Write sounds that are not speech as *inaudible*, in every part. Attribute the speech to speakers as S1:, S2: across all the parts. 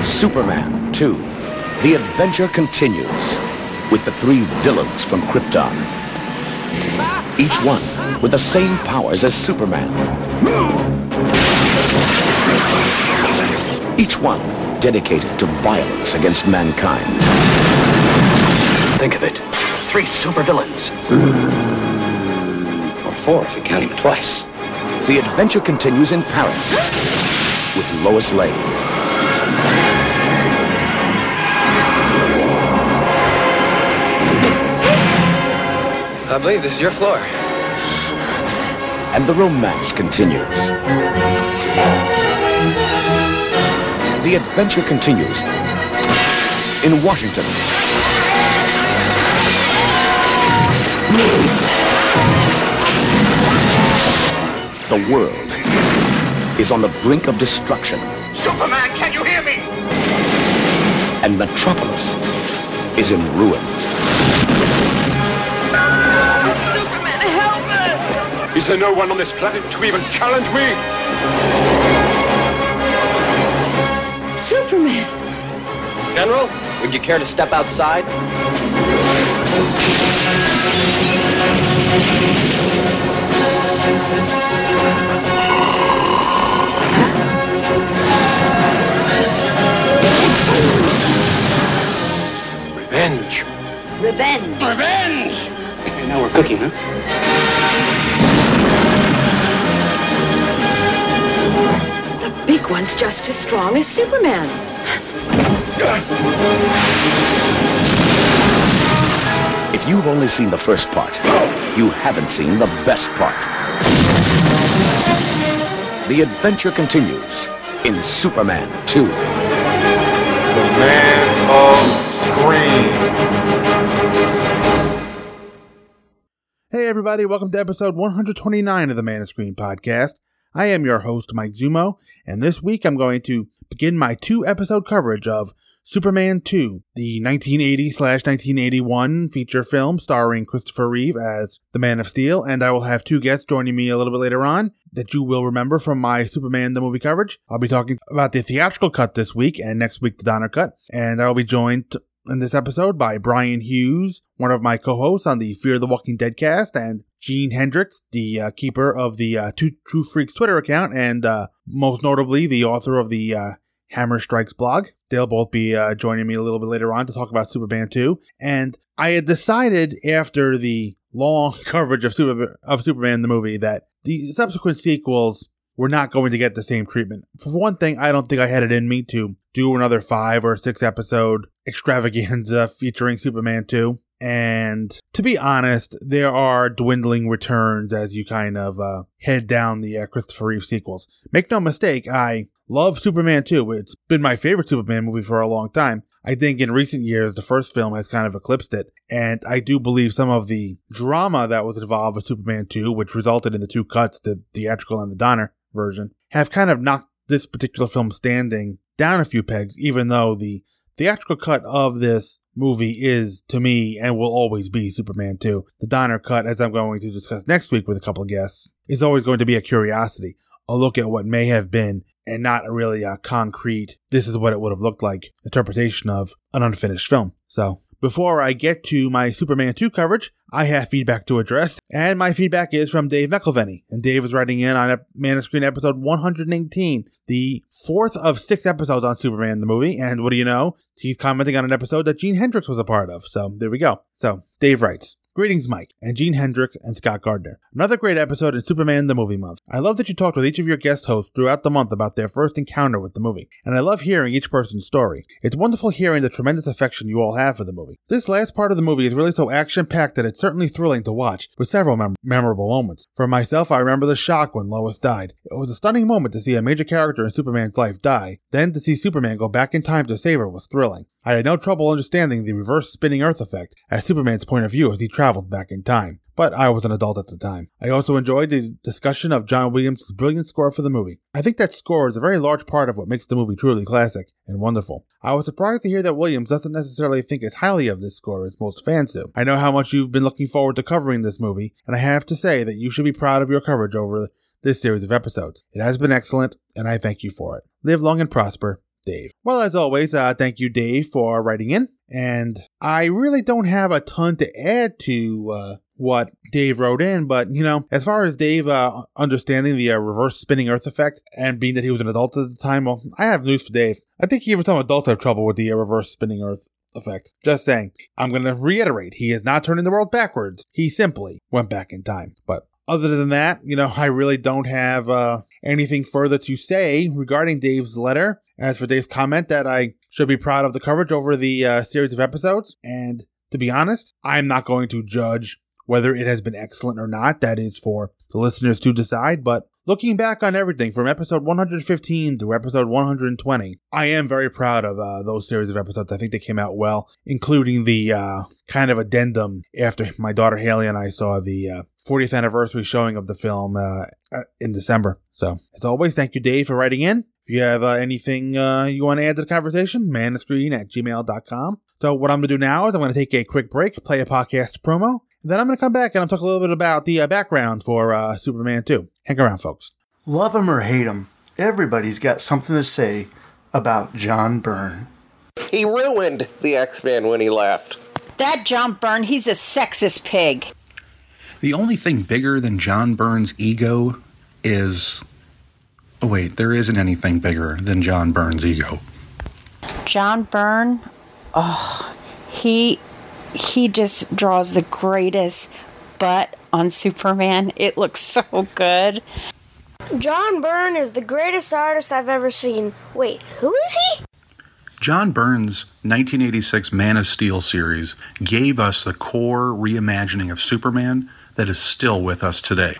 S1: Superman 2. The adventure continues with the three villains from Krypton. Each one with the same powers as Superman. Each one dedicated to violence against mankind.
S2: Think of it. Three supervillains. Or four if you count him twice.
S1: The adventure continues in Paris with Lois Lane.
S3: I believe this is your floor.
S1: And the romance continues. The adventure continues in Washington. The world is on the brink of destruction,
S4: Superman, can you hear me?
S1: and Metropolis is in ruins.
S5: Superman, help us!
S6: Is there no one on this planet to even challenge me?
S5: Superman!
S3: General, would you care to step outside?
S6: Revenge.
S5: Revenge!
S6: Revenge!
S2: Now we're cooking, huh?
S5: The big one's just as strong as Superman.
S1: If you've only seen the first part, you haven't seen the best part. The adventure continues in Superman 2.
S7: The man of screen.
S8: Hey, everybody, welcome to episode 129 of the Man of Screen podcast. I am your host, Mike Zumo, and this week I'm going to begin my two episode coverage of Superman 2, the 1980 slash 1981 feature film starring Christopher Reeve as the Man of Steel, and I will have two guests joining me a little bit later on that you will remember from my Superman the movie coverage. I'll be talking about the theatrical cut this week and next week the Donner cut, and I'll be joined in this episode by Brian Hughes, one of my co-hosts on the Fear the Walking Dead cast, and Gene Hendricks, the uh, keeper of the uh, Two True Freaks Twitter account, and uh, most notably the author of the uh, Hammer Strikes blog. They'll both be uh, joining me a little bit later on to talk about Superman 2. And I had decided after the long *laughs* coverage of Super of Superman the movie that the subsequent sequels we're not going to get the same treatment. For one thing, I don't think I had it in me to do another five or six episode *laughs* extravaganza featuring Superman 2. And to be honest, there are dwindling returns as you kind of uh, head down the uh, Christopher Reeve sequels. Make no mistake, I love Superman 2. It's been my favorite Superman movie for a long time. I think in recent years, the first film has kind of eclipsed it. And I do believe some of the drama that was involved with Superman 2, which resulted in the two cuts, the theatrical and the Donner version, have kind of knocked this particular film standing down a few pegs, even though the theatrical cut of this movie is, to me, and will always be Superman 2. The Donner cut, as I'm going to discuss next week with a couple of guests, is always going to be a curiosity, a look at what may have been, and not really a concrete, this is what it would have looked like interpretation of an unfinished film. So, before I get to my Superman 2 coverage, I have feedback to address, and my feedback is from Dave McElvenny. And Dave is writing in on Ep- Man of Screen episode 118, the fourth of six episodes on Superman the movie. And what do you know? He's commenting on an episode that Gene Hendricks was a part of. So there we go. So Dave writes. Greetings, Mike, and Gene Hendricks and Scott Gardner. Another great episode in Superman the Movie Month. I love that you talked with each of your guest hosts throughout the month about their first encounter with the movie, and I love hearing each person's story. It's wonderful hearing the tremendous affection you all have for the movie. This last part of the movie is really so action packed that it's certainly thrilling to watch, with several mem- memorable moments. For myself, I remember the shock when Lois died. It was a stunning moment to see a major character in Superman's life die, then to see Superman go back in time to save her was thrilling. I had no trouble understanding the reverse spinning Earth effect as Superman's point of view as he traveled back in time, but I was an adult at the time. I also enjoyed the discussion of John Williams' brilliant score for the movie. I think that score is a very large part of what makes the movie truly classic and wonderful. I was surprised to hear that Williams doesn't necessarily think as highly of this score as most fans do. I know how much you've been looking forward to covering this movie, and I have to say that you should be proud of your coverage over this series of episodes. It has been excellent, and I thank you for it. Live long and prosper, Dave. Well, as always, uh, thank you, Dave, for writing in. And I really don't have a ton to add to uh, what Dave wrote in, but you know, as far as Dave uh, understanding the uh, reverse spinning Earth effect and being that he was an adult at the time, well, I have news for Dave. I think even some adults have trouble with the uh, reverse spinning Earth effect. Just saying. I'm going to reiterate, he is not turning the world backwards. He simply went back in time. But other than that, you know, I really don't have uh, anything further to say regarding Dave's letter. As for Dave's comment that I should be proud of the coverage over the uh, series of episodes, and to be honest, I'm not going to judge whether it has been excellent or not. That is for the listeners to decide. But looking back on everything from episode 115 to episode 120, I am very proud of uh, those series of episodes. I think they came out well, including the uh, kind of addendum after my daughter Haley and I saw the uh, 40th anniversary showing of the film uh, uh, in December. So, as always, thank you, Dave, for writing in. If you have uh, anything uh, you want to add to the conversation, manascreen at gmail.com. So, what I'm going to do now is I'm going to take a quick break, play a podcast promo, then I'm going to come back and I'll talk a little bit about the uh, background for uh, Superman 2. Hang around, folks.
S9: Love him or hate him, everybody's got something to say about John Byrne.
S10: He ruined the X Men when he left.
S11: That John Byrne, he's a sexist pig.
S12: The only thing bigger than John Byrne's ego is. Oh, wait, there isn't anything bigger than John Byrne's ego.
S11: John Byrne, oh, he he just draws the greatest butt on Superman. It looks so good.
S13: John Byrne is the greatest artist I've ever seen. Wait, who is he?
S12: John Byrne's 1986 Man of Steel series gave us the core reimagining of Superman that is still with us today.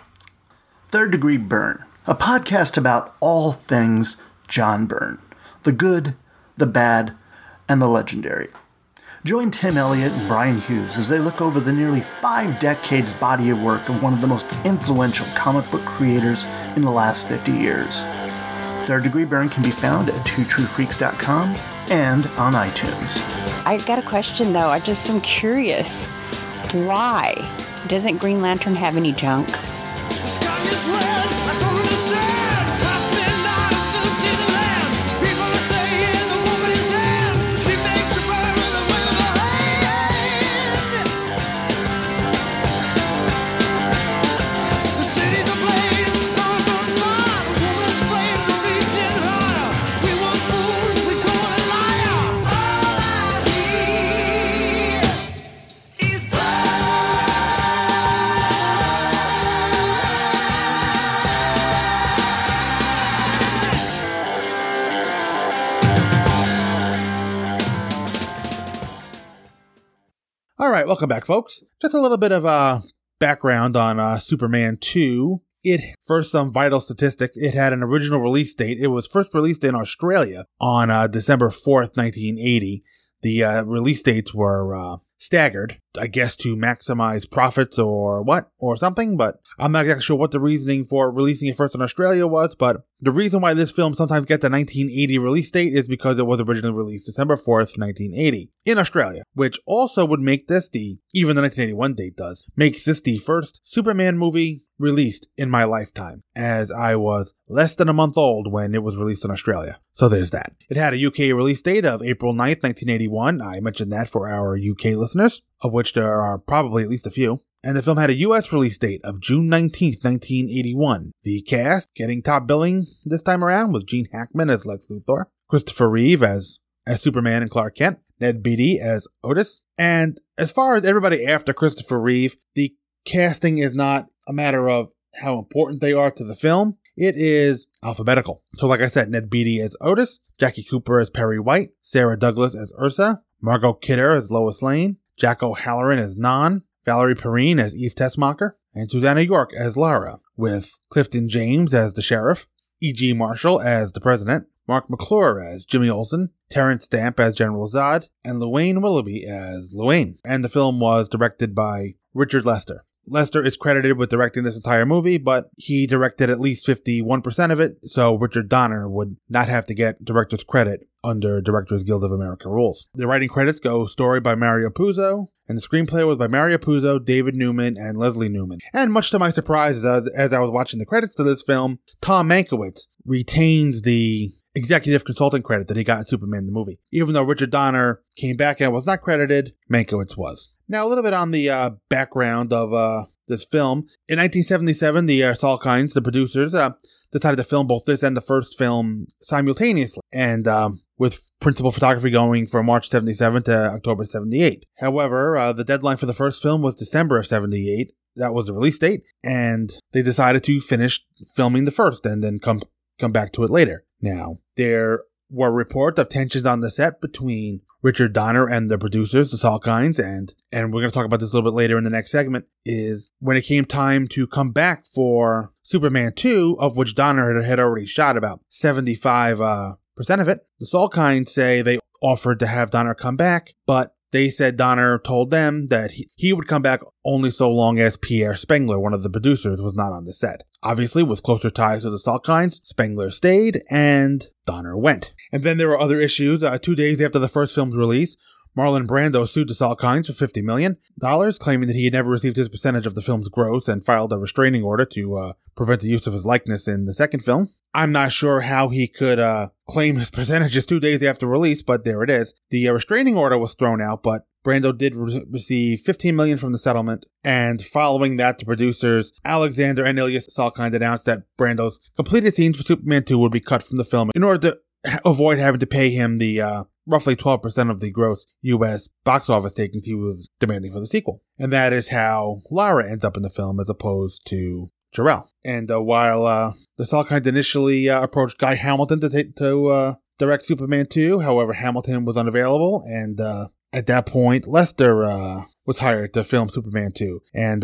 S9: Third Degree Byrne, a podcast about all things John Byrne the good, the bad, and the legendary. Join Tim Elliott and Brian Hughes as they look over the nearly five decades body of work of one of the most influential comic book creators in the last 50 years. Third Degree Burn can be found at twotruefreaks.com and on iTunes.
S11: I got a question though. I just am curious. Why doesn't Green Lantern have any junk?
S8: All right, welcome back, folks. Just a little bit of uh, background on uh, Superman 2. It, first, some vital statistics. It had an original release date. It was first released in Australia on uh, December 4th, 1980. The uh, release dates were uh, staggered, I guess, to maximize profits or what, or something, but I'm not exactly sure what the reasoning for releasing it first in Australia was. But the reason why this film sometimes gets a 1980 release date is because it was originally released December 4th, 1980, in Australia, which also would make this the, even the 1981 date does, makes this the first Superman movie released in my lifetime, as I was less than a month old when it was released in Australia. So there's that. It had a UK release date of April 9th, 1981. I mentioned that for our UK listeners, of which there are probably at least a few. And the film had a US release date of June 19th, 1981. The cast getting top billing this time around with Gene Hackman as Lex Luthor, Christopher Reeve as, as Superman and Clark Kent, Ned Beatty as Otis. And as far as everybody after Christopher Reeve, the casting is not a matter of how important they are to the film. It is alphabetical. So, like I said, Ned Beatty as Otis, Jackie Cooper as Perry White, Sarah Douglas as Ursa, Margot Kidder as Lois Lane, Jack O'Halloran as Non, Valerie Perrine as Eve Tessmacher, and Susanna York as Lara, with Clifton James as the sheriff, E.G. E Marshall as the president, Mark McClure as Jimmy Olsen, Terrence Stamp as General Zod, and Luane Willoughby as Luane. And the film was directed by Richard Lester. Lester is credited with directing this entire movie, but he directed at least 51% of it, so Richard Donner would not have to get director's credit under Directors Guild of America rules. The writing credits go story by Mario Puzo, and the screenplay was by Mario Puzo, David Newman, and Leslie Newman. And much to my surprise, as I, as I was watching the credits to this film, Tom Mankiewicz retains the executive consulting credit that he got in Superman the movie. Even though Richard Donner came back and was not credited, Mankiewicz was. Now, a little bit on the uh, background of uh, this film. In 1977, the uh, Salkinds, the producers, uh, decided to film both this and the first film simultaneously, and um, with principal photography going from March 77 to October 78. However, uh, the deadline for the first film was December of 78. That was the release date, and they decided to finish filming the first and then come come back to it later. Now, there were reports of tensions on the set between Richard Donner and the producers, the Salkinds, and and we're going to talk about this a little bit later in the next segment. Is when it came time to come back for Superman 2, of which Donner had, had already shot about 75 uh, percent of it. The Salkinds say they offered to have Donner come back, but they said Donner told them that he, he would come back only so long as Pierre Spengler, one of the producers, was not on the set. Obviously, with closer ties to the Salkinds, Spengler stayed and Donner went. And then there were other issues. Uh, two days after the first film's release, Marlon Brando sued the Salkinds for $50 million, claiming that he had never received his percentage of the film's gross and filed a restraining order to uh, prevent the use of his likeness in the second film. I'm not sure how he could uh, claim his *laughs* percentages two days after release, but there it is. The uh, restraining order was thrown out, but Brando did re- receive 15 million from the settlement, and following that, the producers Alexander and Ilya Salkind announced that Brando's completed scenes for Superman 2 would be cut from the film in order to avoid having to pay him the uh, roughly 12% of the gross US box office takings he was demanding for the sequel. And that is how Lara ends up in the film as opposed to Jarrell. And uh, while uh, the Salkind initially uh, approached Guy Hamilton to, ta- to uh, direct Superman 2, however, Hamilton was unavailable, and uh, at that point, Lester uh, was hired to film Superman 2. And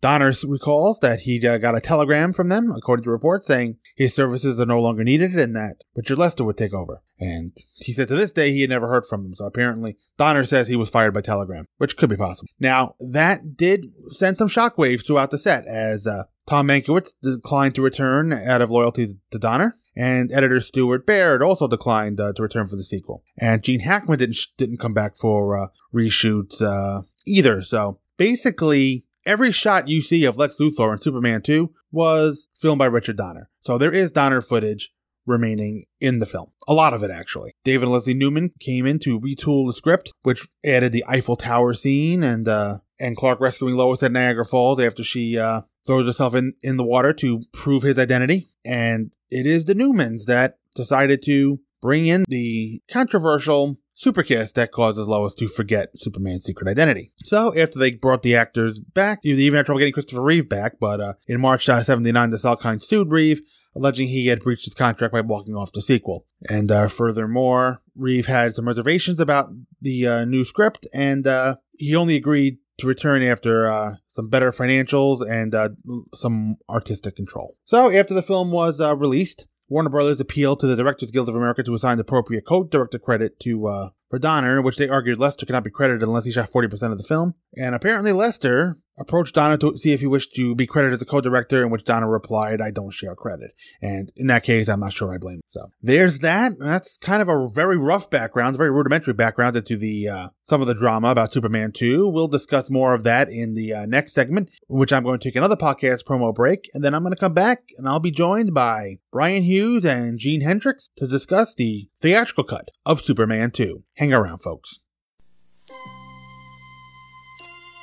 S8: Donner recalls that he uh, got a telegram from them, according to reports, saying his services are no longer needed and that Richard Lester would take over. And he said to this day he had never heard from them. So apparently, Donner says he was fired by telegram, which could be possible. Now, that did send some shockwaves throughout the set as uh, Tom Mankiewicz declined to return out of loyalty to Donner, and editor Stuart Baird also declined uh, to return for the sequel. And Gene Hackman didn't sh- didn't come back for uh, reshoots uh, either. So basically, every shot you see of Lex Luthor in Superman 2 was filmed by Richard Donner. So there is Donner footage remaining in the film. A lot of it, actually. David and Leslie Newman came in to retool the script, which added the Eiffel Tower scene and uh, and Clark rescuing Lois at Niagara Falls after she uh, throws herself in, in the water to prove his identity. And it is the Newmans that decided to bring in the controversial super kiss that causes Lois to forget Superman's secret identity. So after they brought the actors back, they even had trouble getting Christopher Reeve back, but uh, in March uh, 79, the Salkind sued Reeve, alleging he had breached his contract by walking off the sequel. And uh, furthermore, Reeve had some reservations about the uh, new script, and uh, he only agreed to return after uh, some better financials, and uh, some artistic control. So, after the film was uh, released, Warner Brothers appealed to the Directors Guild of America to assign the appropriate co-director credit to uh, for Donner, which they argued Lester could not be credited unless he shot 40% of the film. And apparently, Lester approached Donner to see if he wished to be credited as a co-director, in which Donner replied, "I don't share credit." And in that case, I'm not sure I blame him. So there's that. That's kind of a very rough background, very rudimentary background into the uh, some of the drama about Superman 2. We'll discuss more of that in the uh, next segment, which I'm going to take another podcast promo break, and then I'm going to come back and I'll be joined by Brian Hughes and Gene Hendricks to discuss the theatrical cut of Superman 2. Hang around, folks.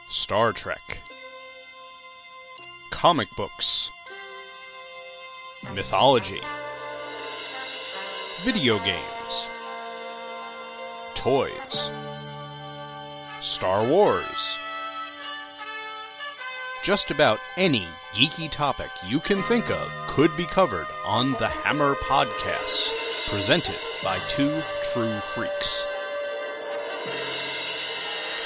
S14: Star Trek, comic books, mythology, video games, toys, Star Wars. Just about any geeky topic you can think of could be covered on the Hammer Podcasts, presented by two true freaks.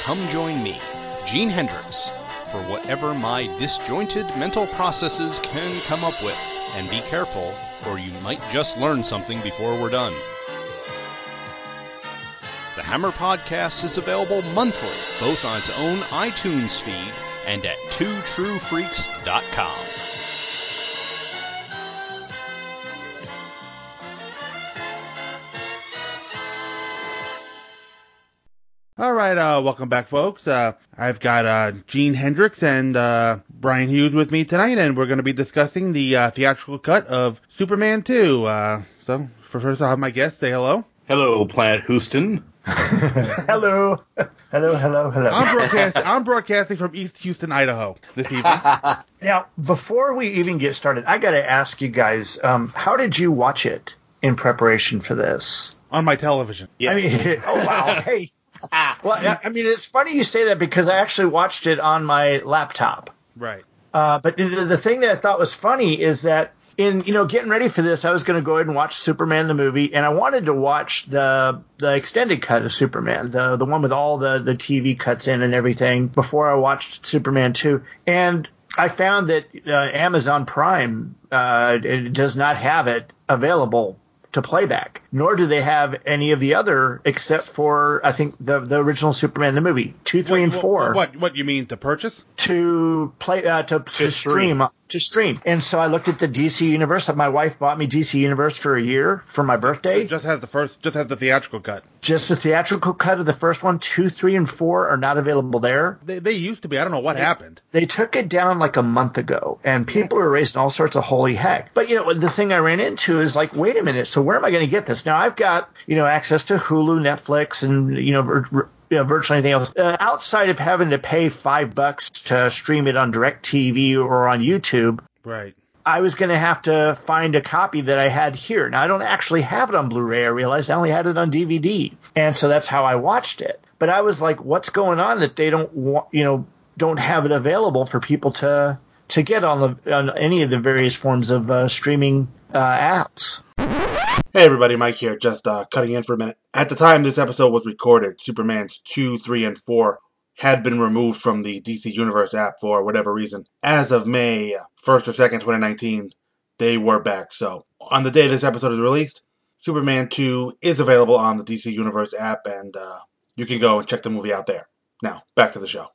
S14: Come join me Gene Hendricks for whatever my disjointed mental processes can come up with. And be careful, or you might just learn something before we're done. The Hammer Podcast is available monthly, both on its own iTunes feed and at twotruefreaks.com.
S8: All right, uh, welcome back, folks. Uh, I've got uh, Gene Hendricks and Brian Hughes with me tonight, and we're going to be discussing the uh, theatrical cut of Superman 2. Uh, so, for first, I'll have my guest say hello.
S15: Hello, Planet Houston.
S16: hello, hello, hello, hello.
S8: I'm, broadcast- I'm broadcasting from East Houston, Idaho this evening.
S16: *laughs* now, before we even get started, I got to ask you guys, um, how did you watch it in preparation for this?
S8: On my television.
S16: I mean, *laughs* oh wow, hey. well, I- I mean, it's funny you say that because I actually watched it on my laptop.
S8: Right.
S16: Uh, but the, the thing that I thought was funny is that in you know getting ready for this, I was going to go ahead and watch Superman the movie, and I wanted to watch the the extended cut of Superman, the the one with all the the TV cuts in and everything, before I watched Superman two, and I found that uh, Amazon Prime uh, it does not have it available to playback, nor do they have any of the other except for I think the the original Superman the movie two, three, and four
S8: What, what you mean to purchase?
S16: to play uh, to, to, stream.
S8: stream.
S16: to stream and so i looked at the dc universe my wife bought me dc universe for a year for my birthday
S8: just has the first just has the theatrical cut
S16: just the theatrical cut of the first one two three and four are not available there
S8: They, they used to be. I don't know what happened.
S16: they took it down like a month ago and people were raising all sorts of holy heck but you know the thing i ran into is like wait a minute so where am i going to get this now i've got you know access to hulu netflix and you know vir- vir- you know, virtually anything else uh, outside of having to pay five bucks to stream it on DirecTV or on YouTube.
S8: Right.
S16: I was going to have to find a copy that I had here. Now, I don't actually have it on Blu ray, I realized I only had it on DVD. And so that's how I watched it. But I was like, what's going on that they don't want, you know, don't have it available for people to to get on the on any of the various forms of uh, streaming uh, apps.
S8: Hey everybody, Mike here, just uh, cutting in for a minute. At the time this episode was recorded, Superman's 2, 3, and 4 had been removed from the DC Universe app for whatever reason. As of May 1st or 2nd, 2019, they were back. So, on the day this episode is released, Superman 2 is available on the DC Universe app, and uh, you can go and check the movie out there. Now, back to the show.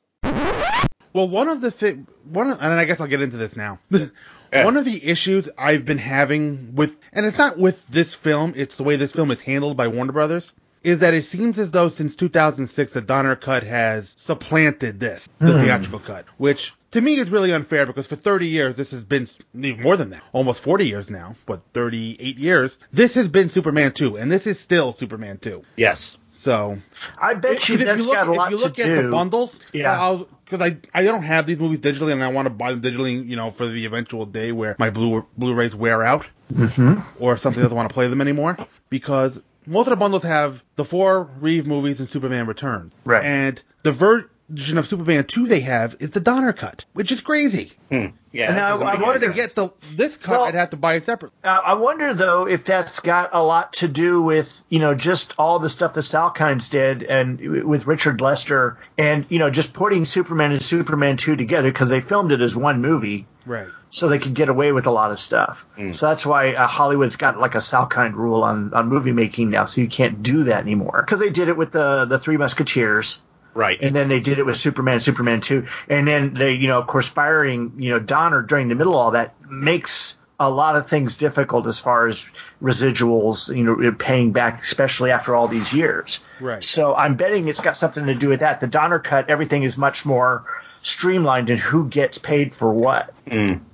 S8: Well, one of the thing, one, of, and I guess I'll get into this now. *laughs* One of the issues I've been having with, and it's not with this film, it's the way this film is handled by Warner Brothers, is that it seems as though since 2006 the Donner cut has supplanted this, the
S17: Hmm.
S8: theatrical cut, which to me is really unfair because for 30 years this has been s- even more than that, almost 40 years now, but 38 years. This has been Superman 2, and this is still Superman 2.
S15: Yes.
S8: So
S16: I bet
S8: If-
S16: you
S8: if you
S16: that's
S8: look-
S16: got a
S8: if
S16: lot
S8: you look
S16: to
S8: at the
S16: do.
S8: bundles,
S16: yeah.
S8: I'll because I, I don't have these movies digitally and I want to buy them digitally, you know, for the eventual day where my Blu Blu-rays wear out
S17: Mm-hmm.
S8: or if something doesn't want to play them anymore because most of the bundles have the four Reeve movies and Superman Returns. Right. And the version of Superman 2 they have is the Donner cut, which is crazy.
S15: Yeah.
S16: And Hmm. that I- doesn't I make
S8: in
S16: any
S8: order to
S16: sense.
S8: get the this cut, I'd have to buy it separately.
S16: Uh, I wonder though if that's got a lot to do with you know just all the stuff that Salkinds did and with Richard Lester and you know just putting Superman and Superman two together because they filmed it as one movie
S8: Right.
S16: so they could get away with a lot of stuff. So that's why uh, Hollywood's got like a Salkind rule on, on movie making now, so you can't do that anymore. Because they did it with the the Three Musketeers,
S15: right?
S16: And then they did it with Superman, Superman two, and then they you know of course firing you know Donner during the middle of all that makes a lot of things difficult as far as residuals you know paying back, especially after all these years.
S8: Right.
S16: So I'm betting it's got something to do with that. The Donner cut, everything is much more streamlined in who gets paid for what.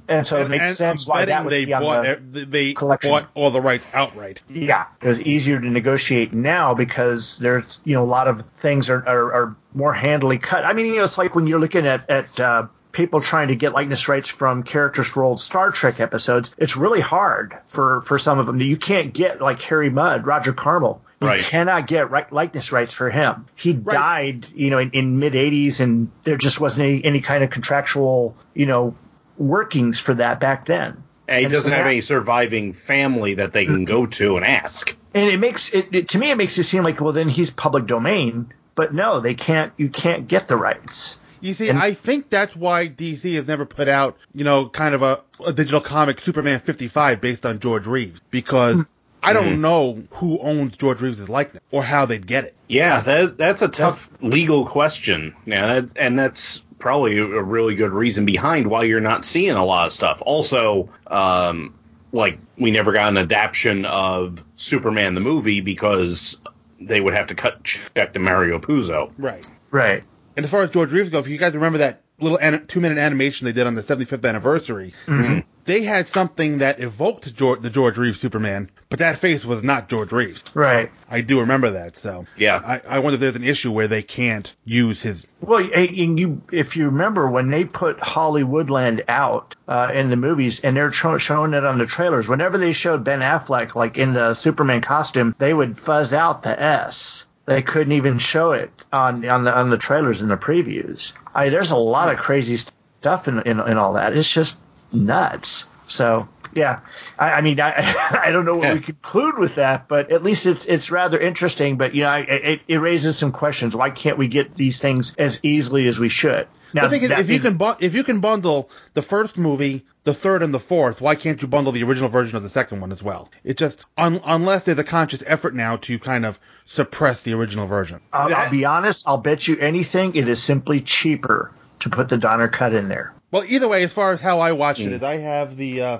S16: And so it makes
S8: And
S16: sense
S8: I'm
S16: why that
S8: betting
S16: would
S8: they
S16: be on
S8: bought
S16: the,
S8: e- they
S16: collection.
S8: bought all the rights outright.
S16: yeah, it was easier to negotiate now because there's you know a lot of things are are, are more handily cut. I mean, you know, it's like when you're looking at at uh, people trying to get likeness rights from characters for old Star Trek episodes. It's really hard for for some of them. You can't get like Harry Mudd, Roger Carmel. You
S15: Right.
S16: cannot get right, likeness rights for him. He died, you know, in, in mid '80s, and there just wasn't any, any kind of contractual, you know, workings for that back then.
S15: And he
S16: And so
S15: doesn't have
S16: that-
S15: any surviving family that they can go to and ask.
S16: and it makes it, it to me it makes it seem like well then he's public domain but no they can't you can't get the rights
S8: You see, I think that's why DC has never put out, you know, kind of a, a digital comic Superman 55 based on George Reeves because I don't
S15: Mhm.
S16: Mm-hmm.
S8: know who owns George Reeves' likeness or how they'd get it.
S15: Yeah, that that's a tough legal question. Yeah, that, and that's probably a really good reason behind why you're not seeing a lot of stuff. Also, um, like we never got an adaptation of Superman the movie because they would have to cut check to Mario Puzo.
S8: Right.
S16: Right.
S8: And as far as George Reeves goes, if you guys remember that little an- two minute animation they did on the 75th anniversary,
S16: Mm-hmm.
S17: Mhm.
S8: they had something that evoked George, the George Reeves Superman, but that face was not George Reeves.
S16: Right.
S8: I do remember that. So
S15: yeah,
S8: I, I wonder if there's an issue where they can't use his.
S16: Well, and you, if you remember when they put Hollywoodland out uh, in the movies, and they're tro- showing it on the trailers. Whenever they showed Ben Affleck like in the Superman costume, they would fuzz out the S. They couldn't even show it on on the on the trailers and the previews. I there's a lot of crazy stuff in in, in all that. It's just nuts. So yeah, I, I *laughs* mean, I I don't know what we conclude with that, but at least it's it's rather interesting. But you know, I, it, it raises some questions. Why can't we get these things as easily as we should?
S8: I think
S16: that
S8: if you
S16: being-
S8: can bu- if you can bundle the first movie, the third, and the fourth, why can't you bundle the original version of the second one as well? It just un- unless there's a conscious effort now to kind of suppress the original version.
S16: I'll, I'll be honest, I'll bet you anything, it is simply cheaper to put the Donner cut in there.
S8: Well, either way, as far as how I watched it, is I have the uh,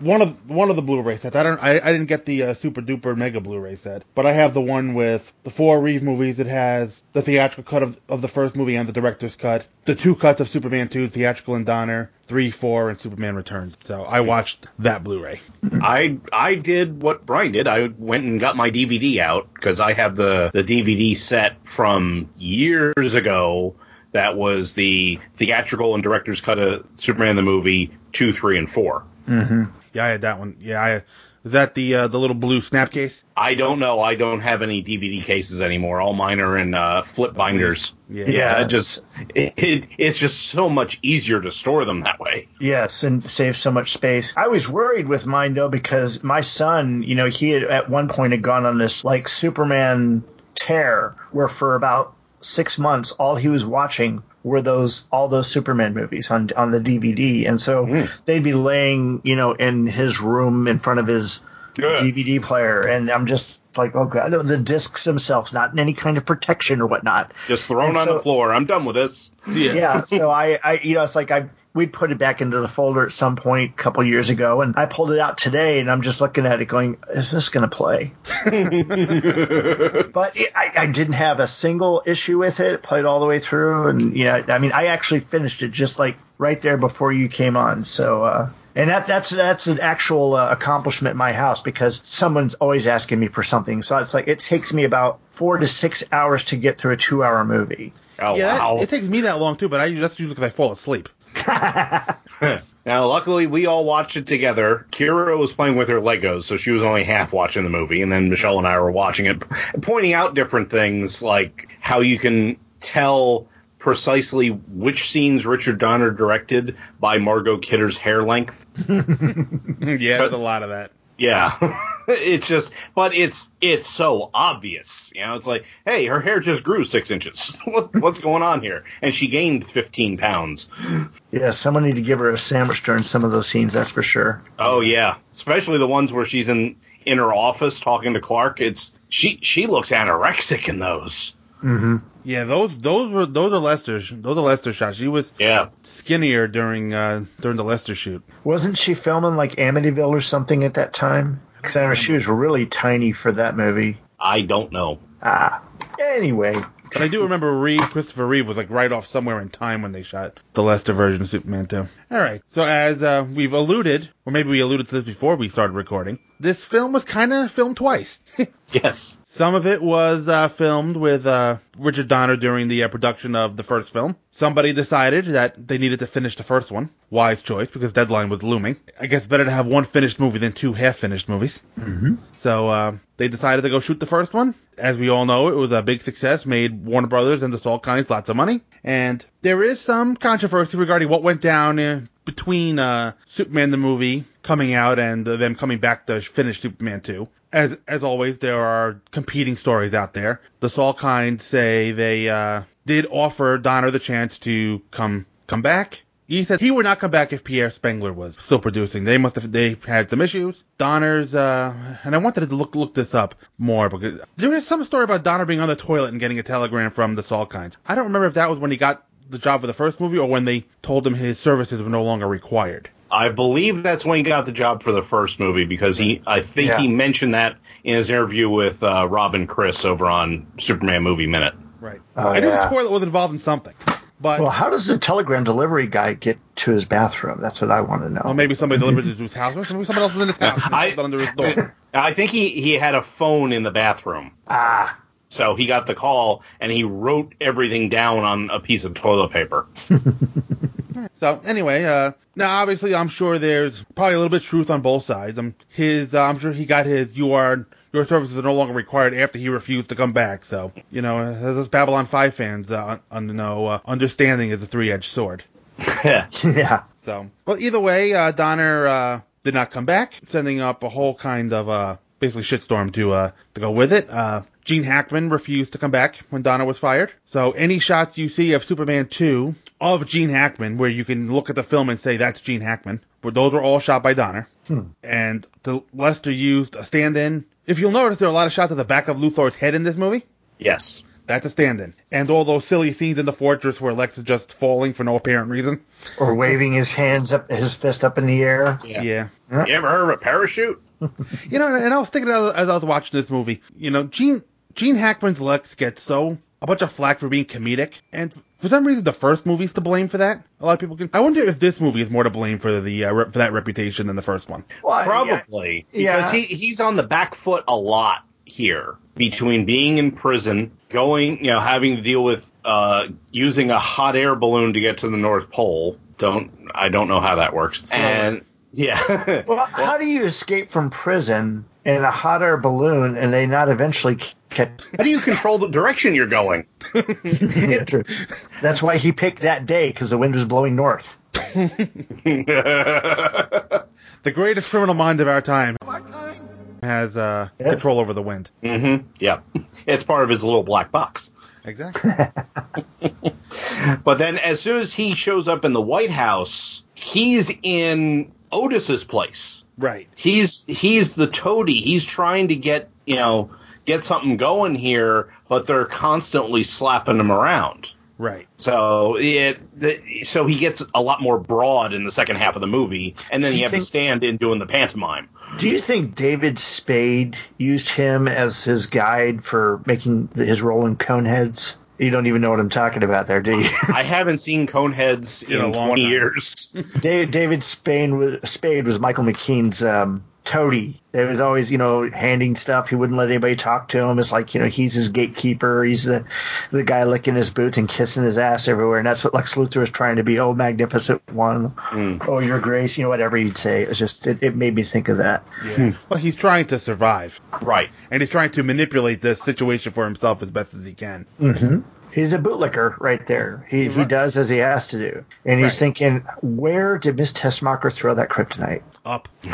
S8: one of one of the Blu-ray sets. I don't, I, I didn't get the uh, super duper mega Blu-ray set, but I have the one with the four Reeve movies. It has the theatrical cut of, of the first movie and the director's cut, the two cuts of Superman two, theatrical and Donner three, four, and Superman Returns. So I watched that Blu-ray.
S15: I I did what Brian did. I went and got my DVD out because I have the the DVD set from years ago. That was the theatrical and director's cut of Superman the movie two, three, and four.
S8: Mm-hmm. Yeah, I had that one. Yeah, I was that the uh, the little blue snap case.
S15: I don't know. I don't have any DVD cases anymore. All mine are in uh, flip binders.
S8: Yeah.
S15: it just it, it, it's just so much easier to store them that way.
S16: Yes, and save so much space. I was worried with mine though because my son, you know, he had at one point had gone on this like Superman tear where for about six months all he was watching were those all those Superman movies on on the DVD, and so they'd be laying, you know, in his room in front of his DVD player, and I'm just like, oh god, the discs themselves, not in any kind of protection or whatnot.
S15: Just thrown
S16: And
S15: on
S16: so-
S15: the floor. I'm done with this.
S16: yeah.
S15: *laughs*
S16: so I, I, you know, it's like I we'd put it back into the folder at some point a couple years ago, and I pulled it out today, and I'm just looking at it, going, "Is this going to play?" *laughs*
S15: *laughs*
S16: but it, I, I didn't have a single issue with it. It Played all the way through, and yeah, I mean, I actually finished it just like right there before you came on. So. uh and that, that's that's an actual uh, accomplishment in my house because someone's always asking me for something. So it's like it takes me about four to six hours to get through a two-hour movie.
S15: Oh
S8: yeah, that-
S15: wow!
S8: it takes me that long too, but I that's usually because I fall asleep.
S15: *laughs* now, luckily, we all watched it together. Kira was playing with her Legos, so she was only half watching the movie, and then Michelle and I were watching it, *laughs* pointing out different things like how you can tell precisely which scenes Richard Donner directed by Margot Kidder's hair length.
S8: yeah, there's a lot of that.
S15: Yeah. *laughs* it's just but it's it's so obvious. You know, it's like, hey, her hair just grew six inches. *laughs* what, what's going on here? And she gained fifteen pounds.
S16: Yeah, someone need to give her a sandwich during some of those scenes, that's for sure.
S15: Oh yeah, especially the ones where she's in in her office talking to Clark. It's she she looks anorexic in those.
S16: Mm-hmm.
S8: Yeah, those those were those are Lester's. Those are Lester shots. She was
S15: yeah
S8: skinnier during uh during the Lester shoot.
S16: Wasn't she filming like Amityville or something at that time? Because I know she was really tiny for that movie.
S15: I don't know.
S16: Ah. Anyway,
S8: But I do remember Reeve Christopher Reeve was like right off somewhere in time when they shot the Lester version of Superman 2. All right. So as uh, we've alluded, or maybe we alluded to this before we started recording, this film was kind of filmed twice. *laughs*
S15: yes.
S8: Some of it was uh, filmed with uh, Richard Donner during the uh, production of the first film. Somebody decided that they needed to finish the first one. Wise choice because deadline was looming. I guess better to have one finished movie than two half-finished movies.
S17: Mm-hmm.
S8: So uh, they decided to go shoot the first one. As we all know, it was a big success, made Warner Brothers and the Salt Kinds lots of money. And there is some controversy regarding what went down uh, between uh, Superman the movie coming out and uh, them coming back to finish Superman 2. As as always, there are competing stories out there. The Salt Kinds say they uh, did offer Donner the chance to come come back. He said he would not come back if Pierre Spengler was still producing. They must have they had some issues. Donner's uh, and I wanted to look look this up more because there is some story about Donner being on the toilet and getting a telegram from the Salkinds. I don't remember if that was when he got the job for the first movie or when they told him his services were no longer required.
S15: I believe that's when he got the job for the first movie because he, I think
S8: Yeah.
S15: he mentioned that in his interview with uh, Robin Chris over on Superman Movie Minute.
S8: Right.
S15: Oh,
S8: I knew
S15: yeah.
S8: the toilet was involved in something. But
S16: well, how does the telegram delivery guy get to his bathroom? That's what I want to know.
S8: Well, maybe somebody delivered it to his house. Maybe someone else was in his house. and
S15: I-
S8: shoved it under his door.
S15: I think he, he had a phone in the bathroom.
S16: Ah.
S15: So he got the call and he wrote everything down on a piece of toilet paper.
S8: So anyway, uh, now obviously I'm sure there's probably a little bit of truth on both sides. Um, his uh, I'm sure he got his you are your services are no longer required after he refused to come back. So you know, as us Babylon Five fans uh, un- un- know, uh, understanding is a three-edged sword.
S16: *laughs* yeah.
S8: So, but either way, uh, Donner uh, did not come back, sending up a whole kind of uh, basically shitstorm to uh, to go with it. Uh, Gene Hackman refused to come back when Donner was fired. So any shots you see of Superman 2 of Gene Hackman, where you can look at the film and say that's Gene Hackman, but those were all shot by Donner. And the Lester used a stand-in. If you'll notice, there are a lot of shots of the back of Luthor's head in this movie.
S15: Yes.
S8: That's a stand-in. And all those silly scenes in the fortress where Lex is just falling for no apparent reason.
S16: Or waving his hands up, his fist up in the air.
S8: yeah.
S15: You ever heard of a parachute?
S8: *laughs* You know, and I was thinking as as I was watching this movie, you know, Gene Gene Hackman's Lex gets so a bunch of flack for being comedic, and for some reason, the first movie's to blame for that. A lot of people can. I wonder if this movie is more to blame for the uh, re- for that reputation than the
S16: *laughs*
S8: first one.
S15: Probably. Because
S8: Yeah.
S15: he, he's on the back foot a lot here between being in prison, going, you know, having to deal with uh, using a hot air balloon to get to the North Pole. Don't I don't know how that works. And yeah. *laughs*
S16: Well, how do you escape from prison in a hot air balloon and they not eventually catch?
S15: How do you control the direction
S16: *laughs*
S15: you're going?
S16: That's why he picked that day because the wind was blowing north.
S15: *laughs*
S8: The greatest criminal mind of our time has uh, control over the wind.
S15: Mm-hmm. Yeah, *laughs* it's part of his little black box.
S8: Exactly.
S15: *laughs* But then, as soon as he shows up in the White House, he's in Otis's place.
S8: Right.
S15: He's he's the toady. He's trying to get you know get something going here, but they're constantly slapping him around.
S8: Right.
S15: So it the, so he gets a lot more broad in the second half of the movie, and then
S16: Do
S15: you
S16: you
S15: have
S16: think-
S15: to stand in doing the pantomime.
S16: Do you think David Spade used him as his guide for making the, his role in Coneheads? You don't even know what I'm talking about there, do
S15: *laughs*
S16: you?
S15: I haven't seen Coneheads in,
S16: In a long
S15: 20
S16: time.
S15: years.
S16: Da- David Spain was, Spade was Michael McKean's um, toady. There was always, you know, handing stuff. He wouldn't let anybody talk to him. It's like, you know, he's his gatekeeper. He's the, the guy licking his boots and kissing his ass everywhere. And that's what Lex Luthor was trying to be. Oh, magnificent one. Oh, your grace. You know, whatever he'd say. It was just, it, it made me think of that.
S8: Well, he's trying to survive.
S15: Right.
S8: And he's trying to manipulate the situation for himself as best as he can. Mm-hmm.
S16: hmm He's a bootlicker right there. He, he does as he has to do. And he's thinking, where did Miss Tessmacher throw that kryptonite?
S8: Up. *laughs*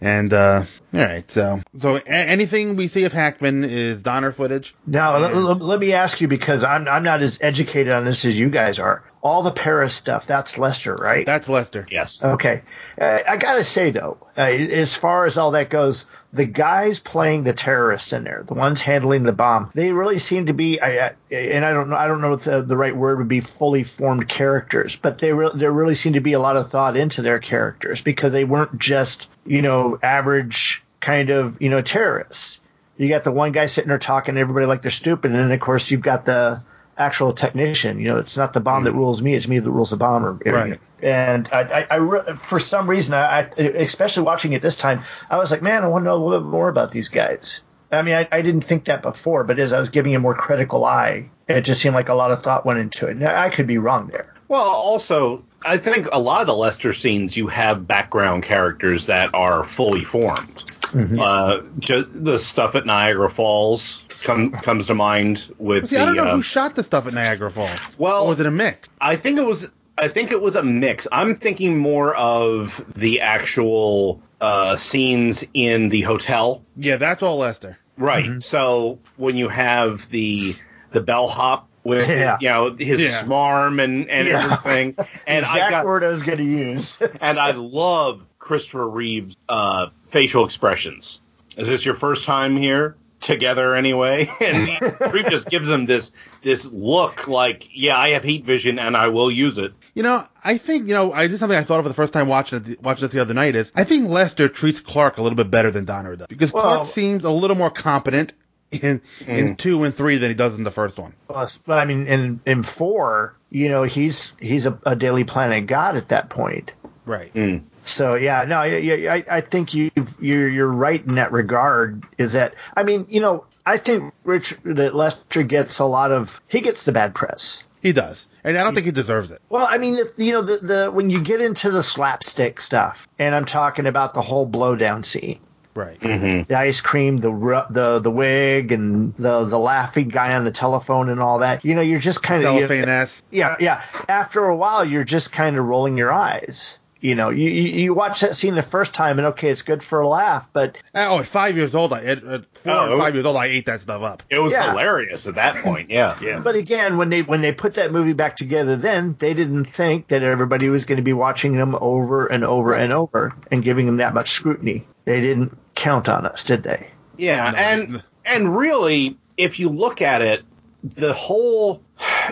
S8: and uh, all right, so so a- anything we see of Hackman is Donner footage.
S16: Now, l- l- let me ask you because I'm I'm not as educated on this as you guys are. All the Paris stuff, that's Lester, right?
S8: That's Lester.
S15: Yes.
S16: Okay. Uh, I got to say, though, uh, as far as all that goes, the guys playing the terrorists in there, the ones handling the bomb, they really seem to be, I, I, and I don't know, I don't know if the, the right word would be fully formed characters, but they re- there really seemed to be a lot of thought into their characters because they weren't just, you know, average kind of, you know, terrorists you got the one guy sitting there talking to everybody like they're stupid, and then of course you've got the actual technician. You know, it's not the bomb that rules me; it's me that rules the bomber.
S8: Right.
S16: And I, I, I re- for some reason, I, I, especially watching it this time, I was like, man, I want to know a little bit more about these guys. I mean, I, I didn't think that before, but as I was giving a more critical eye, it just seemed like a lot of thought went into it. Now, I could be wrong there.
S15: Well, also, I think a lot of the Lester scenes you have background characters that are fully formed.
S8: Mm-hmm.
S15: Uh, ju- the stuff at Niagara Falls come, comes to mind with
S8: See,
S15: the.
S8: I don't know
S15: uh,
S8: who shot the stuff at Niagara Falls.
S15: well, was
S8: it a mix?
S15: I think it was. I think it was a mix. I'm thinking more of the actual uh, scenes in the hotel.
S8: Yeah, that's all Lester. Mm-hmm.
S15: Right. So when you have the the bellhop with
S16: Yeah.
S15: you know his
S16: Yeah.
S15: smarm and and
S16: Yeah. *laughs*
S15: everything, and
S16: Exact
S15: I got
S16: word I was going to use. *laughs*
S15: and I love Christopher Reeve's uh, facial expressions. Is this your first time here together anyway? *laughs* And Reeve just gives him this this look like, yeah, I have heat vision and I will use it.
S8: You know, I think you know. I did something I thought of for the first time watching it, watching this the other night. Is I think Lester treats Clark a little bit better than Donner does because
S16: Well-
S8: Clark seems a little more competent in in
S16: Mm.
S8: two and three than he does in the first one.
S16: Plus, but I mean, in in four, you know, he's he's a, a Daily Planet god at that point.
S8: Right.
S15: Mm.
S16: So yeah, no, I, I, I think you you're you're right in that regard. Is that I mean, you know, I think Rich that Lester gets a lot of he gets the bad press.
S8: He does, and I don't think he deserves it.
S16: Well, I mean, if, you know, the, the when you get into the slapstick stuff, and I'm talking about the whole blowdown scene,
S8: Right.
S16: the ice cream, the ru- the the wig, and the the laughing guy on the telephone, and all that. You know, you're just kind of
S8: Cellophane ass.
S16: Yeah, yeah. After a while, you're just kind of rolling your eyes. You know, you, you you watch that scene the first time, and okay, it's good for a laugh, but
S8: oh, at five years old, I, at, at four
S16: Oh, it
S8: or
S16: was-
S8: five years old, I ate that stuff up.
S16: It was Yeah. hilarious
S15: at that point. Yeah, yeah.
S16: But again, when they when they put that movie back together, then they didn't think that everybody was going to be watching them over and over and over and giving them that much scrutiny. They didn't count on us, did they?
S15: Yeah, and and really, if you look at it, the whole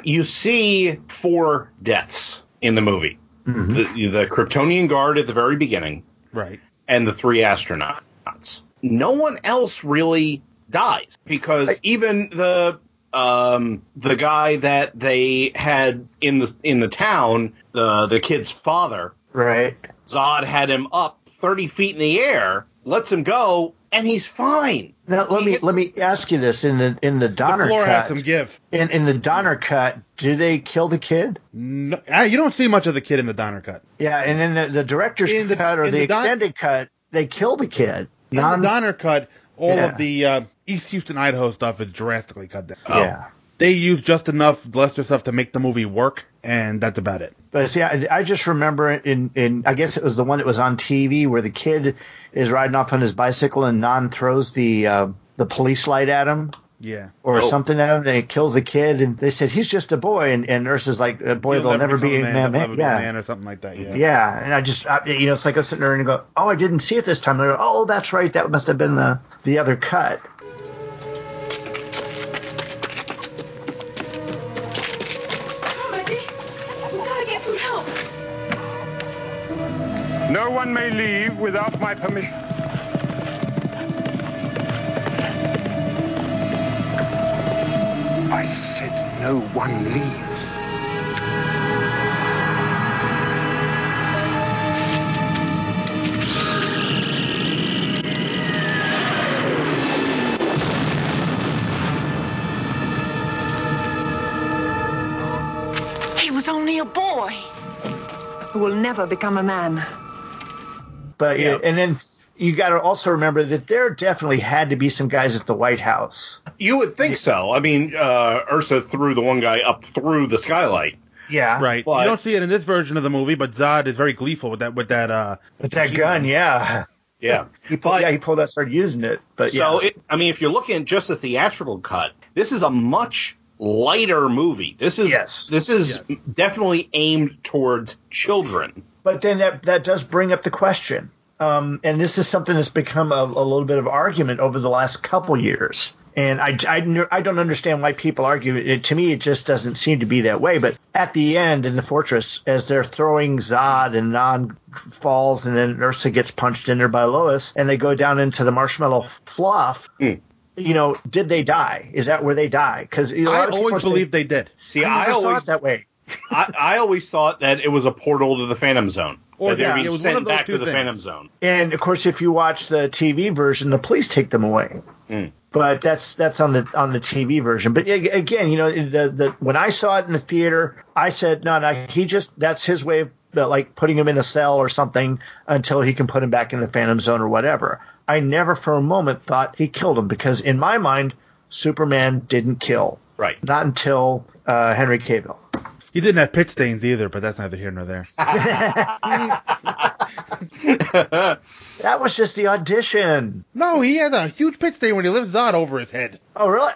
S15: you see four deaths in the movie: the, the Kryptonian guard at the very beginning,
S8: Right.
S15: and the three astronauts. No one else really dies because even the um, the guy that they had in the in the town, the the kid's father,
S16: right?
S15: Zod had him up thirty feet in the air, lets him go, and he's fine.
S16: Now let me let me ask you this: in the in the Donner
S15: floor
S16: cut,
S15: had
S8: some give.
S16: In in the Donner cut, do they kill the kid?
S8: No, ah, you don't see much of the kid in the Donner cut.
S16: Yeah, and in the, the director's cut or
S8: in
S16: the,
S8: the Don-
S16: extended cut, they kill the kid.
S8: In the Donner cut, all
S16: Yeah.
S8: of the uh, East Houston, Idaho stuff is drastically cut down.
S16: Yeah.
S8: They use just enough Lester stuff to make the movie work, and that's about it.
S16: But see, I, I just remember in, in I guess it was the one that was on TV where the kid is riding off on his bicycle and Nan throws the uh, the police light at him
S8: Yeah.
S16: or something at him and it kills the kid and they said he's just a boy and, and Ursa's like a boy
S8: He'll
S16: that'll never, be a
S8: become
S16: man,
S8: he'll
S16: man.
S8: never be a
S16: yeah.
S8: man or something like that. Yeah.
S16: yeah and I just I, you know it's like I was sitting there and I go oh I didn't see it this time and I go oh that's right that must have been the the other cut
S5: We gotta get some help.
S6: No one may leave without my permission. I said no one leaves.
S5: He was only a boy who will never become a man.
S16: But yeah. and then you got to also remember that there definitely had to be some guys at the White House.
S15: You would think so. I mean, uh, Ursa threw the one guy up through the skylight.
S16: Yeah.
S8: Right.
S15: But-
S8: you don't see it in this version of the movie, but Zod is very gleeful with that with that uh
S16: with that gun. Yeah.
S15: Yeah.
S16: He pulled, yeah, he pulled out, started using it.
S8: *laughs*
S16: But yeah.
S15: So, it, I mean, if you're looking at just the theatrical cut, this is a much lighter movie. This is this is definitely aimed towards children.
S16: but then that that does bring up the question, um, and this is something that's become a, a little bit of argument over the last couple years. And I, I, ne- I don't understand why people argue it. To me, it just doesn't seem to be that way. But at the end in the fortress, as they're throwing Zod and Nan falls, and then Ursa gets punched in there by Lois, and they go down into the marshmallow fluff.
S15: Hmm.
S16: You know, did they die? Is that where they die? Because
S15: I always believed
S8: they did.
S15: See,
S16: I,
S15: I
S16: never saw
S15: always-
S16: it that way.
S15: *laughs* I, I always thought that it was a portal to the Phantom Zone,
S16: Or
S15: or that
S16: yeah,
S15: they're being
S16: it was one
S15: sent
S16: of those
S15: back to
S16: two
S15: the
S16: things.
S15: Phantom Zone.
S16: And of course, if you watch the TV version, the police take them away. But that's that's on the on the TV version. But ag- again, you know, the, the when I saw it in the theater, I said, no, no, he just that's his way of uh, like putting him in a cell or something until he can put him back in the Phantom Zone or whatever. I never for a moment thought he killed him because in my mind, Superman didn't kill.
S15: Right.
S16: Not until uh, Henry Cavill.
S8: He didn't have pit stains either, but that's neither here nor there.
S16: that was just the audition.
S8: No, he has a huge pit stain when he lifts Zod over his head.
S16: Oh, really?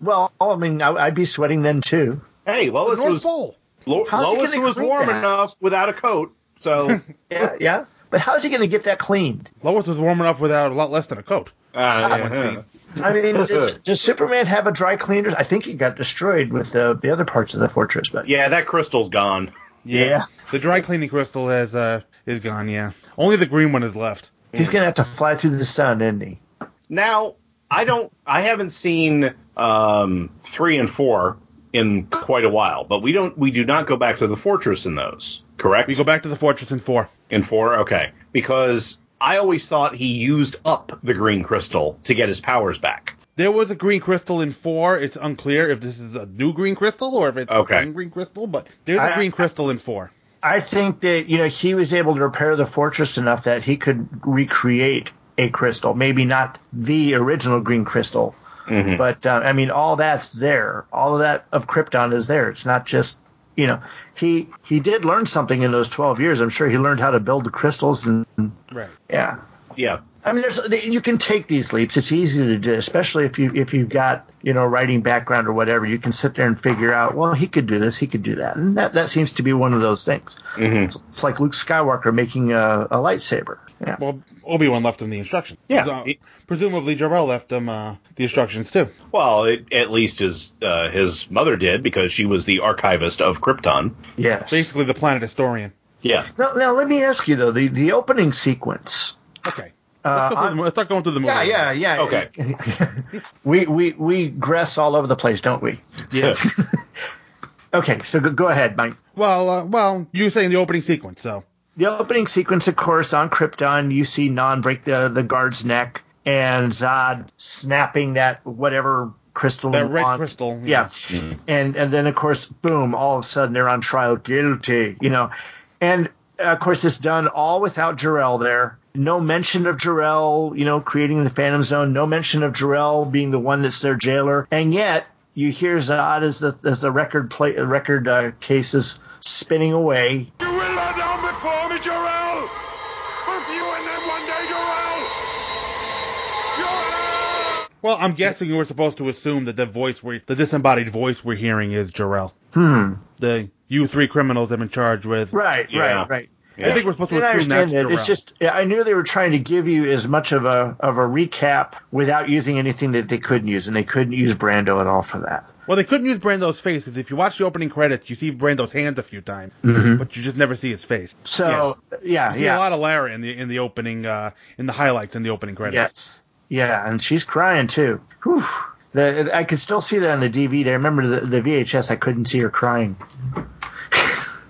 S16: Well, I mean, I, I'd be sweating then too.
S15: Hey, Lois
S16: North
S15: was
S8: Pole.
S15: Lo-
S16: How's he
S15: Lois
S16: gonna
S15: was
S16: clean
S15: warm
S16: that?
S15: enough without a coat, so
S16: *laughs* yeah, yeah. *laughs* But how's he going to get that cleaned?
S8: Lois was warm enough without a lot less than a coat.
S15: Uh,
S16: I mean, does, does Superman have a dry cleaner? I think he got destroyed with the the other parts of the fortress, but
S15: yeah, that crystal's gone.
S16: Yeah.
S8: The dry cleaning crystal has uh is gone, yeah. Only the green one is left.
S16: eh? he's going to have to fly through the sun, isn't he?
S15: Now, I don't. I haven't seen um, three and four in quite a while, but we don't. We do not go back to the fortress in those. Correct. We
S8: go back to the fortress in four.
S15: In four, okay. Because I always thought he used up the green crystal to get his powers back.
S8: There was a green crystal in four. It's unclear if this is a new green crystal or if it's the
S15: Okay.
S8: same green crystal, but there's a
S16: I-
S8: green crystal in four.
S16: I think that you know he was able to repair the fortress enough that he could recreate a crystal, maybe not the original green crystal,
S15: Mhm.
S16: but uh, I mean all that's there. All of that of Krypton is there. It's not just you know he he did learn something in those twelve years. I'm sure he learned how to build the crystals and
S8: Right.
S16: yeah.
S15: Yeah.
S16: I mean, there's you can take these leaps. It's easy to do, especially if you if you've got you know writing background or whatever. You can sit there and figure out, well, he could do this, he could do that, and that that seems to be one of those things.
S15: Mm-hmm.
S16: It's, it's like Luke Skywalker making a, a lightsaber. Yeah.
S8: Well, Obi Wan left him the instructions.
S15: Yeah.
S8: So, presumably, Jarrell left him uh, the instructions too.
S15: Well, it, at least his uh, his mother did because she was the archivist of Krypton.
S16: Yes.
S8: Basically, the planet historian.
S15: Yeah.
S16: Now, now let me ask you though the the opening sequence.
S8: Okay.
S16: Uh,
S8: Let's, go through the, mo- let's not go through the movie.
S16: yeah, yeah, yeah. *laughs* we we we gress all over the place, don't we?
S8: Yes.
S16: *laughs* okay, so go, go ahead, Mike.
S8: Well, uh, well, you were saying the opening sequence, so
S16: the opening sequence, of course, on Krypton, you see Non break the, the guard's neck and Zod snapping that whatever crystal.
S8: That red
S16: on-
S8: crystal,
S16: Yeah. And, and then, of course, boom, all of a sudden they're on trial guilty, you know. And, uh, of course, it's done all without Jarrell there. No mention of Jarrell, you know, creating the Phantom Zone. No mention of Jarrell being the one that's their jailer. And yet, you hear Zod as the as the record play record uh, case is spinning away.
S4: Before me, Jarrell! Both you and them one day, Jarrell!
S8: Well, I'm guessing we're supposed to assume that the voice we the disembodied voice we're hearing is Jarrell.
S16: Hmm.
S8: The you three criminals have been charged with.
S16: Right,
S8: Yeah.
S16: right, right.
S8: I think we're supposed to
S16: And I
S8: assume that's
S16: understand it.
S8: Jarrell.
S16: It's just yeah, I knew they were trying to give you as much of a of a recap without using anything that they couldn't use, and they couldn't use Brando at all for that.
S8: Well, they couldn't use Brando's face because if you watch the opening credits, you see Brando's hands a few times,
S16: Mhm.
S8: but you just never see his face.
S16: So, yeah,
S8: you see
S16: yeah.
S8: a lot of Lara in the in the opening uh, in the highlights in the opening credits.
S16: Yes. Yeah, and she's crying too. Whew. The, I could still see that on the DVD. I remember the, the VHS. I couldn't see her crying.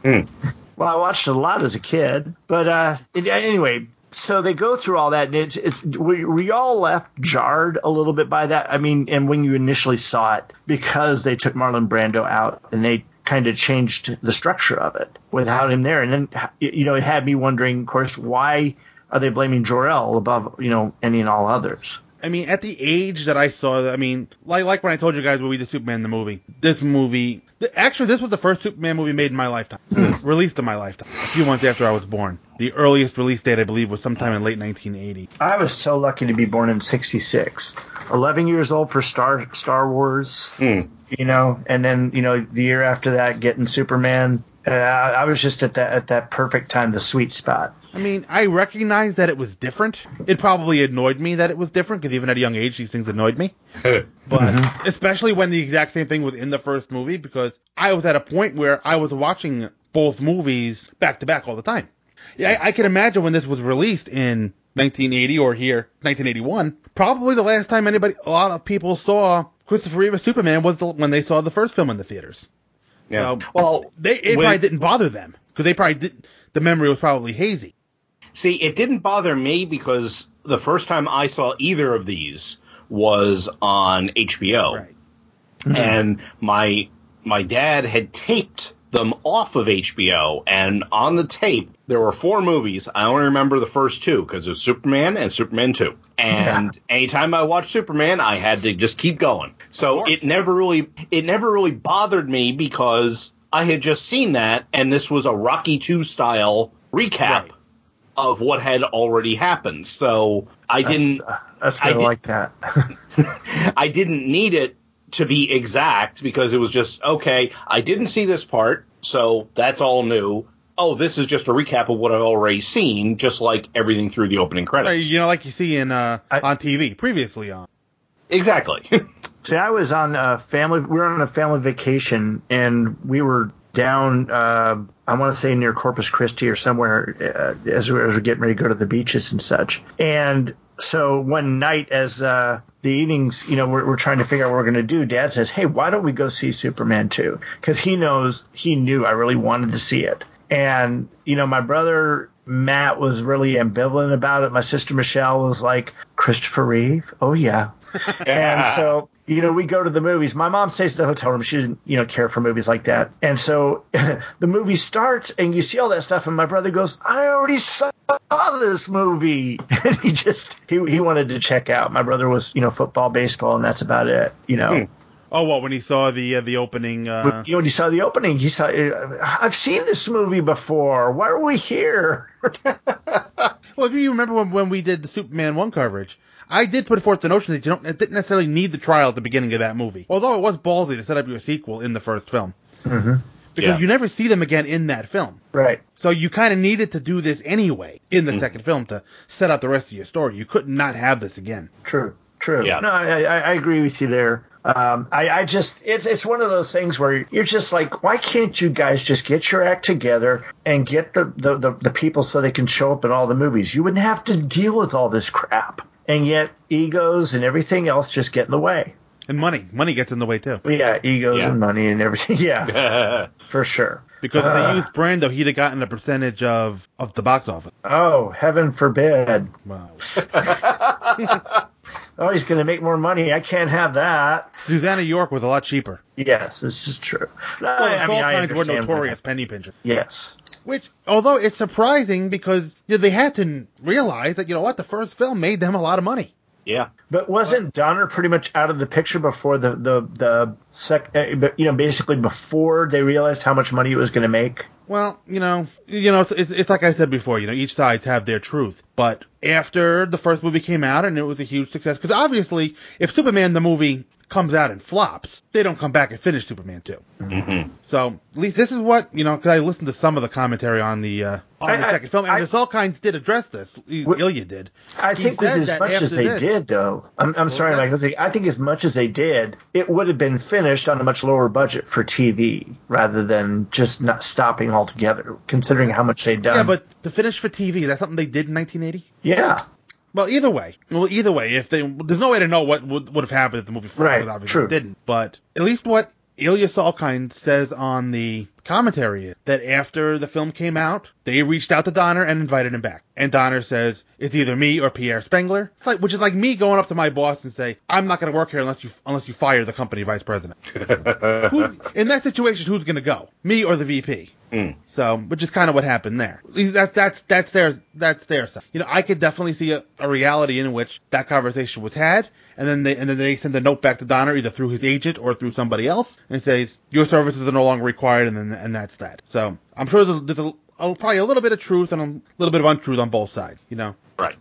S16: Well, I watched it a lot as a kid, but uh, it, anyway. So they go through all that, and it's, it's we, we all left jarred a little bit by that. I mean, and when you initially saw it, because they took Marlon Brando out and they kind of changed the structure of it without him there, and then y- you know it had me wondering, of course, why are they blaming Jor El above you know any and all others?
S8: I mean, at the age that I saw, I mean, like like when I told you guys when we did Superman the movie, this movie, th- actually, this was the first Superman movie made in my lifetime,
S16: Hmm.
S8: released in my lifetime, a few months after I was born. The earliest release date, I believe, was sometime in late 1980.
S16: I was so lucky to be born in '66. Eleven years old for Star Star Wars,
S15: Hmm.
S16: you know, and then you know the year after that, getting Superman. Uh, I I was just at that at that perfect time, the sweet spot.
S8: I mean, I recognized that it was different. It probably annoyed me that it was different because even at a young age, these things annoyed me.
S15: but
S8: especially when the exact same thing was in the first movie, because I was at a point where I was watching both movies back to back all the time. Yeah, I, I can imagine when this was released in 1980 or here 1981, probably the last time anybody, a lot of people saw Christopher Reeve as Superman was the, when they saw the first film in the theaters.
S15: Yeah.
S8: well, they it
S15: when-
S8: probably didn't bother them because they probably did. The memory was probably hazy.
S15: See, it didn't bother me because the first time I saw either of these was on HBO.
S16: Hmm.
S15: And my my dad had taped them off of HBO and on the tape there were four movies. I only remember the first two because it was Superman and Superman 2.
S16: *laughs*
S15: And anytime I watched Superman, I had to just keep going. So it never really it never really bothered me because I had just seen that and this was a Rocky 2 style recap of what had already happened. So I didn't.
S16: That's
S15: I
S16: kind of
S15: did-
S16: like that. *laughs*
S15: I didn't need it to be exact because it was just okay. I didn't see this part, so that's all new. Oh, this is just a recap of what I've already seen, just like everything through the opening
S8: Uh,
S15: credits.
S8: You know, like you see in uh, on TV previously on.
S15: Exactly.
S16: See, I was on a family. We were on a family vacation, and we were down. Uh, I want to say near Corpus Christi or somewhere uh, as, we, as we're getting ready to go to the beaches and such. And so one night, as uh, the evenings, you know, we're, we're trying to figure out what we're going to do. Dad says, "Hey, why don't we go see Superman 2? Because he knows he knew I really wanted to see it. And you know, my brother Matt was really ambivalent about it. My sister Michelle was like, "Christopher Reeve? Oh yeah."
S15: *laughs*
S16: and so you know, we go to the movies. My mom stays at the hotel room. She didn't, you know, care for movies like that. And so *laughs* the movie starts and you see all that stuff. And my brother goes, I already saw this movie. *laughs* And he just, he, he wanted to check out. My brother was, you know, football, baseball, and that's about it, you know.
S8: Hmm. Oh well, when he saw the uh, the opening, uh,
S16: But, you know, when he saw the opening, he saw, I've seen this movie before. Why are we here? *laughs*
S8: well, if you remember when, when we did the Superman one coverage, I did put forth the notion that you don't it didn't necessarily need the trial at the beginning of that movie, although it was ballsy to set up your sequel in the first film
S16: Mm-hmm.
S8: because
S16: Yeah.
S8: you never see them again in that film.
S16: Right. Mm-hmm.
S8: So you kind of needed to do this anyway in the second film to set up the rest of your story. You could not have this again.
S16: True. True. No, I, I I agree with you there. Um, I, I just it's it's one of those things where you're just like, why can't you guys just get your act together and get the the, the, the people so they can show up in all the movies? You wouldn't have to deal with all this crap. And yet egos and everything else just get in the way.
S8: And money. Money gets in the way too.
S16: Yeah, egos and money and everything. *laughs* Yeah. for sure.
S8: Because if
S16: Uh.
S8: they used Brando, he'd have gotten a percentage of, of the box office.
S16: Oh, heaven forbid.
S8: Wow.
S16: *laughs* oh, he's gonna make more money. I can't have that.
S8: Susanna York was a lot cheaper.
S16: Yes, this is true.
S8: Well, the
S16: I mean,
S8: Salt
S16: I
S8: Mines were
S16: understand why.
S8: notorious penny pinchers.
S16: Yes.
S8: Which, although it's surprising because you know, they had to realize that, you know what, the first film made them a lot of money.
S15: Yeah.
S16: But wasn't Donner pretty much out of the picture before the the the sec? uh, but, You know, basically before they realized how much money it was going to make.
S8: Well, you know, you know, it's, it's, it's like I said before, you know, each sides have their truth. But after the first movie came out and it was a huge success, because obviously, if Superman the movie comes out and flops, they don't come back and finish Superman 2.
S15: Mm-hmm.
S8: So, at least this is what, you know, because I listened to some of the commentary on the, uh, on the
S16: I- I-
S8: second film, and the Salkinds did address this. I- Ilya did.
S16: I
S8: He
S16: think with
S8: said
S16: as
S8: that
S16: much as
S8: after
S16: they
S8: this-
S16: did, though. I'm, I'm sorry, Michael. I think- I think as much as they did, it would have been finished on a much lower budget for TV rather than just not stopping altogether, considering how much they'd done.
S8: Yeah, but to finish for TV, is that something they did in 1980?
S16: Yeah.
S8: Well, either way, well, either way, if they, there's no way to know what would, would have happened if the movie flopped,
S16: Right,
S8: because obviously
S16: true.
S8: it didn't. But at least what Ilya Salkind says on the commentary is that after the film came out, they reached out to Donner and invited him back. And Donner says it's either me or Pierre Spengler, It's like, which is like me going up to my boss and say, "I'm not going to work here unless you unless you fire the company vice president." *laughs* Who's, in that situation, who's going to go, me or the VP? So, which is kind of what happened there. That's that's that's their that's their side. You know, I could definitely see a, a reality in which that conversation was had, and then they and then they send a note back to Donner either through his agent or through somebody else, and says your services are no longer required, and then and that's that. So I'm sure there's, there's a, a- probably a little bit of truth and a little bit of untruth on both sides. You know,
S15: Right.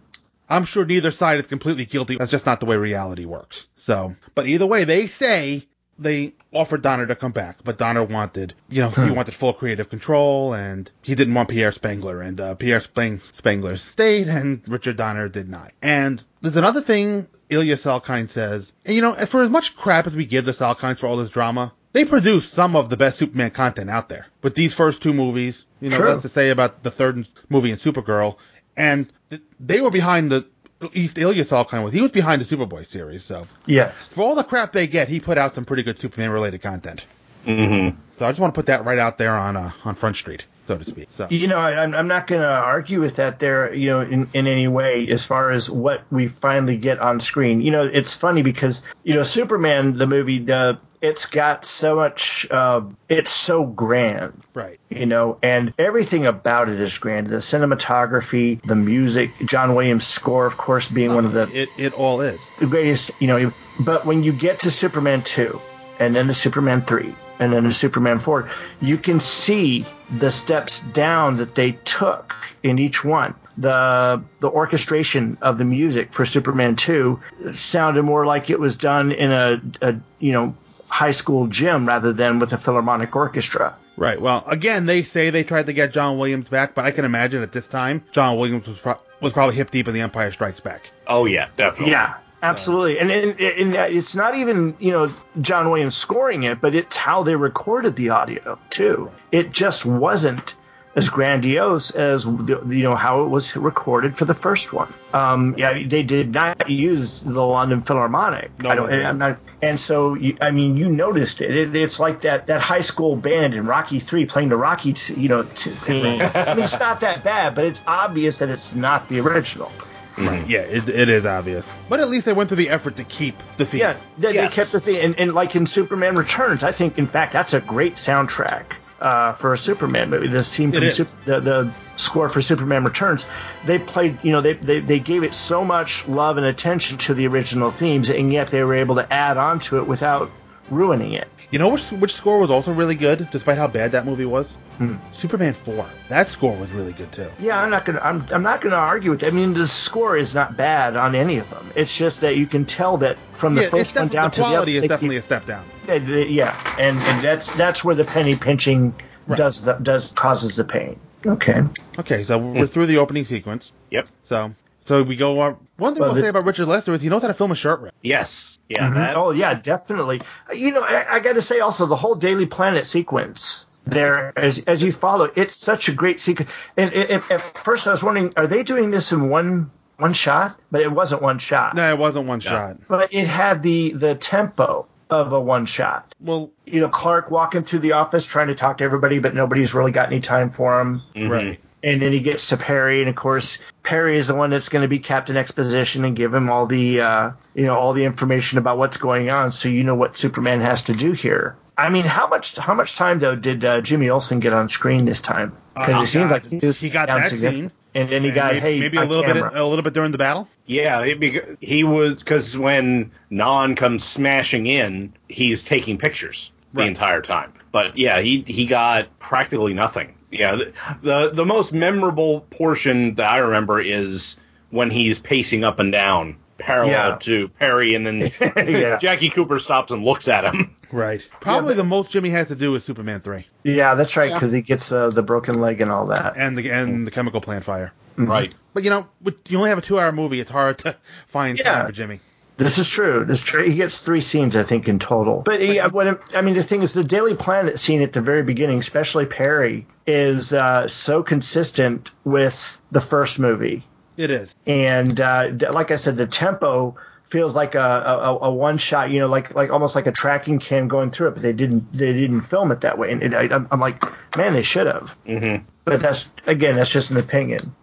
S8: I'm sure neither side is completely guilty. That's just not the way reality works. So, but either way, they say they offered Donner to come back, but Donner wanted, you know, he wanted full creative control, and he didn't want Pierre Spengler, and uh, Pierre Spang- Spengler stayed, and Richard Donner did not. And there's another thing Ilya Salkind says, and you know, for as much crap as we give the Salkinds for all this drama, they produce some of the best Superman content out there. With these first two movies, you know,
S16: True.
S8: that's to say about the third movie in Supergirl, and th- they were behind the at least Ilya Salkind was. He was behind the Superboy series, so
S16: Yes.
S8: for all the crap they get, he put out some pretty good Superman related content.
S15: Mm-hmm.
S8: So I just want to put that right out there on uh, on Front Street, so to speak. So
S16: You know, I, I'm I'm not going to argue with that there, you know, in, in any way as far as what we finally get on screen. You know, it's funny because, you know, Superman, the movie, the, it's got so much, uh, it's so grand.
S8: Right.
S16: You know, and everything about it is grand. The cinematography, the music, John Williams' score, of course, being one of the.
S8: It, it all is.
S16: The greatest, you know. But when you get to Superman 2, and then to Superman 3, and then to Superman 4, you can see the steps down that they took in each one. The the orchestration of the music for Superman 2 sounded more like it was done in a, a you know high school gym rather than with a philharmonic orchestra.
S8: Right. Well, again, they say they tried to get John Williams back, but I can imagine at this time John Williams was pro- was probably hip deep in The Empire Strikes Back.
S15: Oh yeah, definitely.
S16: Yeah. Absolutely, and and, and that- it's not even you know John Williams scoring it, but it's how they recorded the audio too. It just wasn't as grandiose as the, you know how it was recorded for the first one. Um, yeah, they did not use the London Philharmonic. I don't, I'm not, and so you, I mean, you noticed it. it. It's like that that high school band in Rocky Three playing the Rocky t- you know t- theme. I mean, it's not that bad, but it's obvious that it's not the original.
S8: Right. Yeah, it, it is obvious. But at least they went through the effort to keep the theme.
S16: Yeah, they, they kept the theme, and, and like in Superman Returns, I think in fact that's a great soundtrack uh, for a Superman movie. The theme
S8: It
S16: from
S8: is.
S16: Sup- the, the score for Superman Returns, they played, you know, they, they they gave it so much love and attention to the original themes, and yet they were able to add on to it without ruining it.
S8: You know which which score was also really good, despite how bad that movie was?
S16: Hmm.
S8: Superman 4. That score was really good, too.
S16: Yeah, I'm not gonna. I'm, I'm not gonna argue with. That. I mean, the score is not bad on any of them. It's just that you can tell that from the
S8: Yeah, it's
S16: first one
S8: defi-
S16: down
S8: the
S16: to the other,
S8: quality is definitely a step down.
S16: Uh, Yeah, and, and that's that's where the penny pinching does the, does causes the pain. Okay. Hmm.
S8: Okay, so we're through the opening sequence.
S15: Yep.
S8: So so we go on. One thing
S16: Well,
S8: I'll
S16: the-
S8: say about Richard Lester is he knows how to film a short rip.
S15: Yes. Yeah.
S16: Mhm. Oh yeah, definitely. You know, I, I got to say also the whole Daily Planet sequence there as as you follow, it's such a great sequence. And it, it, at first, I was wondering, are they doing this in one one shot? But it wasn't one shot.
S8: No, it wasn't one shot.
S16: But it had the the tempo of a one shot.
S8: Well,
S16: you know, Clark walking through the office trying to talk to everybody, but nobody's really got any time for him.
S8: Right.
S16: And then he gets to Perry, and of course Perry is the one that's going to be Captain Exposition and give him all the uh, you know all the information about what's going on, so you know what Superman has to do here. I mean, how much how much time though did uh, Jimmy Olsen get on screen this time? Because
S8: Oh,
S16: it seemed
S8: God.
S16: like he, was
S8: He got
S16: down
S8: that
S16: significant-
S8: scene.
S16: and then he
S8: And
S16: got
S8: may-
S16: hey
S8: maybe a little bit- a little bit during the battle.
S15: Yeah, it be, he was because when Nan comes smashing in, he's taking pictures the entire time. But yeah, he he got practically nothing. Yeah, the, the the most memorable portion that I remember is when he's pacing up and down parallel
S8: Yeah.
S15: to Perry,
S16: *laughs*
S15: and then *laughs*
S8: Yeah.
S15: Jackie Cooper stops and looks at him.
S8: Right. Probably the most Jimmy has to do is Superman 3.
S16: Yeah, that's right, because he gets uh, the broken leg and all that. Mm-hmm.
S8: And the and the chemical plant fire.
S15: Right.
S8: But you know, with- you only have a two hour movie. It's hard to find time for Jimmy.
S16: This is true. This is true. He gets three scenes, I think, in total. But yeah, what I'm, I mean, the thing is, the Daily Planet scene at the very beginning, especially Perry, is uh, so consistent with the first movie,
S8: It is.
S16: and uh, d- like I said, the tempo feels like a, a, a one shot. You know, like like almost like a tracking cam going through it. But they didn't they didn't film it that way, and it, I, I'm- I'm like, man, they should have.
S15: Mm-hmm.
S16: But that's again, that's just an opinion.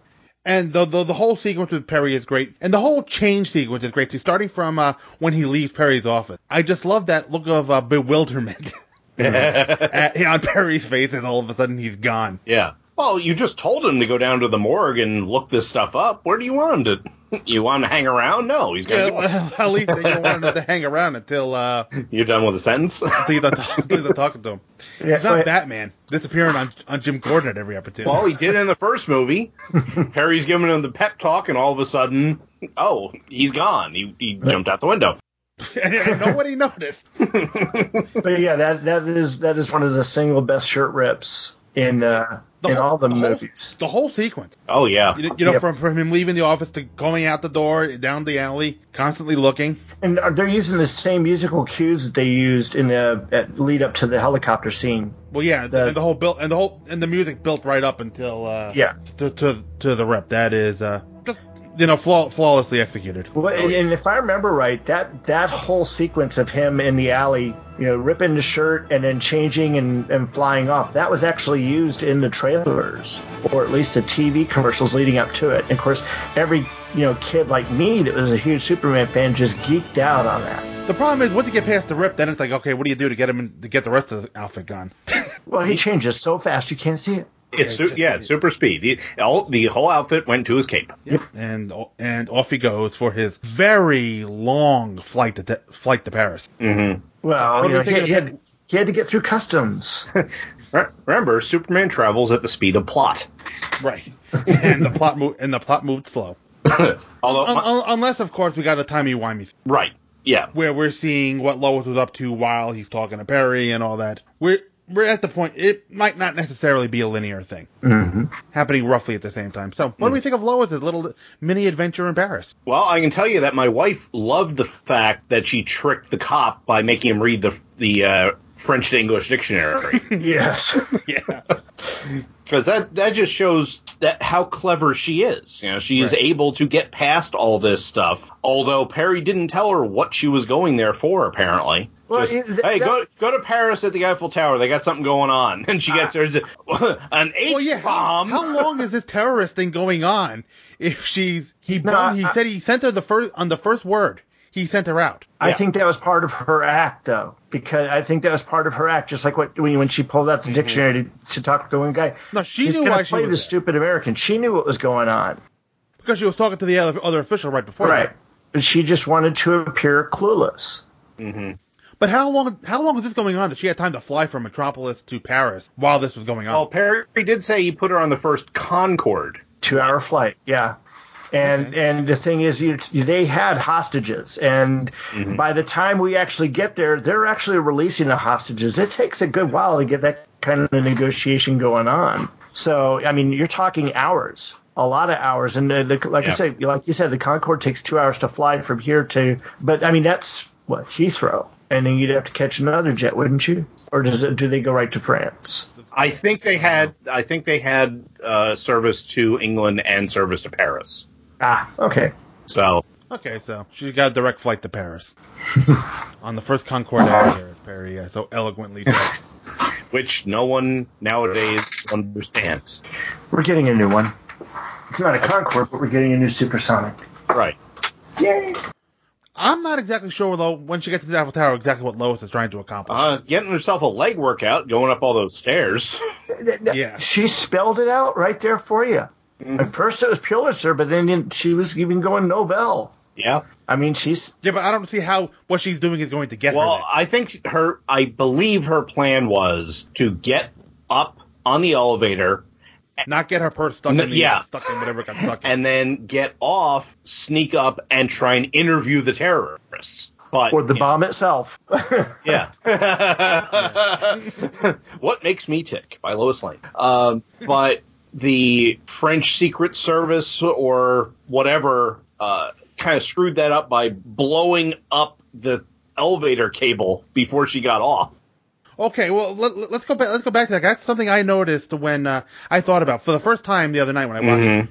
S8: And the, the the whole sequence with Perry is great, and the whole change sequence is great too. Starting from uh, when he leaves Perry's office, I just love that look of uh, bewilderment *laughs* At- on Perry's face as all of a sudden he's gone.
S15: Yeah. Well, you just told him to go down to the morgue and look this stuff up. Where do you want him to? You want him to hang around? No, he's going
S8: Yeah,
S15: to go.
S8: well, at
S15: *laughs*
S8: least they don't want him to hang around until uh,
S15: You're done with the sentence.
S8: until you're done, talk, until you're done talking to him.
S16: Yeah,
S8: it's not
S15: but-
S8: Batman disappearing on on Jim Gordon at every opportunity.
S15: Well, Oh, he did in the first
S8: *laughs*
S15: movie. Harry's giving him the pep talk, and all of a sudden, oh, he's gone. He, he jumped out the window.
S8: and *laughs* nobody noticed.
S16: *laughs* but yeah, that that is that is one of the single best shirt rips in uh, in all the, movies.
S8: The whole sequence.
S15: Oh yeah,
S8: You, you know,
S16: Yep.
S8: from, from him leaving the office to going out the door, down the alley, constantly looking.
S16: and they're using the same musical cues that they used in the at lead up to the helicopter scene.
S8: Well, yeah, and the whole built and the whole and the music built right up until uh,
S16: Yeah.
S8: to, to to the rep. That is uh, just you know flaw, flawlessly executed.
S16: Well, and, and if I remember right, that that whole sequence of him in the alley, you know, ripping the shirt and then changing and, and flying off, that was actually used in the trailers or at least the TV commercials leading up to it. And of course, every you know kid like me that was a huge Superman fan just geeked out on that.
S8: The problem is once you get past the rip, then it's like okay, what do you do to get him in, to get the rest of the outfit gone? *laughs*
S16: Well, he changes so fast you can't see it.
S15: It's su- yeah, it's super speed. He, all, the whole outfit went to his cape.
S8: And and off he goes for his very long flight to te- flight to Paris.
S15: Mm-hmm.
S16: Well,
S8: What
S16: you
S8: do
S16: know,
S8: we
S16: he,
S8: think of
S16: he had, he had to get through
S15: *laughs*
S16: customs.
S15: Remember, Superman travels at the speed of plot.
S8: Right. *laughs* and the plot mo- and the plot
S16: *coughs*
S8: moved slow.
S15: Although,
S8: Un- un- unless of course we got a timey wimey.
S15: Right. Yeah.
S8: Where we're seeing what Lois was up to while he's talking to Perry and all that. We're we're at the point it might not necessarily be a linear thing happening roughly at the same time. So, what do
S15: Hmm.
S8: we think of Lois' little mini adventure in Paris?
S15: Well, I can tell you that my wife loved the fact that she tricked the cop by making him read the the uh, French to English
S16: *laughs*
S15: dictionary.
S16: *laughs* yes,
S15: *laughs* yeah, because that that just shows that how clever she is. You know, she's able to get past all this stuff. Although Perry didn't tell her what she was going there for, apparently.
S16: Well,
S15: Just,
S16: it- th-
S15: hey,
S16: that-
S15: go go to Paris at the Eiffel Tower. They got something going *laughs* on, and she gets
S16: Ah.
S15: there's an H bomb.
S8: How long
S15: *laughs*
S8: is this terrorist thing going on? If she's he
S16: No,
S8: bum- he
S16: I-
S8: said he sent her the first on the first word he sent her out.
S16: I think that was part of her act, though, because I think that was part of her act, just like what when, when she pulled out the dictionary to, to talk to one guy.
S8: No, she
S16: He's
S8: knew
S16: gonna
S8: why she
S16: play
S8: was
S16: the
S8: there.
S16: stupid American. She knew what was going on,
S8: because she was talking to the other, other official right before
S16: right? And she just wanted to appear clueless.
S15: Mm-hmm.
S8: that. But how long how long was this going on that she had time to fly from Metropolis to Paris while this was going on?
S15: Well, Perry did say he put her on the first Concorde.
S16: two hour flight. Yeah. And and the thing is, you, they had hostages, and by the time we actually get there, they're actually releasing the hostages. It takes a good while to get that kind of negotiation going on. So I mean, you're talking hours, a lot of hours, and the, the, like I
S15: Yeah.
S16: said, like you said, the Concorde takes two hours to fly from here to, but I mean that's what Heathrow, and then you'd have to catch another jet, wouldn't you? Or does it, do they go right to France?
S15: *laughs* I think they had I think they had uh, service to England and service to Paris.
S16: Ah, okay.
S15: So
S8: Okay, so she got a direct flight to Paris *laughs* on the first Concorde out of here, as Perry uh, so
S16: *laughs*
S8: eloquently said.
S15: which no one nowadays understands.
S16: We're getting a new one. It's not a Concorde, but we're getting a new supersonic.
S15: Right.
S16: Yay!
S8: I'm not exactly sure though when she gets to the Eiffel Tower exactly what Lois is trying to accomplish.
S15: Uh, getting herself a leg workout, going up all those stairs. *laughs*
S8: yeah.
S16: She spelled it out right there for you. At first it was Pulitzer, but then she was even going Nobel.
S15: Yeah.
S16: I mean, she's
S8: Yeah, but I don't see how what she's doing is going to get
S15: Well,
S8: her.
S15: I think her I believe her plan was to get up on the elevator
S8: there. Not get her purse stuck
S15: No,
S8: in the
S15: yeah.
S8: stuck in whatever got stuck.
S15: and then get off, sneak up, and try and interview the terrorists. But
S16: or the bomb itself. *laughs*
S15: yeah. what makes me tick by Lois Lane. Um, but the French Secret Service or whatever uh, kind of screwed that up by blowing up the elevator cable before she got off.
S8: Okay, well let, let- let's go back. Let's go back to that. That's something I noticed when uh, I thought about for the first time the other night when I watched.
S18: Mm-hmm.
S8: it.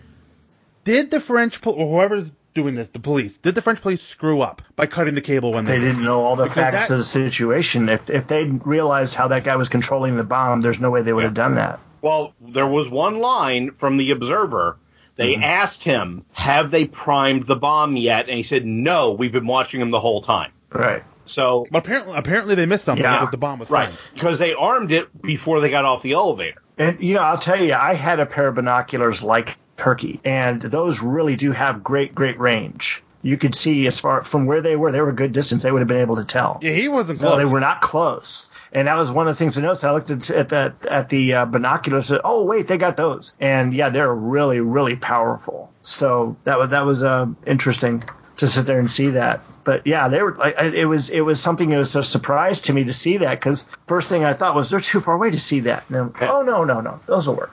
S8: Did the French pol- or whoever's doing this, the police, did the French police screw up by cutting the cable when
S16: They didn't know all the
S8: Because
S16: facts
S8: that-
S16: of the situation. If if they realized how that guy was controlling the bomb, there's no way they would have done that.
S15: Well, there was one line from the Observer. They
S16: Mm-hmm.
S15: asked him, "Have they primed the bomb yet?" And he said, "No, we've been watching them the whole time."
S16: Right.
S15: So,
S8: but apparently, apparently they missed something
S16: Yeah.
S8: because the bomb was
S15: right
S8: Flying.
S15: because they armed it before they got off the elevator.
S16: And you know, I'll tell you, I had a pair of binoculars like Turkey, and those really do have great, great range. You could see as far from where they were; they were a good distance. They would have been able to tell.
S8: Yeah, he wasn't
S16: No,
S8: close.
S16: they were not close. And that was one of the things I noticed. I looked at at the at the uh, binoculars. And, said, oh wait, they got those. And yeah, they're really, really powerful. So that was that was uh, interesting to sit there and see that. But yeah, they were. Like, I- it was it was something that was a surprise to me to see that because first thing I thought was they're too far away to see that. And then, oh no no no, those will work.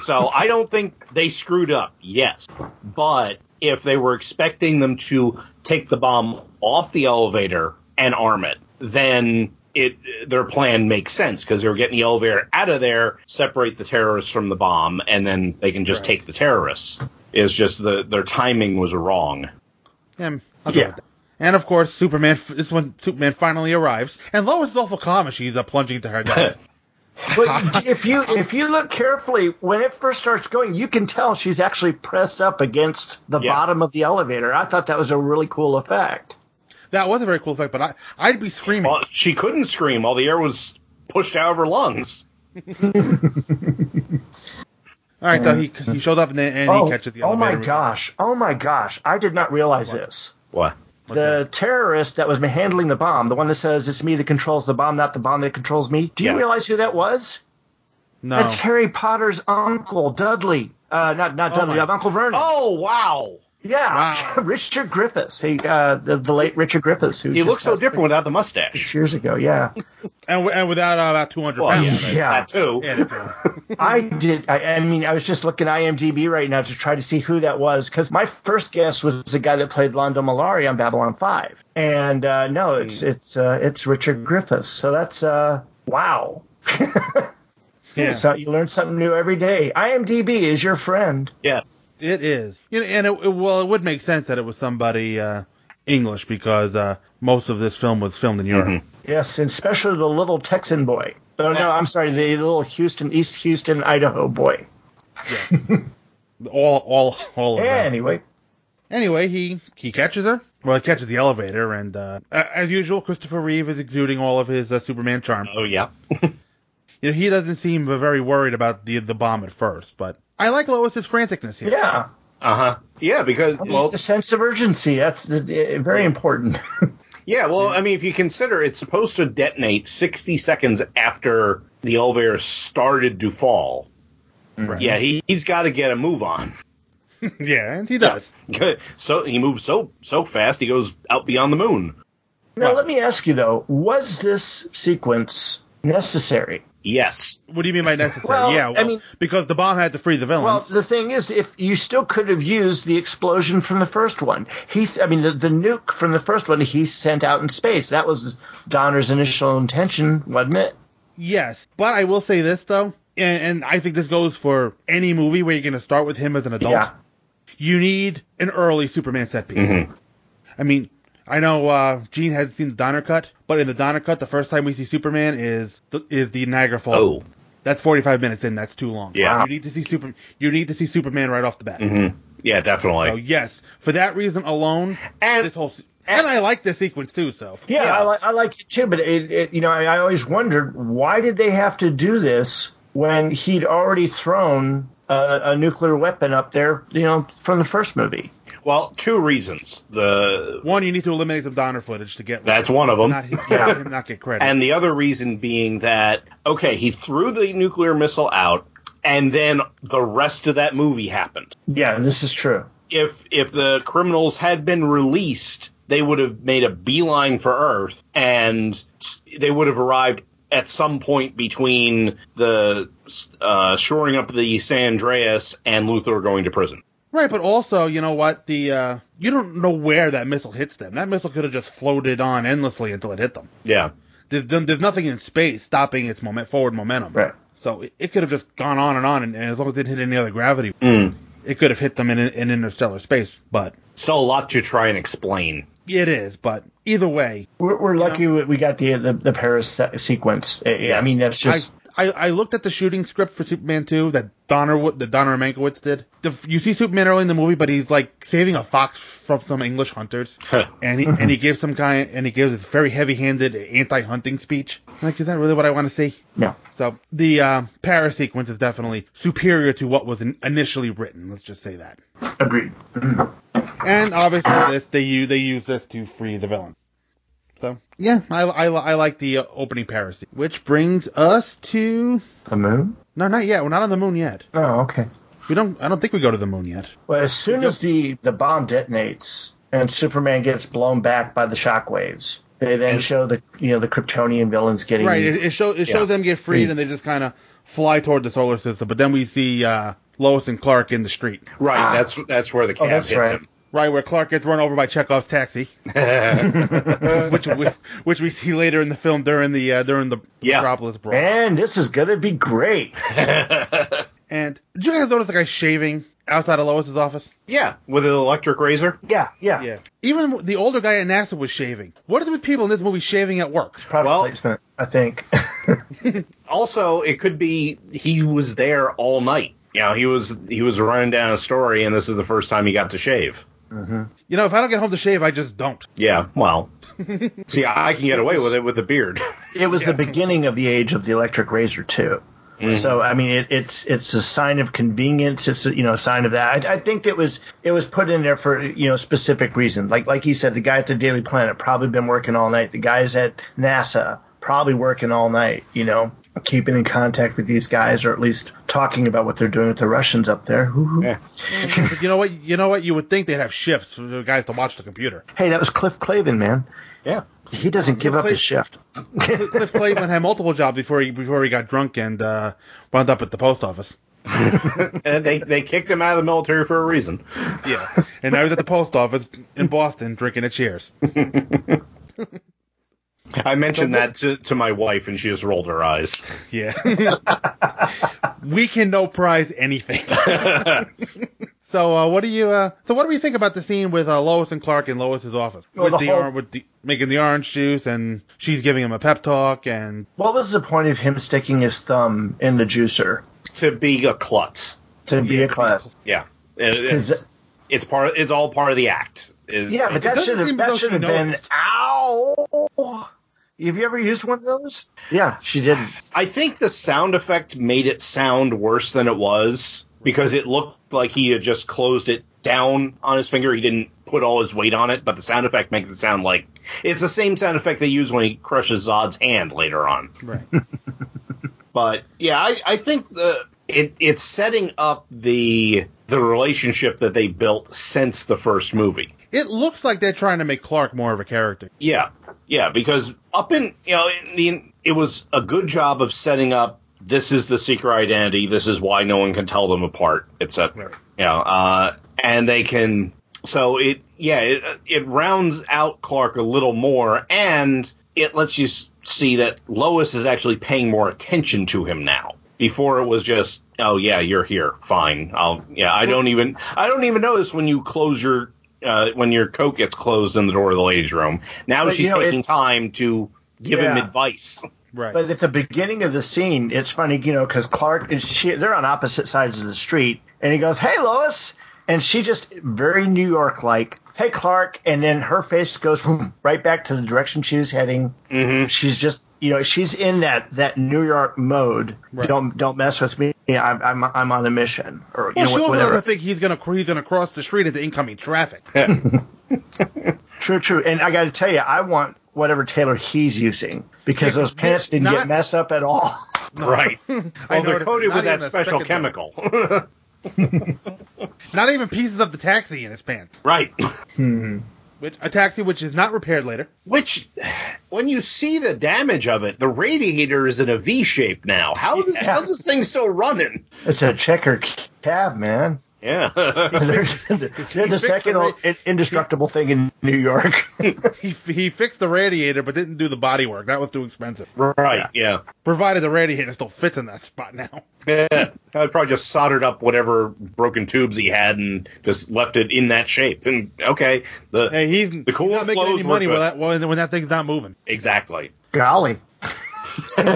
S15: so I don't think they screwed up. Yes, but if they were expecting them to take the bomb off the elevator and arm it, then it their plan makes sense because they were getting the elevator out of there, separate the terrorists from the bomb, and then they can just take the terrorists. It's just the their timing was wrong.
S8: Yeah, I'll go with that. And of course, Superman. f- This one, Superman finally arrives, and Lois is awful calm as she's uh, plunging to her
S16: *laughs*
S8: death. *laughs*
S16: But if you if you look carefully, when it first starts going, you can tell she's actually pressed up against the bottom of the elevator. I thought that was a really cool effect.
S8: that was a very cool effect, but I, I'd be screaming.
S15: Well, she couldn't scream; all the air was pushed out of her lungs.
S8: All right, so he he showed up and then and
S16: oh,
S8: he catches the
S16: oh
S8: elevator.
S16: my gosh! Oh my gosh! I did not realize this.
S15: What?
S16: the terrorist that was handling the bomb, the one that says it's me that controls the bomb, not the bomb that controls me. Do you
S8: Yeah.
S16: realize who that was?
S8: No.
S16: That's Harry Potter's uncle, Dudley. Uh, not not
S8: Oh
S16: Dudley,
S8: my-
S16: uh, Uncle Vernon.
S15: Oh wow!
S16: Yeah, *laughs* Richard Griffiths. He, uh, the, the late Richard Griffiths. Who
S15: He
S16: just
S15: looks so
S16: passed
S15: different without the mustache.
S16: six years ago. Yeah,
S8: *laughs* and, and without uh, about 200 pounds.
S16: yeah, yeah. *laughs* I did. I, I mean, I was just looking IMDb right now to try to see who that was because my first guess was the guy that played Londo Malari on Babylon Five, and uh, no, it's
S15: Hmm.
S16: it's uh, it's Richard Griffiths. So that's uh, wow. *laughs*
S8: Yeah.
S16: So you learn something new every day. IMDb is your friend.
S15: Yes,
S8: it is. You know, and it, it- well, it would make sense that it was somebody uh, English because uh, most of this film was filmed in Europe.
S16: Yes, and especially the little Texan boy. Oh no, I'm sorry, the little Houston, East Houston, Idaho boy.
S8: all all all of that.
S16: Anyway.
S8: Anyway, he he catches her. Well, he catches the elevator, and uh, a- as usual, Christopher Reeve is exuding all of his uh, Superman charm.
S15: Oh yeah.
S8: *laughs* you know, he doesn't seem very worried about the the bomb at first, but I like Lois's franticness here.
S16: Yeah.
S15: Uh huh. Yeah, because
S16: well, the sense of urgency. That's the, the- very important. *laughs*
S15: Yeah, well, I mean, if you consider it's supposed to detonate 60 seconds after the elevator started to fall. Yeah, he, he's got to get a move on.
S8: *laughs* yeah, and he does.
S15: *laughs* Good. So he moves so so fast, he goes out beyond the moon.
S16: Now, let me ask you though: Was this sequence necessary?
S15: Yes.
S8: What do you mean by necessary?
S16: *laughs* Well,
S8: yeah,
S16: I
S8: well,
S16: mean-
S8: because the bomb had to free the
S16: Well,
S8: villains.
S16: the thing is, if you still could have used the explosion from the first one, he, I mean, the, the nuke from the first one he sent out in space. That was Donner's initial intention, wasn't it?
S8: yes, but I will say this though, and, and I think this goes for any movie where you're going to start with him as an adult.
S16: Yeah.
S8: You need an early Superman set
S19: Mm.
S8: piece. I mean, I know uh, Gene hasn't seen the Donner cut, but in the Donner cut, the first time we see Superman is the, is the Niagara Falls.
S15: Oh.
S8: That's 45 minutes in. That's too long.
S15: Yeah.
S8: You need to see super. You need to see Superman right off the bat.
S15: Mhm. Yeah, definitely.
S8: So yes, for that reason alone, this whole se- and, I like this sequence too. So
S16: Yeah, I, li- I like it too, but it, it, you know, I, I always wondered why did they have to do this when he'd already thrown a, a nuclear weapon up there, you know, from the first movie.
S15: Well, two reasons. The
S8: one, you need to eliminate some Donner footage to get
S15: That's one of them.
S8: Not, yeah. him not get credit.
S15: And the other reason being that okay, he threw the nuclear missile out and then the rest of that movie happened.
S16: Yeah, this is true.
S15: if if the criminals had been released, they would have made a beeline for Earth, and they would have arrived at some point between the uh, shoring up the San Andreas and Luther going to prison.
S8: Right, but also, you know what? The uh, you don't know where that missile hits them. That missile could have just floated on endlessly until it hit them.
S15: Yeah.
S8: There's, there's nothing in space stopping its moment forward momentum.
S16: Right.
S8: So it, it could have just gone on and on, and, and as long as it didn't hit any other gravity,
S15: Mm.
S8: it could have hit them in, in interstellar space. But
S15: Still a lot to try and explain.
S8: it is. But either way,
S16: We're, we're lucky we we got the the, the Paris se- sequence. I- I, I mean, that's just
S8: I, I, I looked at the shooting script for Superman 2 that Donner Wo- that Donner and Mankiewicz did. The, you see Superman early in the movie, but he's like saving a fox from some English hunters, and he and he gives some kind and he gives this very heavy-handed anti-hunting speech. Like, is that really what I want to see?
S16: No.
S8: So the uh, Paris sequence is definitely superior to what was in, initially written. Let's just say that.
S16: agreed.
S8: And obviously, this they use they use this to free the villain. So yeah, I, I, I like the uh, opening Paris, sequence, which brings us to
S16: the moon.
S8: No, not yet. We're not on the moon yet.
S16: Oh, okay.
S8: We don't. I don't think we go to the moon yet.
S16: Well, as soon as the the bomb detonates and Superman gets blown back by the shockwaves, they then show the you know the Kryptonian villains getting
S8: Right. It, it shows it shows
S16: Yeah.
S8: them get freed and they just kind of fly toward the solar system. But then we see uh, Lois and Clark in the street. Ah. Oh,
S15: Right. That's that's where the
S16: Oh,
S15: cab hits him.
S8: Right where Clark gets run over by Chekhov's
S15: *laughs*
S8: taxi, *laughs* which we, which we see later in the film during the uh, during the Metropolis brawl.
S16: And this is gonna be
S15: *laughs*
S16: great.
S8: and did you guys notice the guy shaving outside of Lois's office?
S15: Yeah, with an electric razor.
S16: Yeah, yeah,
S8: yeah. Even the older guy at NASA was shaving. What is it with people in this movie shaving at work?
S16: product placement, I think.
S15: Also, it could be he was there all night. You know, he was he was running down a story, and this is the first time he got to shave.
S16: Mm-hmm.
S8: You know, if I don't get home to shave, I
S15: *laughs*
S8: just don't.
S15: Yeah, well, see, I can get away with it with the beard. *laughs*
S16: It was the beginning of the age of the electric razor too. So I mean, it, it's it's a sign of convenience. It's a, you know a sign of that. I, I think it was it was put in there for you know a specific reason. Like like he said, the guy at the Daily Planet probably been working all night. The guys at NASA probably working all night. You know, keeping in contact with these guys, or at least talking about what they're doing with the Russians up there. Hoo-hoo.
S8: you know what? You know what? You would think they'd have shifts for the guys to watch the computer.
S16: Hey, that was Cliff Clavin, man.
S15: Yeah,
S16: he doesn't give up his shift.
S8: Cliff Clavin had multiple jobs before he before he got drunk and uh, wound up at the post office.
S15: *laughs* and they they kicked him out of the military for a reason.
S8: Yeah, and now he's at the post office in Boston drinking
S15: *laughs*
S8: at Cheers.
S15: I mentioned that to, to my wife, and she just rolled her eyes.
S8: Yeah. we can no prize
S15: *laughs*
S8: anything. so uh, what do you? Uh, so what do we think about the scene with uh, Lois and Clark in Lois's office
S16: Well,
S8: with
S16: the
S8: the,
S16: whole-
S8: or- with the making the orange juice, and she's giving him a pep talk, and
S16: What was the point of him sticking his thumb in the juicer?
S15: To be a klutz.
S16: To be a klutz.
S15: *laughs* Yeah, It- it's, it's part. It's all part of the act. It-
S16: Yeah,
S15: it
S16: but that
S15: doesn't
S16: should
S15: seem
S16: have
S15: as
S16: that should
S15: though she
S16: have been
S15: noticed.
S16: ow. Have you ever used one of those? Yeah, she did.
S15: I think the sound effect made it sound worse than it was because it looked like he had just closed it down on his finger. He didn't put all his weight on it, but the sound effect makes it sound like it's the same sound effect they use when he crushes Zod's hand later on.
S8: Right.
S15: *laughs* but yeah, I, I think the it it's setting up the the relationship that they built since the first movie.
S8: it looks like they're trying to make Clark more of a character.
S15: Yeah, yeah, because up in you know in the it was a good job of setting up. This is the secret identity. This is why no one can tell them apart, etc. You know, uh, and they can. So it yeah it it rounds out Clark a little more, and it lets you s- see that Lois is actually paying more attention to him now. Before it was just oh yeah you're here fine I'll yeah I don't even I don't even notice when you close your uh, when your coat gets closed in the door of the ladies' room. Now
S16: But,
S15: she's
S16: you know,
S15: taking
S16: it's-
S15: time to give him
S16: Yeah.
S15: advice.
S8: Right.
S16: But at the beginning of the scene, it's funny, you know, because Clark and she, they're on opposite sides of the street, and he goes, "Hey, Lois," and she just very New York like, "Hey, Clark," and then her face goes boom, right back to the direction she was heading. Mm-hmm. She's just, you know, she's in that that New York mode. Don't don't mess with me. I'm I'm I'm on a mission, or you
S8: Well,
S16: know,
S8: she
S16: what-
S8: also
S16: whatever.
S8: doesn't think he's gonna he's gonna cross the street into incoming traffic.
S16: *laughs* True, true. And I got to tell you, I want whatever tailor he's using because those pants didn't
S8: Not-
S16: get messed up at
S8: *laughs*
S16: all.
S15: *laughs* Right.
S8: I
S15: well, they're
S8: noticed
S15: coated
S8: not
S15: with that
S8: even a
S15: special
S8: speck
S15: chemical.
S8: of *laughs*
S15: *laughs*
S8: Not even pieces of the taxi in his pants.
S15: Right.
S16: Hmm.
S8: Which a taxi which is not repaired later.
S15: Which, *laughs* when you see the damage of it, the radiator is in a V shape now. How does, how's this thing still running?
S16: It's a checker cab,
S8: *laughs*
S16: man. *laughs*
S15: Yeah.
S16: they're, they're the second in- indestructible thing in New York.
S8: *laughs* he he fixed the radiator but didn't do the body work. That was too expensive.
S15: Right. Yeah.
S8: Provided the radiator still fits in that spot now.
S15: Yeah. I probably just soldered up whatever broken tubes he had and just left it in that shape. And okay, the
S8: hey, he's
S15: the cool
S8: Not making
S15: flows
S8: any
S15: were
S8: money
S15: good.
S8: when that when, when that thing's not moving.
S15: Exactly.
S16: Golly.
S8: *laughs*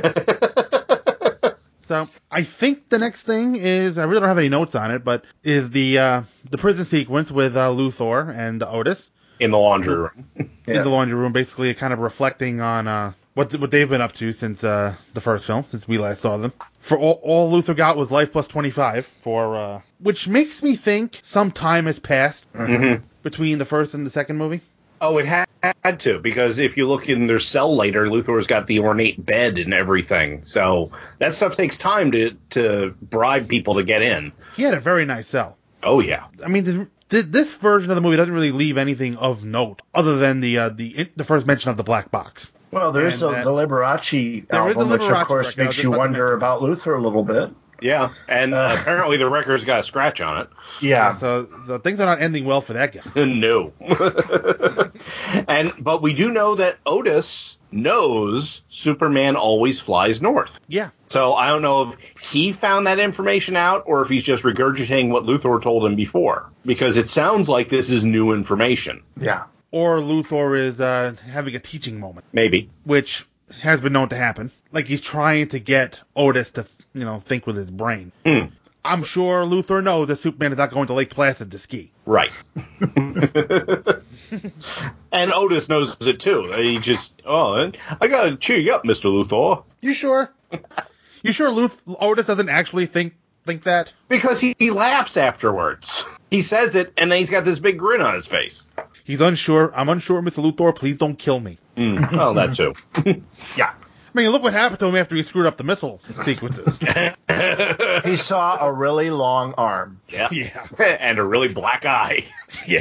S8: So I think the next thing is I really don't have any notes on it, but is the uh, the prison sequence with uh, Luthor and Otis
S15: in the laundry room.
S8: In the laundry room, basically kind of reflecting on uh, what what they've been up to since uh, the first film, since we last saw them. For all, all Luthor got was life plus twenty five for, uh, which makes me think some time has passed
S15: Mhm.
S8: between the first and the second movie.
S15: Oh, it had, had to because if you look in their cell later, Luthor's got the ornate bed and everything. So that stuff takes time to to bribe people to get in.
S8: He had a very nice cell.
S15: Oh yeah,
S8: I mean, this, th- this version of the movie doesn't really leave anything of note other than the uh, the the first mention of the black box.
S16: Well, there is
S8: And,
S16: the,
S8: uh,
S16: the Liberace
S8: there is
S16: album,
S8: the
S16: which
S8: Liberace
S16: of course
S8: record. I was
S16: makes you
S8: about to
S16: wonder about Luther a little
S8: *laughs*
S16: bit.
S15: yeah, and uh, apparently the record's got a scratch on it.
S16: Yeah.
S8: So, so things are not ending well for that
S15: *laughs*
S8: guy.
S15: no. and but we do know that Otis knows Superman always flies north.
S8: Yeah.
S15: So I don't know if he found that information out or if he's just regurgitating what Luthor told him before because it sounds like this is new information.
S16: Yeah.
S8: Or Luthor is uh, having a teaching moment.
S15: Maybe.
S8: which has been known to happen. Like he's trying to get Otis to, you know, think with his brain.
S15: Hmm.
S8: I'm sure Luthor knows that Superman is not going to Lake Placid to ski.
S15: Right. and Otis knows it too. He just, oh, I gotta cheer you up, Mister Luthor.
S8: You sure? you sure Luth- Otis doesn't actually think think that?
S15: Because he, he laughs afterwards. He says it, and then he's got this big grin on his face. Hmm. *laughs*
S8: He's unsure. I'm unsure, Mr. Luthor. Please don't kill me.
S15: Mm, well, that too.
S8: yeah. I mean, look what happened to him after he screwed up the missile
S15: *laughs*
S8: sequences.
S16: he saw a really long arm.
S15: Yeah.
S8: *laughs*
S15: yeah. and a really
S16: *laughs*
S15: black eye.
S8: yeah.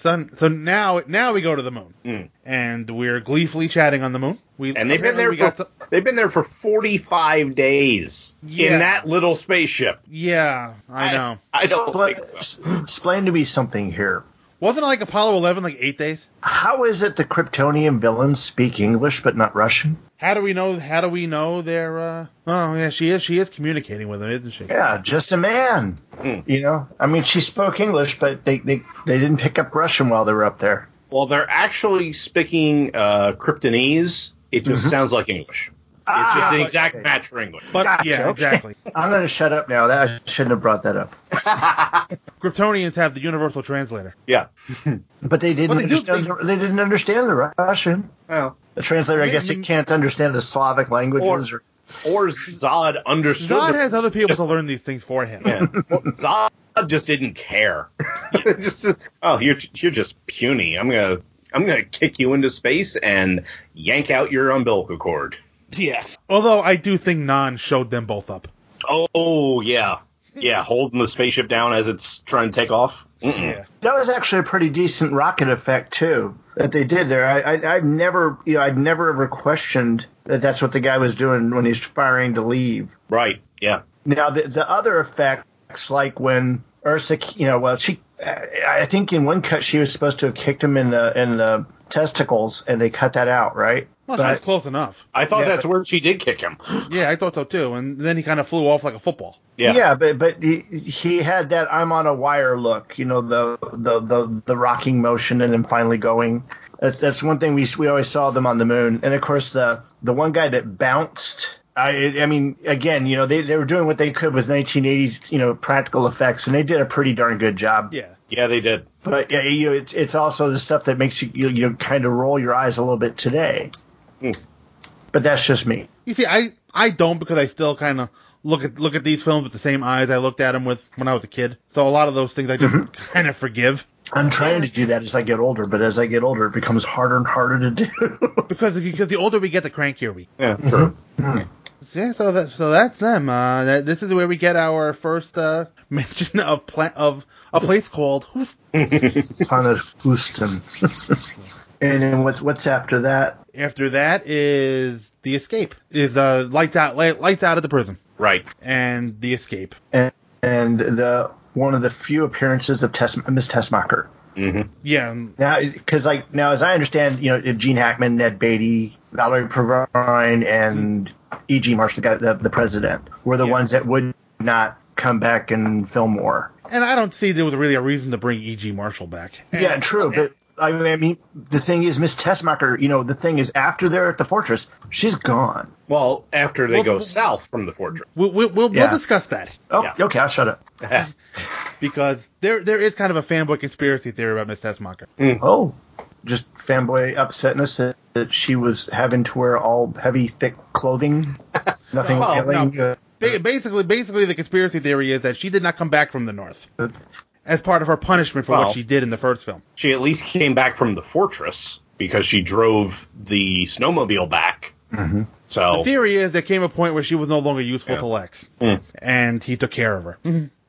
S8: so so now now we go to the moon, and we're gleefully chatting on the moon. We
S15: Hmm. And they've been
S8: apparently
S15: there
S8: we got
S15: for they've been there for 45 days
S8: Yeah.
S15: in that little spaceship.
S8: Yeah, I know.
S15: I don't
S16: think so. Explain to me something here.
S8: Wasn't it like Apollo 11 like eight days?
S16: How is it the Kryptonian villains speak English but not Russian?
S8: How do we know? How do we know they're? Uh, oh yeah, she is. She is communicating with him, isn't she?
S16: Yeah, just a man.
S15: Hmm.
S16: You know, I mean, she spoke English, but they, they they didn't pick up Russian while they were up there.
S15: Well, they're actually speaking uh, Kryptonese. It just sounds like English. It's just an exact match for English.
S8: But yeah, exactly.
S16: Ah! *laughs* I'm going to shut up now. That I shouldn't have brought that up.
S8: Kryptonians have the universal translator.
S15: Yeah,
S16: *laughs* But they didn't
S8: Well, they do-
S16: understand. the, they didn't understand the Russian.
S15: Oh.
S16: The translator, I
S8: They-
S16: guess,
S8: they-
S16: it can't understand the Slavic languages. Or,
S15: or Zod understood.
S8: Zod
S15: the-
S8: has other people to learn these things for him.
S15: Yeah.
S8: *laughs*
S15: Well, Zod just didn't care. just, just, oh, you're you're just puny. I'm gonna I'm gonna kick you into space and yank out your umbilical cord.
S8: Yeah. Although I do think Nan showed them both up.
S15: Oh yeah, yeah, holding the spaceship down as it's trying to take off. Mm-mm.
S16: that was actually a pretty decent rocket effect too that they did there. I, I I've never you know I'd never ever questioned that that's what the guy was doing when he's firing to leave.
S15: Right. Yeah.
S16: Now the the other effects like when Ursa, you know, well she I I think in one cut she was supposed to have kicked him in the in the testicles and they cut that out, right?
S8: Well,
S16: But-
S8: that's close enough.
S15: I thought
S16: Yeah,
S15: that's
S16: but-
S15: where she did kick him.
S8: Yeah, I thought so too. And then he kind of flew off like a football.
S16: Yeah. but but he, he had that I'm on a wire look, you know, the the the, the rocking motion and then finally going. That, that's one thing we we always saw them on the moon, and of course the the one guy that bounced. I I mean again, you know, they they were doing what they could with 1980s, you know, practical effects, and they did a pretty darn good job.
S8: Yeah.
S15: Yeah, they did.
S16: But yeah, you know, it's it's also the stuff that makes you you, you kind of roll your eyes a little bit today.
S15: Hmm.
S16: But that's just me.
S8: You see, I I don't because I still kind of look at look at these films with the same eyes I looked at them with when I was a kid. So a lot of those things I just
S15: Mm-hmm.
S8: kind of forgive
S16: I'm trying to do that as I get older, but as I get older, it becomes harder and harder to do. *laughs* Mm-hmm.
S8: because because the older we get, the crankier we.
S15: Yeah, sure.
S8: Yeah, so that so that's them. Uh, that, this is where we get our first uh, *laughs* mention of pla- of a place called who's
S16: *laughs* Planet
S15: *laughs*
S16: Houston. and then what's what's after that?
S8: after that is the escape is uh, lights out light, lights out of the prison
S15: right
S8: and the escape
S16: And, and the one of the few appearances of Tess, Miss Tessmacher.
S15: Mm-hmm.
S8: yeah and
S16: Now, because like now, as I understand, you know, Gene Hackman, Ned Beatty, Valerie Provine, and E.G. Marsh, the guy, the, the president, were the ones that would not come back and film more.
S8: and I don't see there was really a reason to bring E.G. Marshall back.
S16: yeah, true, but. I mean, I mean, the thing is, Miss Tessmacher, you know, the thing is, after they're at the fortress, she's gone.
S15: Well, after they
S16: Well,
S15: go
S16: well-
S15: south from the fortress.
S8: We'll we'll, we'll,
S16: Yeah.
S8: we'll discuss that
S16: Oh, okay, I'll shut up.
S8: *laughs* because there there is kind of a fanboy conspiracy theory about Miss Tessmacher.
S15: Mm.
S16: Oh, just fanboy upsetness that, that she was having to wear all heavy, thick
S15: *laughs*
S16: clothing. Nothing
S8: No,
S16: ailing.
S8: no.
S16: uh,
S8: Ba- basically, basically, the conspiracy theory is that she did not come back from the north as part of her punishment for
S15: uh, Well.
S8: what she did in the first film.
S15: She at least came back from the fortress because she drove the snowmobile back. So
S8: Mm-hmm. The theory is there came a point where she was no longer useful to Lex,
S15: Mm.
S8: and he took care of her.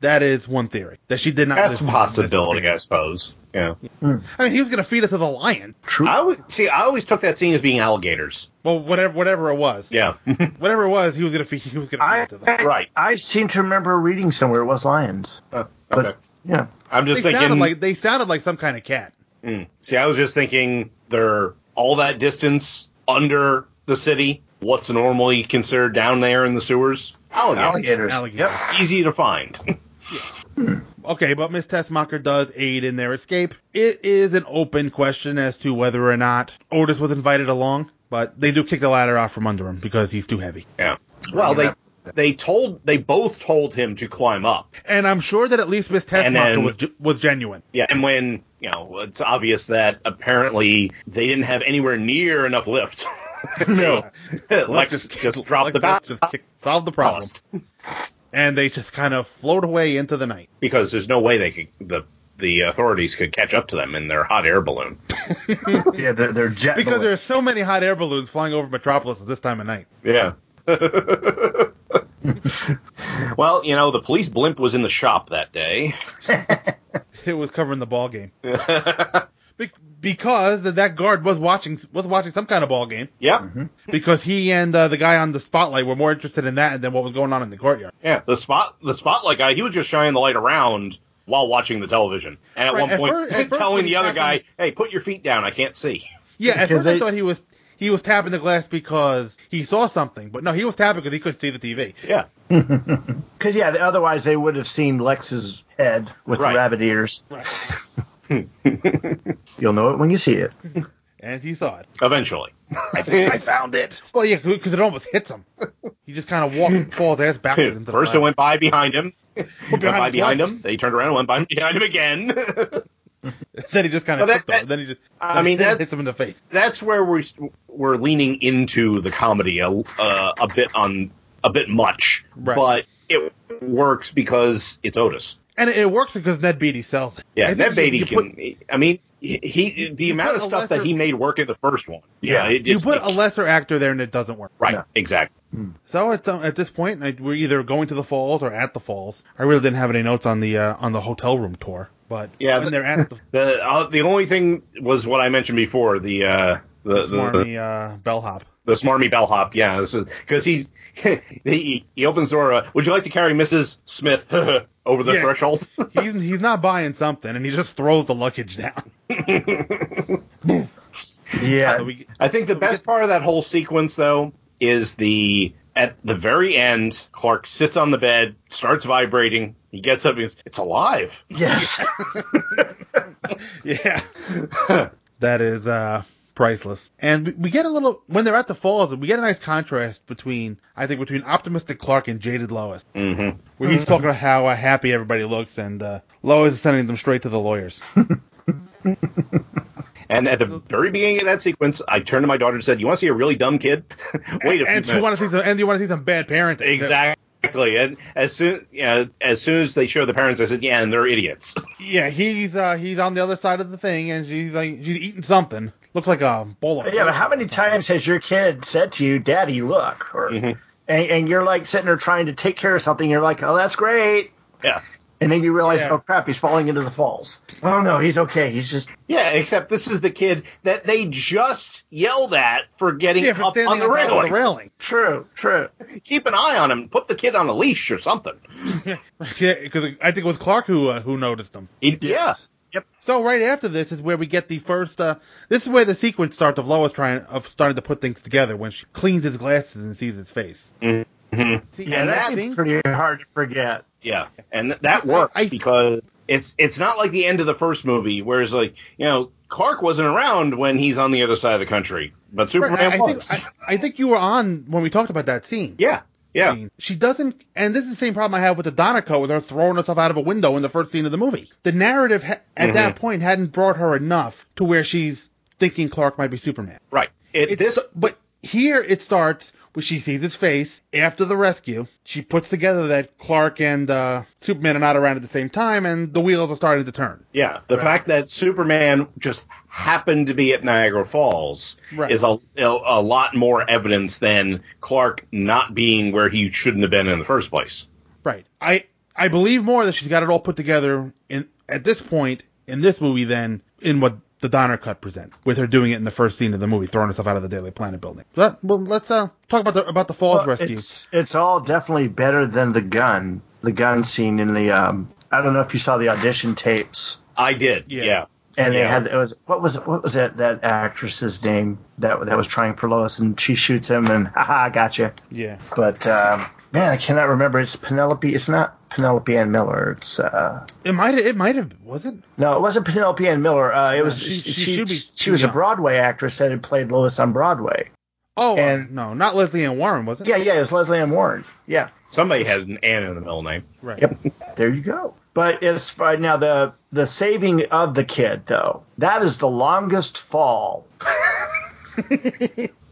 S8: That is one theory that she did not.
S15: that's a
S8: listen to
S15: possibility, I suppose. Yeah.
S8: this- I mean, he was going to feed it to the lion.
S16: True.
S15: I always, see. I always took that scene as being alligators.
S8: Well, whatever, whatever it was,
S15: Yeah.
S8: whatever it was, he was going to feed. He was going to feed it to them.
S15: *laughs* right.
S16: I seem to remember reading somewhere it was lions.
S15: Oh, Okay.
S16: Yeah.
S15: I'm
S8: They
S15: just
S8: sounded
S15: thinking.
S8: like they sounded like some kind of cat.
S15: Mm. See, I was just thinking they're all that distance under the city. What's normally considered down there in the sewers?
S16: Alligators.
S8: Alligators.
S15: Easy to find.
S8: Okay, but Miss Tessmacher does aid in their escape. It is an open question as to whether or not Otis was invited along, but they do kick the ladder out from under him because he's too heavy.
S15: yeah. Well, they they told they both told him to climb up.
S8: And I'm sure that at least Miss Tessmacher
S15: And then-
S8: was ge- was genuine.
S15: Yeah, and when you know it's obvious that apparently they didn't have anywhere near enough lift. *laughs* no, Lex just, dropped
S8: Like,
S15: the bat
S8: let's just kick, solve the problem. *laughs* And they just kind of float away into the night.
S15: because there's no way they could the the authorities could catch up to them in their hot air balloon.
S16: *laughs* yeah, they're, they're jet
S8: because
S16: bullets.
S8: there's so many hot air balloons flying over Metropolis at this time
S16: *laughs*
S8: of night.
S15: Yeah. well, you know, the police blimp was in the shop that day.
S8: it was covering the ball
S15: *laughs*
S8: game. Be- because that guard was watching was watching some kind of ball game.
S15: Yeah.
S8: Because he and uh, the guy on the spotlight were more interested in that than what was going on in the courtyard.
S15: Yeah, the spot the spotlight guy, he was just shining the light around while watching the television. And at
S8: Right,
S15: one
S8: at
S15: point *laughs*
S8: fir- at first when
S15: telling
S8: he
S15: the other
S8: tapped
S15: guy,
S8: him-
S15: "Hey, put your feet down. I can't see."
S8: Yeah, at
S15: Because
S8: first
S15: they-
S8: I thought he was he was tapping the glass because he saw something, but no, he was tapping because he couldn't see the TV.
S15: Yeah. *laughs*
S16: *laughs* Because yeah, otherwise they would have seen Lex's head with
S8: Right.
S16: the rabbit ears.
S15: *laughs*
S16: You'll know it when you see it.
S8: And he saw it.
S15: Eventually.
S8: I think I found it. *laughs* Well, yeah, because it almost hits him. He just kind of walked, falls ass backwards into the
S15: First it
S8: fire.
S15: went by behind him. went
S8: behind
S15: by
S8: him
S15: behind
S8: twice.
S15: him. They turned around and went by *laughs* behind him again.
S8: then he just kind
S15: Well,
S8: of
S15: that-
S8: then he just
S15: I
S8: then
S15: mean,
S8: he
S15: that-
S8: hits him in the face.
S15: That's where we we're leaning into the comedy a, uh, a bit on a bit much, but it works because it's Otis.
S8: And it, it works because Ned Beatty sells it. I
S15: Yeah,
S8: think
S15: Ned
S8: you-
S15: Beatty
S8: you
S15: can.
S8: put-
S15: I mean, he, he the
S8: you
S15: amount
S8: put
S15: of
S8: a
S15: stuff that
S8: lesser-
S15: he made work in the first one. Yeah, it
S8: you
S15: just-
S8: put a Hmm. lesser actor there and it doesn't work.
S15: right, exactly.
S8: So at some, at this point, I, we're either going to the falls or at the falls. I really didn't have any notes on the uh, on the hotel room tour,
S15: *laughs*
S8: but
S15: Yeah,
S8: when
S15: the-
S8: they're at the
S15: The uh, the only thing was what I mentioned before the uh, the, the,
S8: smarmy uh, bellhop,
S15: the smarmy bellhop. Yeah, because he, *laughs* he he opens the door. Uh, Would you like to carry Mrs. Smith *laughs* over the
S8: Yeah.
S15: threshold?
S8: he's he's not buying something, and he just throws the luggage down.
S15: *laughs*
S16: Yeah,
S15: I think the best part of that whole sequence though is the at the very end. Clark sits on the bed, starts vibrating. He gets up. and goes, It's alive.
S16: Yes.
S8: *laughs* yeah. that is uh, priceless. And we, we get a little when they're at the falls, we get a nice contrast between I think between optimistic Clark and jaded Lois,
S15: Mm-hmm.
S8: where he's talking about how uh, happy everybody looks, and uh, Lois is sending them straight to
S15: *laughs*
S8: the lawyers.
S15: And at the very beginning of that sequence, I turned to my daughter and said, "You want to see a really dumb kid? *laughs* Wait a
S8: and
S15: few
S8: you
S15: minutes."
S8: want to see some and you want to see some bad parenting. too.
S15: Exactly. And as soon yeah, as soon as they show the parents, I said, "Yeah, and they're idiots." *laughs*
S8: Yeah, he's uh, he's on the other side of the thing, and she's like she's eating something. Looks like a bowl of
S16: yeah, but how many times has your kid said to you, "Daddy, look," or
S15: Mm-hmm.
S16: and, and you're like sitting there trying to take care of something, you're like, "Oh, that's great,"
S15: yeah,
S16: and then you realize, "Oh crap, he's falling into the falls." Oh no, he's okay. He's just
S15: yeah. Except this is the kid that they just yelled at for getting
S16: Yeah, for
S15: up
S16: standing
S15: on the
S16: on top of
S15: railing.
S16: the
S8: railing.
S16: True, true.
S15: Keep an eye on him. Put the kid on a leash or something.
S8: Yeah, because I think it was Clark who uh, who noticed them.
S15: yeah.
S16: Yep.
S8: So right after this is where we get the first. Uh, this is where the sequence starts of Lois trying of starting to put things together when she cleans his glasses and sees his face.
S15: Mm-hmm.
S16: yeah, that's pretty hard to forget.
S15: Yeah, and th- that works because it's it's not like the end of the first movie, whereas like you know Clark wasn't around when he's on the other side of the country, but Superman
S8: Right, I, I
S15: was.
S8: think I, I think you were on when we talked about that scene.
S15: Yeah. Yeah.
S8: She doesn't, and this is the same problem I have with the Donna Donica with her throwing herself out of a window in the first scene of the movie. The narrative ha- at
S15: Mm-hmm.
S8: that point hadn't brought her enough to where she's thinking Clark might be Superman.
S15: Right. It, this,
S8: but here it starts when she sees his face after the rescue. She puts together that Clark and uh, Superman are not around at the same time, and the wheels are starting to turn.
S15: Yeah, the fact that Superman just happened to be at Niagara Falls
S8: Right.
S15: is a, a a lot more evidence than Clark not being where he shouldn't have been in the first place.
S8: Right. I I believe more that she's got it all put together in at this point in this movie than in what the Donner cut present with her doing it in the first scene of the movie, throwing herself out of the Daily Planet building. But well, let's uh, talk about the about the Falls rescue.
S16: It's, it's all definitely better than the gun, the gun scene in the. Um, I don't know if you saw the audition tapes,
S15: I did. Yeah.
S16: and they
S15: Yeah.
S16: had it was what was what was that that actress's name that that was trying for Lois, and she shoots him, and *laughs* haha, I got you.
S8: Yeah.
S16: But um, man, I cannot remember. It's Penelope. It's not Penelope Ann Miller. It's uh,
S8: It might it might have was it?
S16: no, it wasn't Penelope Ann Miller. Uh, it was
S8: she-
S16: she.
S8: she
S16: She,
S8: should be
S16: she was
S8: too
S16: a
S8: young.
S16: Broadway actress that had played Lois on Broadway.
S8: Oh uh, no, not Leslie Ann Warren, was it?
S16: Yeah, yeah, it was Leslie Ann Warren. Yeah.
S15: Somebody had an Ann in the middle name.
S8: Right.
S16: Yep. There you go. But as far now the the saving of the kid though, that is the longest fall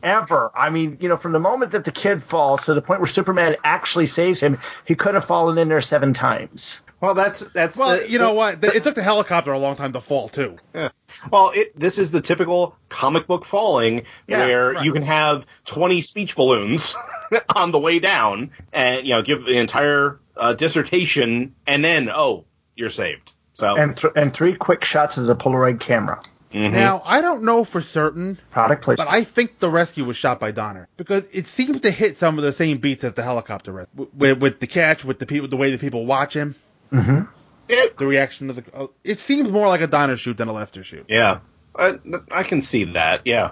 S16: ever. I mean, you know, from the moment that the kid falls to the point where Superman actually saves him, he could have fallen in there seven times.
S15: Well, that's that's
S8: well,
S15: the-
S8: you know
S15: the-
S8: what? It took the helicopter a long time to fall too.
S15: Yeah. *laughs* Well, it, this is the typical comic book falling
S8: Yeah,
S15: where
S8: right.
S15: you can have 20 speech balloons *laughs* on the way down and, you know, give the entire uh, dissertation and then, oh, you're saved. So,
S16: and th- and three quick shots of the Polaroid camera.
S8: Now I don't know for certain,
S16: Product
S8: but
S16: placement.
S8: I think the rescue was shot by Donner because it seems to hit some of the same beats as the helicopter rescue with, with the catch, with the people, the way the people watch him,
S16: Mm-hmm.
S8: the reaction to the. uh, It seems more like a Donner shoot than a Lester shoot.
S15: yeah, I, I can see that. Yeah.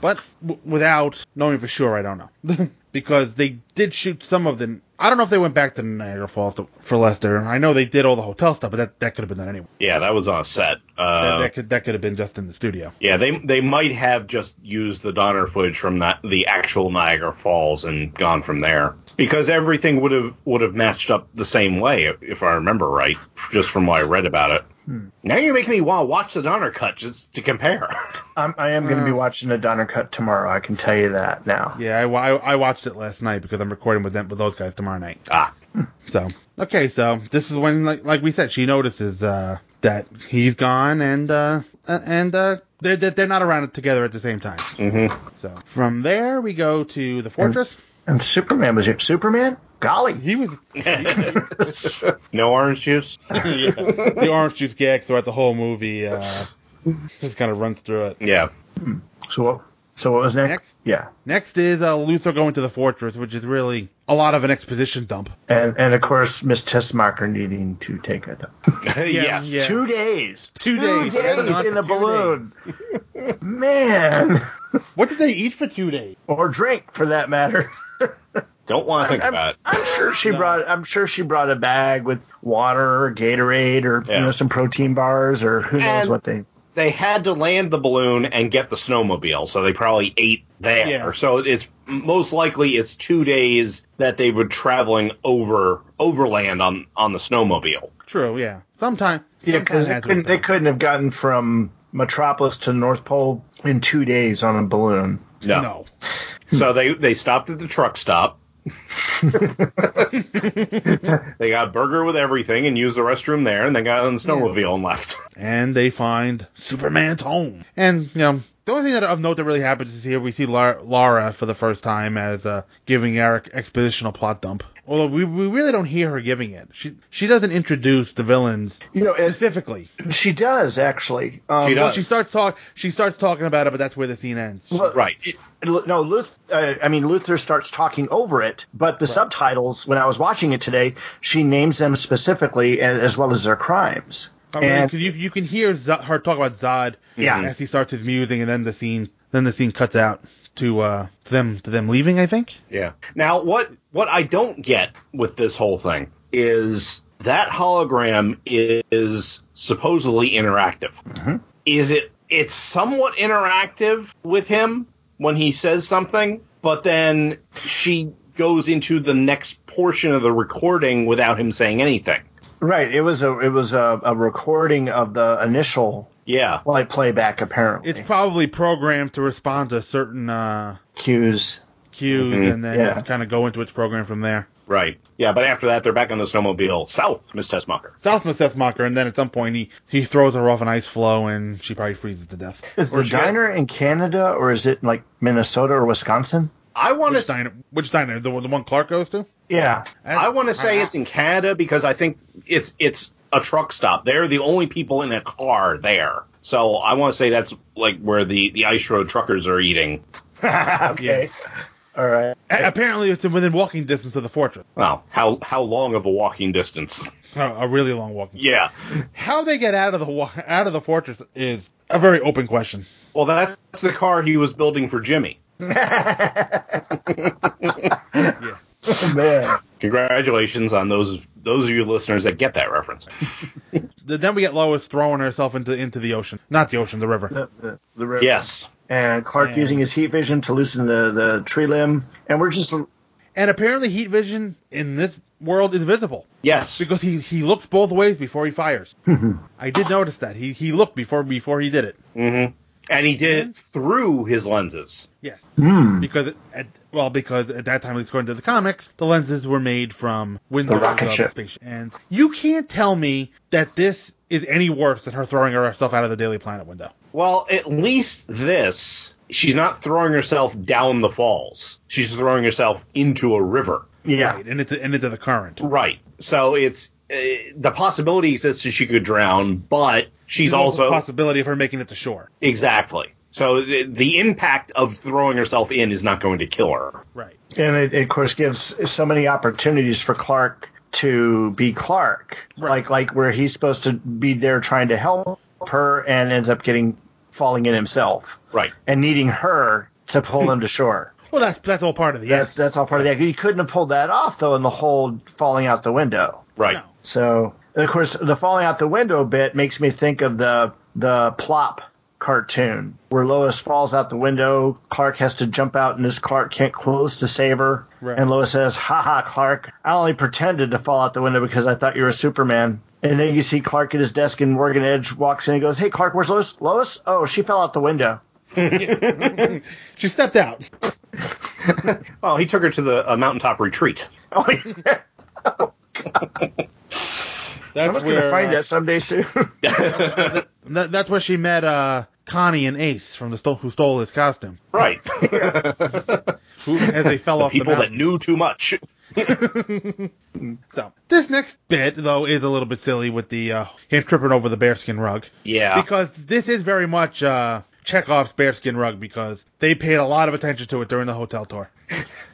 S8: But w- without knowing for sure, I don't know. *laughs* because they did shoot some of the. I don't know if they went back to Niagara Falls to, for Lester. I know they did all the hotel stuff, but that, that could have been done anyway.
S15: Yeah, that was on a set. Uh,
S8: that, that could that could have been just in the studio.
S15: yeah, they they might have just used the Donner footage from that, the actual Niagara Falls and gone from there because everything would have would have matched up the same way if I remember right, just from what I read about it. Now you're making me want to watch the Donner cut just
S16: *laughs*
S15: to compare.
S16: I'm, I am going to be
S8: Uh.
S16: watching the Donner cut tomorrow. I can tell you that now.
S8: Yeah, I, wa- I, I watched it last night because I'm recording with them with those guys tomorrow night.
S15: Ah.
S8: So okay, so this is when like like we said, she notices uh, that he's gone and uh, uh, and uh, they're they're they're not around together at the same time.
S15: Mm-hmm.
S8: So from there we go to the fortress.
S16: And Superman was here. Superman? Golly,
S8: he was.
S15: *laughs* no orange juice.
S8: *laughs* yeah. The orange juice gag throughout the whole movie uh, just kind of runs through it.
S15: Yeah.
S16: Hmm. So what? So what was next? Yeah.
S8: Next is uh, Luthor going to the fortress, which is really a lot of an exposition dump.
S16: And and of course, Miss Tessmacher needing to take it.
S15: yes.
S16: Two days.
S8: Two
S16: Two
S8: days.
S16: days in a
S8: Two
S16: balloon. *laughs* Man.
S8: What did they eat for two days?
S16: Or drink, for that matter.
S15: Don't want to think
S16: I'm-
S15: about it.
S16: I'm sure she brought. I'm sure she brought a bag with water, or Gatorade, or
S15: Yeah.
S16: you know some protein bars, or who knows
S15: And-
S16: what they.
S15: They had to land the balloon and get the snowmobile, so they probably ate there.
S16: Yeah.
S15: So it's most likely it's two days that they were traveling over overland on on the snowmobile.
S8: True, yeah. Sometime.
S16: Yeah, because they
S8: sometime has to be
S16: couldn't, they couldn't have gotten from Metropolis to North Pole in two days on a balloon.
S15: No. *laughs* So they they stopped at the truck stop. *laughs* they got burger with everything and used the restroom there, and they got on the snowmobile and left.
S8: and they find Superman's home. And you know, the only thing that of note that really happens is here we see Lara, Lara for the first time as uh, giving Eric expositional plot dump. Although we, we really don't hear her giving it. She she doesn't introduce the villains
S16: you know
S8: specifically.
S16: She does actually. Um,
S8: she
S16: does.
S8: She starts talk. She starts talking about it, but that's where the scene ends.
S15: right.
S16: no, Luth, uh, I mean Luther starts talking over it, but the subtitles when I was watching it today, she names them specifically and, as well as their crimes.
S8: I mean,
S16: And-
S8: Oh, 'cause you you can hear Z- her talk about Zod
S16: Yeah.
S8: as he starts his musing, and then the scene then the scene cuts out to uh to them to them leaving. I think.
S15: Yeah. Now, what what I don't get with this whole thing is that hologram is supposedly interactive. Is it? It's somewhat interactive with him when he says something, but then she goes into the next portion of the recording without him saying anything.
S16: Right. It was a it was a, a recording of the initial
S15: yeah
S16: like playback apparently
S8: It's probably programmed to respond to certain uh
S16: cues
S8: cues
S15: Mhm.
S8: and then
S15: Yeah.
S8: kind of go into its program from there.
S15: Right. Yeah, but after that, they're back on the snowmobile south, Miss Tessmacher.
S8: Southmouth Deathmocker, and then at some point he, he throws her off an ice flow and she probably freezes to death.
S16: Is
S8: Or
S16: the
S8: she-
S16: diner in Canada or is it like Minnesota or Wisconsin?
S15: I want
S8: which diner? Which diner? The, one- the one Clark goes
S15: *laughs*
S8: to?
S16: Yeah.
S15: I want to say it's in Canada because I think it's it's a truck stop. They're the only people in a car there. So I want to say that's like where the the ice road truckers are eating.
S16: okay. All right.
S8: A- apparently it's within walking distance of the fortress.
S15: Wow, how how long of a walking distance?
S8: A, a really long walking.
S15: Yeah.
S8: How they get out of the wa- out of the fortress is a very open question.
S15: Well, that's the car he was building for Jimmy.
S16: Man.
S15: Congratulations on those those of you listeners that get that reference.
S8: Th- Then we get Lois throwing herself into into the ocean, not the ocean, the river.
S16: The, the river.
S15: Yes.
S16: And Clark
S8: And-
S16: using his heat vision to loosen the, the tree limb. And we're just
S8: And apparently, heat vision in this world is visible.
S15: Yes,
S8: because he, he looks *laughs* both ways before he fires. I did notice that he he looked before before he did it.
S15: Mm-hmm. and he did it through his lenses.
S8: Yes.
S16: Hmm.
S8: Because at, well, because at that time, according to the comics, the lenses were made from windows
S16: rocket
S8: of
S16: ship.
S8: spaceship. And you can't tell me that this is any worse than her throwing herself out of the Daily Planet window.
S15: Well, at least this, she's not throwing herself down the falls. She's throwing herself into a river.
S16: Yeah,
S8: right, and into and into the current.
S15: Right. So it's uh, the possibility exists that she could drown, but she's
S8: There's
S15: also
S8: the possibility of her making it to shore.
S15: exactly. So the, the impact of throwing herself in is not going to kill her.
S8: Right.
S16: And it, it, of course, gives so many opportunities for Clark to be Clark, like like where he's supposed to be there trying to help her and ends up getting falling in himself,
S15: right,
S16: and needing her to pull him to shore.
S8: *laughs* Well, that's that's all part of the
S16: That's that's all part of the act. He couldn't have pulled that off though in the whole falling out the window.
S15: Right.
S16: So and of course the falling out the window bit makes me think of the the plop cartoon where Lois falls out the window, Clark has to jump out and this Clark Kent close to save her.
S8: Right.
S16: And Lois says, Ha ha Clark, I only pretended to fall out the window because I thought you were Superman. And then you see Clark at his desk and Morgan Edge walks in and goes, Hey Clark, where's Lois? Lois? Oh, she fell out the
S8: *laughs*
S16: window.
S8: she stepped out.
S15: Oh, he took her to the a mountaintop retreat.
S16: *laughs* Oh, yeah. Oh,
S8: That's
S16: Someone's
S8: where,
S16: gonna find
S8: uh,
S16: that someday soon.
S8: That, that's where she met uh, Connie and Ace from the sto- who stole his costume.
S15: Right.
S8: *laughs* Who,
S15: *laughs*
S8: as they fell off
S15: people
S8: the
S15: that
S8: mountain.
S15: knew too much.
S8: *laughs* so this next bit though is a little bit silly with the uh, him tripping over the bearskin rug.
S15: Yeah.
S8: Because this is very much uh, Chekhov's bearskin rug because they paid a lot of attention to it during the hotel tour.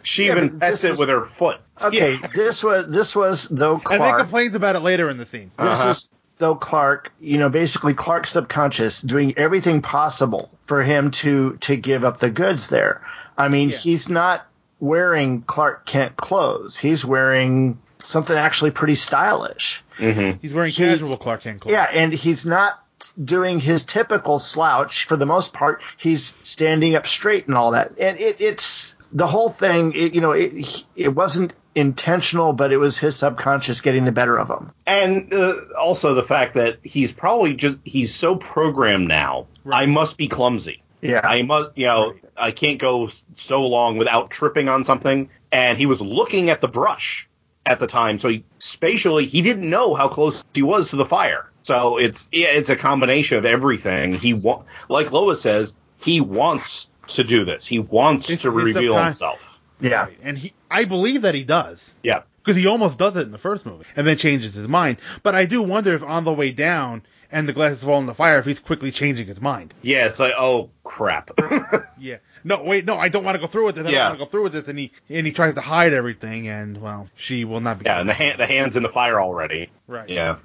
S15: She
S16: Yeah,
S15: even
S16: but
S15: pets
S16: this
S15: it
S16: is-
S15: with her foot.
S16: Okay, this was this was though
S8: And they
S16: Clark.
S8: complains about it later in the scene.
S16: This
S15: Uh-huh.
S16: is though Clark. You know, basically Clark's subconscious doing everything possible for him to to give up the goods there. I mean, he's not wearing Clark Kent clothes. He's wearing something actually pretty stylish.
S15: Mm-hmm.
S8: He's wearing
S16: Mm-hmm. He's-
S8: casual Clark Kent clothes.
S16: Yeah, and he's not doing his typical slouch for the most part. He's standing up straight and all that. And it, it's the whole thing. It, you know, it it wasn't intentional, but it was his subconscious getting the better of him.
S15: and uh, also the fact that he's probably just he's so programmed now i must be clumsy
S16: yeah
S15: i must you know i can't go so long without tripping on something and he was looking at the brush at the time so he, spatially he didn't know how close he was to the fire so it's yeah, it's a combination of everything he wa- like lois says he wants to do this he wants
S8: It's-
S15: to
S8: it's
S15: reveal
S8: subcon-
S15: himself
S16: Yeah.
S8: And he I believe that he does.
S15: yeah
S8: Because he almost does it in the first movie and then changes his mind. But I do wonder if on the way down and the glasses fall in the fire if he's quickly changing his mind.
S15: yeah it's like oh crap
S8: *laughs* Yeah. No, wait, no, I don't want to go through with this. I
S15: Yeah.
S8: don't want to go through with this and he and he tries to hide everything and well, she will not be
S15: yeah and the hand the hands in the fire already
S8: Right.
S15: yeah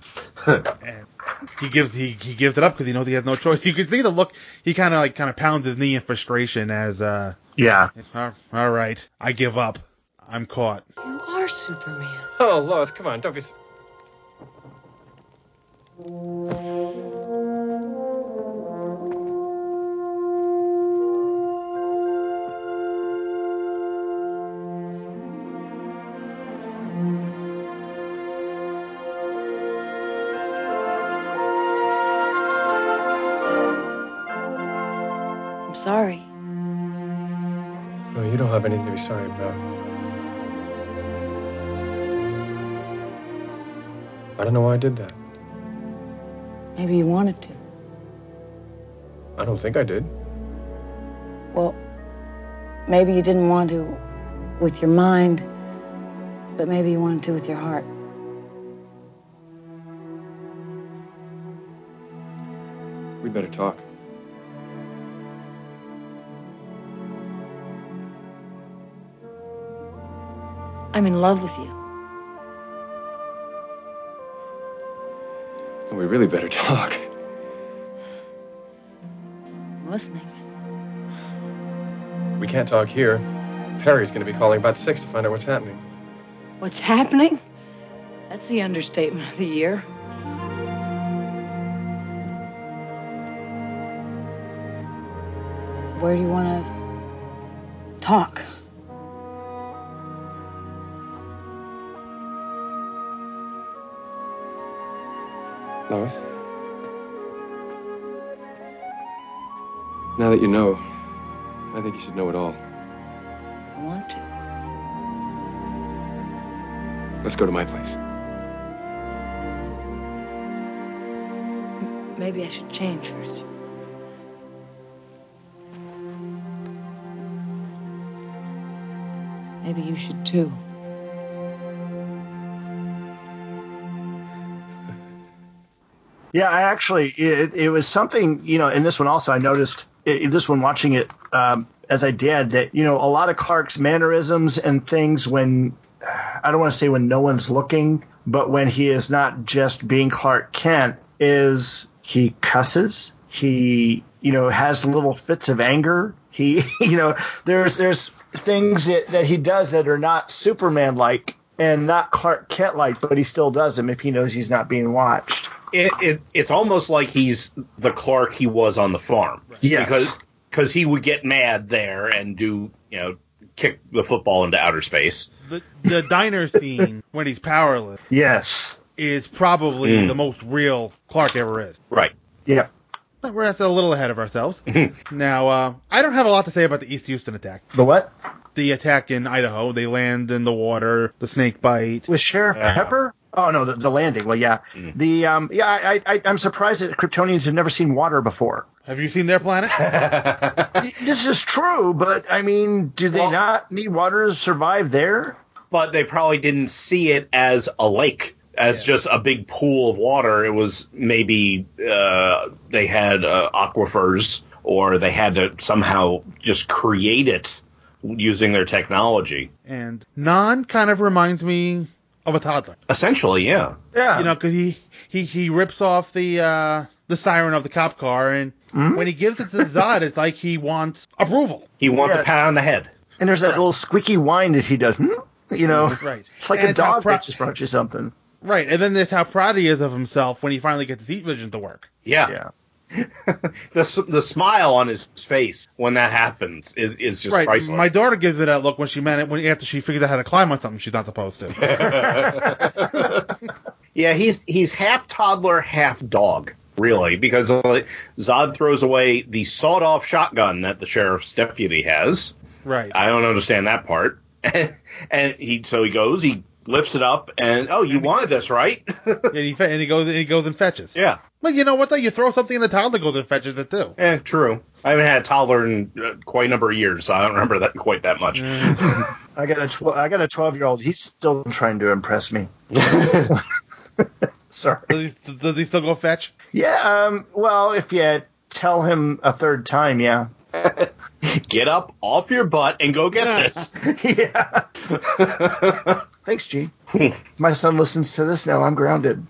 S8: he gives he, he gives it up because he knows he has no choice. You can see the look. He kind of like kind of pounds his knee in frustration as uh
S16: Yeah.
S8: all all right I give up I'm caught.
S5: You are Superman.
S3: Oh, Lois, come on, don't be. s-
S17: I'm sorry.
S3: No, Oh, you don't have anything to be sorry about. I don't know why I did that.
S17: Maybe you wanted to.
S3: I don't think I did.
S17: Well, maybe you didn't want to with your mind, but maybe you wanted to with your heart.
S3: We'd better talk.
S17: I'm in love with you.
S3: We really better *laughs* talk.
S17: I'm listening.
S3: We can't talk here. Perry's going to be calling about six to find out what's happening.
S17: What's happening? That's the understatement of the year. Where do you want to talk?
S3: Lois?
S19: Now that you know, I think you should know it all.
S17: I want to.
S19: Let's go to my place.
S17: Maybe I should change first. Maybe you should too.
S16: Yeah, I actually it, it was something you know in this one also I noticed i this one watching it um, as I did that you know a lot of Clark's mannerisms and things when I don't want to say when no one's looking but when he is not just being Clark Kent is he cusses he you know has little fits of anger he *laughs* you know there's there's things that, that he does that are not Superman like and not Clark Kent like but he still does them if he knows he's not being watched.
S15: it, it it's almost like he's the Clark he was on the farm.
S16: Yes.
S15: Because because he would get mad there and do you know kick the football into outer space.
S8: The, the diner scene when he's powerless
S16: Yes.
S8: is probably
S15: Mm.
S8: the most real Clark ever is.
S15: Right.
S16: Yeah.
S8: But we're at a little ahead of ourselves. now, uh, I don't have a lot to say about the East Houston attack.
S16: The what?
S8: The attack in Idaho. They land in the water, the snake *laughs* bite.
S16: With Sheriff Pepper? Oh no, the, the landing. Well, yeah, the um, yeah, I, I I'm surprised that Kryptonians have never seen water before.
S8: Have you seen their planet?
S16: *laughs* this is true, but I mean, do they not Uh, need water to survive there?
S15: But they probably didn't see it as a lake, as just a big pool of water. It was maybe uh, they had uh, aquifers, or they had to somehow just create it using their technology.
S8: And Nan kind of reminds me of a toddler.
S15: Essentially, yeah.
S16: Yeah.
S8: You know, because he, he, he rips off the uh, the siren of the cop car, and
S16: Mm-hmm.
S8: when he gives it to Zod, it's like he wants approval.
S15: He wants
S16: Yeah.
S15: a pat on the head.
S16: And there's that little squeaky whine that he does. Hmm? You know,
S8: *laughs* Right.
S16: It's like
S8: And
S16: a
S8: it's how
S16: dog
S8: pro-
S16: that just brought you something.
S8: Right, and then there's how proud he is of himself when he finally gets his heat vision to work.
S15: Yeah. *laughs* the s- the smile on his face when that happens is, is just
S8: right, *laughs*
S15: priceless. *laughs*
S8: my daughter gives me that look when she meant it when after she figures out how to climb on something she's not
S15: *laughs*
S8: supposed to.
S15: yeah, he's he's half toddler, half dog, really, because uh, Zod throws away the sawed off shotgun that the sheriff's deputy has.
S8: right.
S15: I don't understand that part. *laughs* and he so he goes, he lifts it up, and oh, you wanted this, right? *laughs*
S8: and he fe- and he goes and he goes and fetches.
S15: Yeah.
S8: But you know what though? You throw something in the toddler goes and fetches it too.
S15: Eh, true. I haven't had a toddler in uh, quite a number of years, so I don't remember that quite that much. *laughs*
S16: I got a tw- I got a twelve year old. He's still trying to impress me. Sorry.
S8: Does he, does he still go fetch?
S16: Yeah. Um. Well, if you tell him a third time, yeah.
S15: Get up off your butt and go get
S8: *laughs*
S15: this.
S16: yeah. Thanks, Gene. My son listens to this now. I'm grounded.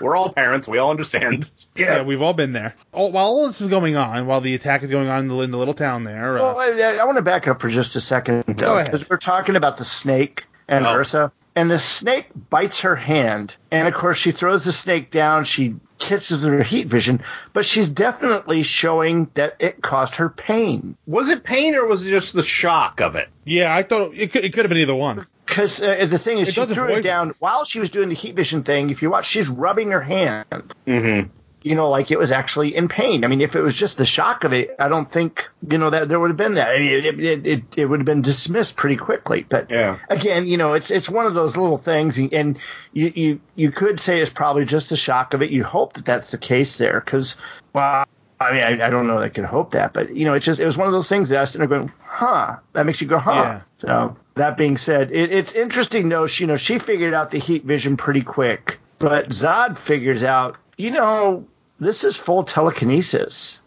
S15: We're all parents. We all understand.
S8: Yeah. we've all been there. Oh, while all this is going on, while the attack is going on in the, in the little town there, uh,
S16: Well, I, I want to back up for just a second, though,
S8: Go ahead.
S16: 'cause we're talking about the snake and
S15: Oh.
S16: Ursa, and the snake bites her hand, and of course she throws the snake down. She catches her heat vision, but she's definitely showing that it caused her pain.
S15: Was it pain or was it just the shock of it?
S8: yeah, I thought it could, it could have been either one.
S16: Because uh, the thing is,
S8: It
S16: she
S8: doesn't
S16: threw it
S8: poison.
S16: down while she was doing the heat vision thing. If you watch, she's rubbing her hand.
S15: Mm-hmm.
S16: you know, like it was actually in pain. I mean, if it was just the shock of it, I don't think, you know, that there would have been that. I mean, it, it, it, it would have been dismissed pretty quickly. But
S15: Yeah.
S16: again, you know, it's it's one of those little things, and- and you you, you could say it's probably just the shock of it. You hope that that's the case there, because well, I mean, I, I don't know that I can hope that, but you know, it's just it was one of those things that I was sitting there going, huh? That makes you go, huh?
S8: Yeah.
S16: So that being said, it, it's interesting though. She, you know, she figured out the heat vision pretty quick, but Zod figures out, you know, this is full telekinesis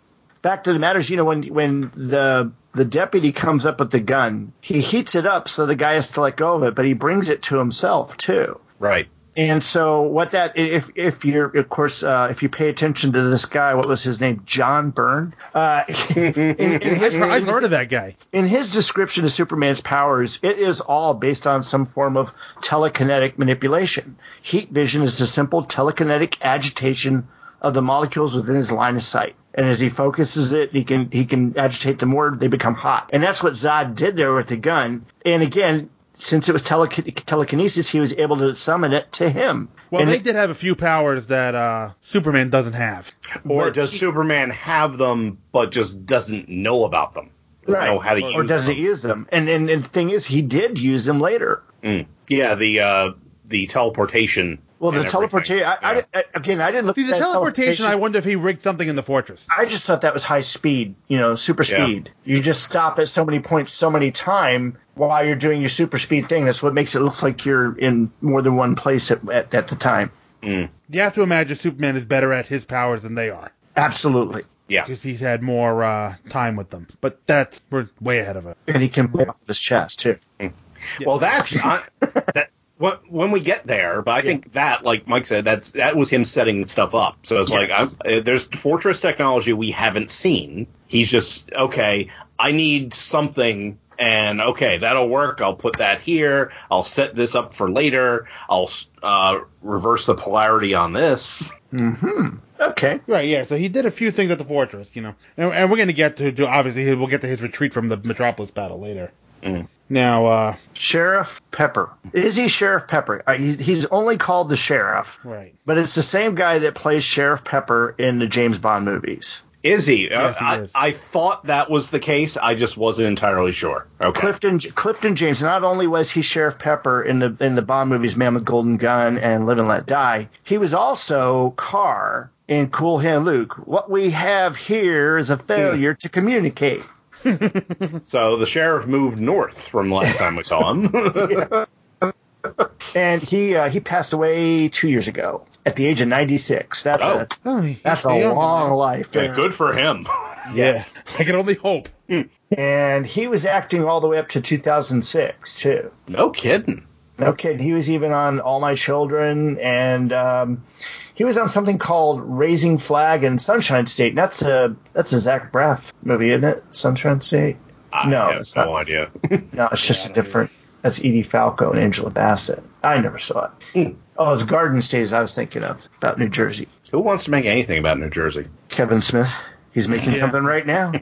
S16: fact of the matter is, you know, when when the the deputy comes up with the gun, he heats it up so the guy has to let go of it, but he brings it to himself too.
S15: Right.
S16: And so what that if if you're of course uh, if you pay attention to this guy, what was his name? John Byrne. Uh, *laughs* in, in his,
S8: I've, I've heard of that guy.
S16: in his description of Superman's powers, it is all based on some form of telekinetic manipulation. Heat vision is the simple telekinetic agitation of the molecules within his line of sight. And as he focuses it, he can he can agitate them more, they become hot. And that's what Zod did there with the gun. And again, since it was telek- telekinesis, he was able to summon it to him.
S8: Well,
S16: And
S8: they
S16: it-
S8: did have a few powers that uh, Superman doesn't have.
S15: Or does Superman have them but just doesn't know about them? Doesn't Know how to
S16: or,
S15: use
S16: or doesn't
S15: them.
S16: use them. And, and and the thing is, he did use them later.
S15: Mm. Yeah, the uh, the teleportation.
S16: Well, the
S15: and everything.
S16: teleportation. I, I, I- again, I didn't look.
S8: See, the
S16: at that
S8: teleportation, I wonder if he rigged something in the fortress.
S16: I just thought that was high speed, you know, super
S8: Yeah.
S16: speed. You just stop at so many points, so many time while you're doing your super speed thing. That's what makes it look like you're in more than one place at at, at the time.
S15: Mm.
S8: You have to imagine Superman is better at his powers than they are.
S16: Absolutely.
S15: Yeah.
S8: Because he's had more uh, time with them. But that's, we're way ahead of it.
S16: And he can play off his chest, too.
S15: Well, that's
S16: *laughs*
S15: I, that. What, when we get there, but I think that, like Mike said, that's that was him setting stuff up. So it's like I'm,
S16: Yes.
S15: uh, there's fortress technology we haven't seen. He's just okay. I need something, and okay, that'll work. I'll put that here. I'll set this up for later. I'll uh, reverse the polarity on this.
S16: Mm-hmm. Okay.
S8: Right, yeah. So he did a few things at the fortress, you know. And, and we're going to get to, to, obviously, we'll get to his retreat from the Metropolis battle later.
S16: Mm.
S8: Now, uh,
S16: Sheriff Pepper. Is he Sheriff Pepper? Uh, he, he's only called the sheriff,
S8: Right.
S16: but it's the same guy that plays Sheriff Pepper in the James Bond movies.
S15: Is he? Uh,
S16: Yes, he
S15: I,
S16: is.
S15: I thought that was the case. I just wasn't
S16: *laughs*
S15: entirely sure. Okay.
S16: Clifton Clifton James. Not only was he Sheriff Pepper in the in the Bond movies, Man with Golden Gun and Live and Let Die, he was also Carr in Cool Hand Luke. What we have here is a failure to communicate.
S15: So the sheriff moved north from last time we
S16: *laughs*
S15: saw him.
S16: and he uh, he passed away two years ago at the age of 96. That's
S8: Oh. a,
S16: that's a long life.
S15: Oh. Yeah, good
S16: *laughs*
S15: for him.
S8: Yeah. I can only hope.
S16: And he was acting all the way up to 2006 too.
S15: No kidding.
S16: No kidding. He was even on All My Children, and um, he was on something called Raising Flag and Sunshine State. And that's a that's a Zach Braff movie, isn't it? Sunshine State.
S15: I
S16: no,
S15: have
S16: it's
S15: no
S16: not.
S15: idea.
S16: No, it's just a different. That's Edie Falco and Angela Bassett. I never saw it. Oh, it's Garden State. is I was thinking of about New Jersey.
S15: Who wants to make anything about New Jersey?
S16: Kevin Smith. He's making
S15: Yeah. *laughs*
S16: something right *laughs* now.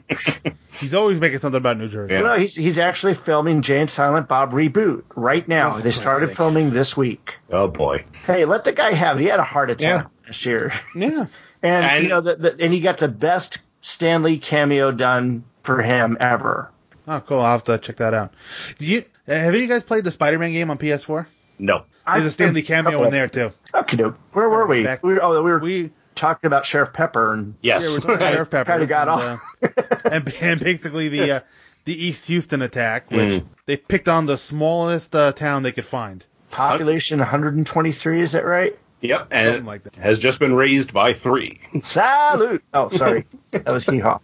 S8: He's always making something about New Jersey.
S16: No, No, he's he's actually filming Jane Silent Bob reboot right now.
S8: Oh,
S16: they
S8: for
S16: started
S8: Christ's
S16: filming this week.
S15: Oh boy.
S16: Hey, let the guy have it. He had a heart attack last year.
S8: Yeah.
S16: *laughs* And, you know, the, the, and he got the best Stanley cameo done for him ever.
S8: Oh, cool. I'll have to check that out. Do you have you guys played the Spider-Man game on PS4?
S15: No.
S8: There's a Stanley cameo in there too.
S16: Okay, doke. Where were we?
S8: Back-
S16: we were, oh, we were talking about Sheriff Pepper and
S8: Yeah, we're
S16: *laughs*
S8: talking about Sheriff Pepper.
S16: Kind of got off.
S8: and, uh, and, and basically the uh, the East Houston attack,
S15: Hmm.
S8: which
S16: Mm.
S8: they picked on the smallest uh, town they could find.
S16: Population 123, is that right?
S15: Yep, and has just been raised by three.
S16: *laughs* Salute. Oh,
S15: *laughs*
S16: sorry, that was hee haw.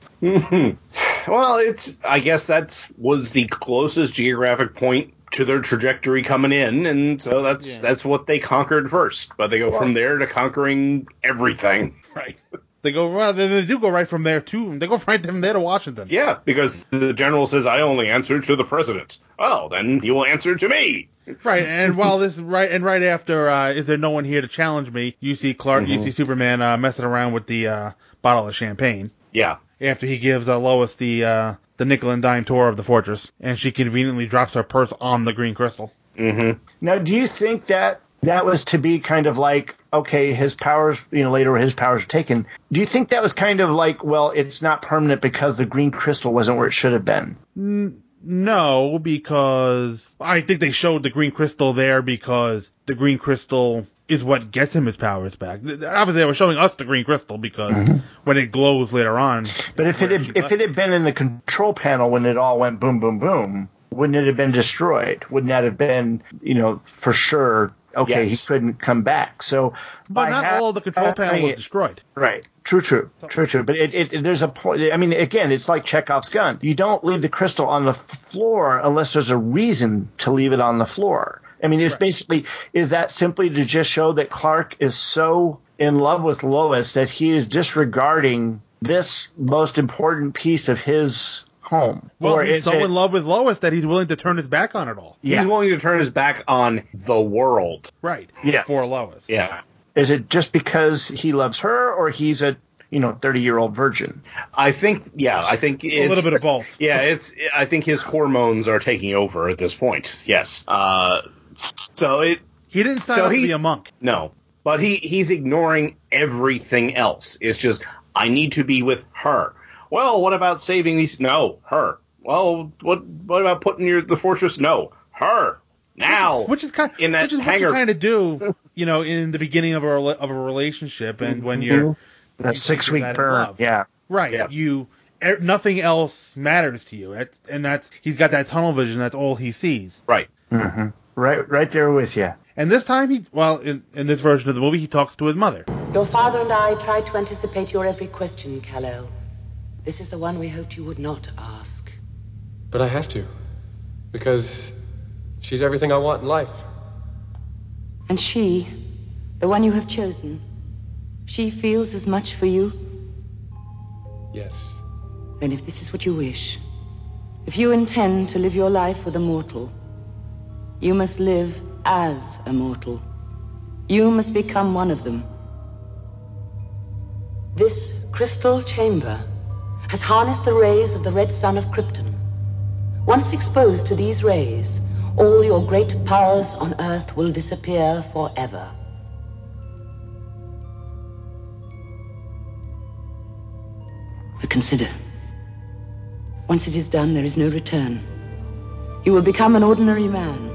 S15: Mm-hmm. well, it's I guess that was the closest geographic point to their trajectory coming in, and so that's that's what they conquered first. But they go from there to conquering everything.
S8: Right. They go well, they, they do go right from there to they go *laughs* right from there to Washington.
S15: Yeah, because the general says I only answer to the president. Oh, then you will answer to me.
S8: Right, and while this right and right after, uh, is there no one here to challenge me? You see Clark, you
S15: Mhm.
S8: see Superman uh, messing around with the uh, bottle of champagne.
S15: Yeah.
S8: After he gives uh, Lois the uh, the nickel and dime tour of the fortress, and she conveniently drops her purse on the green crystal.
S15: Mm-hmm.
S16: Now, do you think that that was to be kind of like, okay, his powers, you know, later his powers are taken. Do you think that was kind of like, well, it's not permanent because the green crystal wasn't where it should have been?
S8: N- no, because I think they showed the green crystal there because the green crystal is what gets him his powers back. Th- Obviously, they were showing us the green crystal because when it glows later on.
S16: But if it
S8: where
S16: had, if it had been in the control panel when it all went boom, boom, boom, wouldn't it have been destroyed? Wouldn't that have been, you know, for sure? Okay, he couldn't come back. So,
S8: But
S16: by
S8: not
S16: ha-
S8: all the control panel was
S16: having-
S8: destroyed.
S16: Right. True, true. True, true. But it, it, it- there's a point. I mean, again, it's like Chekhov's gun. You don't leave the crystal on the f- floor unless there's a reason to leave it on the floor. I mean, it's basically, is that simply to just show that Clark is so in love with Lois that he is disregarding this most important piece of his home?
S8: Well,
S16: Or
S8: he's
S16: is
S8: so
S16: it-
S8: in love with Lois that he's willing to turn his back on it all.
S15: He's willing to turn his back on the world.
S8: Right.
S16: Yes.
S8: For Lois.
S15: Yeah.
S16: Is it just because he loves her, or he's a you know, thirty year old virgin.
S15: I think, yeah, I think
S16: A little bit of both.
S15: *laughs* Yeah, it's. I think his hormones are taking over at this point. Yes. Uh, so it.
S8: He didn't sign
S15: so
S8: up to
S15: he-
S8: be a monk.
S15: No, but he he's ignoring everything else. It's just I need to be with her. Well, what about saving these? No, her. Well, what what about putting your the fortress? No, her. Now,
S8: which is kind
S15: in that
S8: which is
S15: hangar.
S8: what you kind of do, you know, in the beginning of a rela- of a relationship, and when you're
S16: Mhm. That six week burn, yeah,
S8: right, you er, nothing else matters to you. That's, and that's he's got that tunnel vision. That's all he sees.
S15: Right.
S16: Mm-hmm. Right, right there with you.
S8: And this time he, well, in, in this version of the movie, he talks to his mother.
S18: Your father and I tried to anticipate your every question, Kal-El. This is the one we hoped you would not ask.
S19: But I have to. Because she's everything I want in life.
S18: And she, the one you have chosen, she feels as much for you?
S19: Yes.
S18: Then if this is what you wish, if you intend to live your life with a mortal, you must live as a mortal. You must become one of them. This crystal chamber has harnessed the rays of the red sun of Krypton. Once exposed to these rays, all your great powers on Earth will disappear forever. But consider. Once it is done, there is no return. You will become an ordinary man.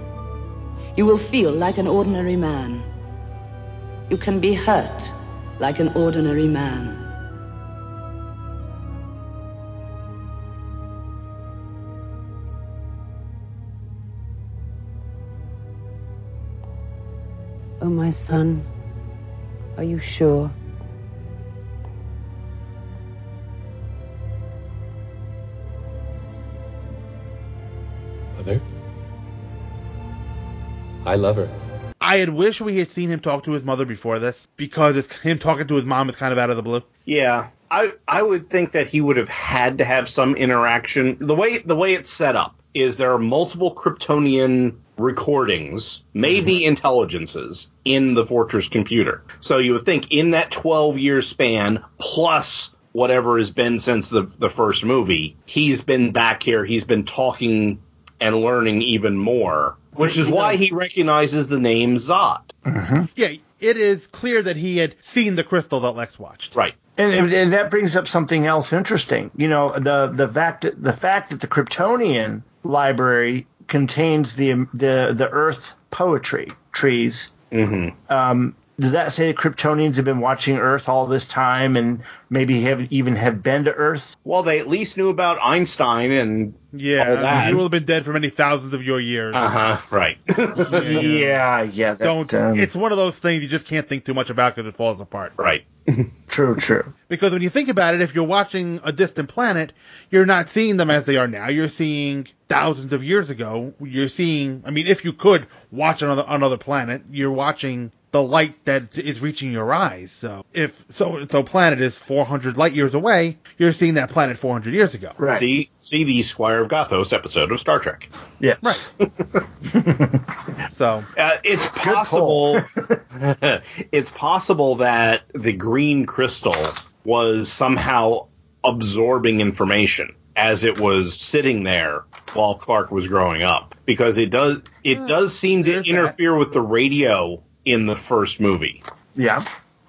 S18: You will feel like an ordinary man. You can be hurt like an ordinary man.
S17: Oh, my son, are you sure?
S19: Mother? I love her.
S8: I had wished we had seen him talk to his mother before this because it's him talking to his mom is kind of out of the blue.
S15: Yeah, I I would think that he would have had to have some interaction. The way the way it's set up is there are multiple Kryptonian recordings, maybe intelligences in the Fortress computer. So you would think in that 12 year span plus whatever has been since the the first movie, he's been back here, he's been talking and learning even more, which is why he recognizes the name Zod.
S16: Mm-hmm.
S8: Yeah, it is clear that he had seen the crystal that Lex watched.
S15: Right.
S16: And, and that brings up something else interesting. You know, the the fact the fact that the Kryptonian library contains the the the Earth poetry trees.
S15: Mm-hmm.
S16: Um, does that say the Kryptonians have been watching Earth all this time and maybe have even have been to Earth?
S15: Well, they at least knew about Einstein and
S8: Yeah,
S15: all that.
S8: he will have been dead for many thousands of your years.
S15: Uh huh. Right.
S16: yeah, yeah. that,
S8: Don't.
S16: um,
S8: it's one of those things you just can't think too much about because it falls apart.
S15: Right.
S16: *laughs* True, true.
S8: Because when you think about it, if you're watching a distant planet, you're not seeing them as they are now. You're seeing thousands of years ago. You're seeing. I mean, if you could watch another another planet, you're watching the light that is reaching your eyes. So if so, so planet is 400 light years away. You're seeing that planet 400 years ago.
S15: See see the Squire of Gothos episode of Star Trek.
S16: Yes.
S8: So
S15: uh, it's possible. it's possible that the green crystal was somehow absorbing information as it was sitting there while Clark was growing up, because it does it does seem to interfere with the radio in the first movie.
S16: Yeah.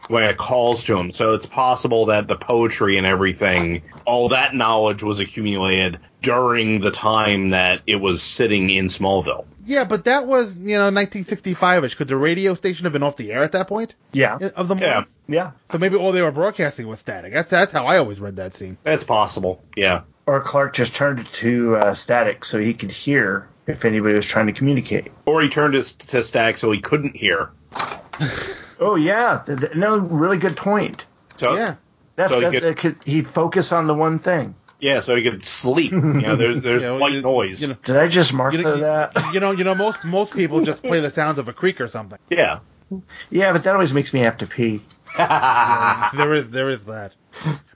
S15: When it calls to him, so it's possible that the poetry and everything, all that knowledge was accumulated during the time that it was sitting in Smallville.
S8: Yeah, but that was you know 1965ish. Could the radio station have been off the air at that point?
S16: Yeah.
S8: Of the morning.
S16: Yeah.
S8: So maybe all they were broadcasting was static. That's that's how I always read that scene.
S15: That's possible. Yeah.
S16: Or Clark just turned it to uh, static so he could hear if anybody was trying to communicate.
S15: Or he turned his to stack so he couldn't hear.
S16: Oh yeah, Th- th- no, really good point.
S15: So
S16: yeah, that's
S15: so he
S16: that,
S15: could-
S16: that could, he focus on the one thing.
S15: Yeah, so he could sleep. You know,
S8: *laughs*
S15: there's there's white noise.
S16: Did I just mark that?
S8: You know, you know, most most people just play the sounds of a creek or something.
S15: Yeah.
S16: Yeah, but that always makes me have to pee.
S8: Yeah, there is there is that.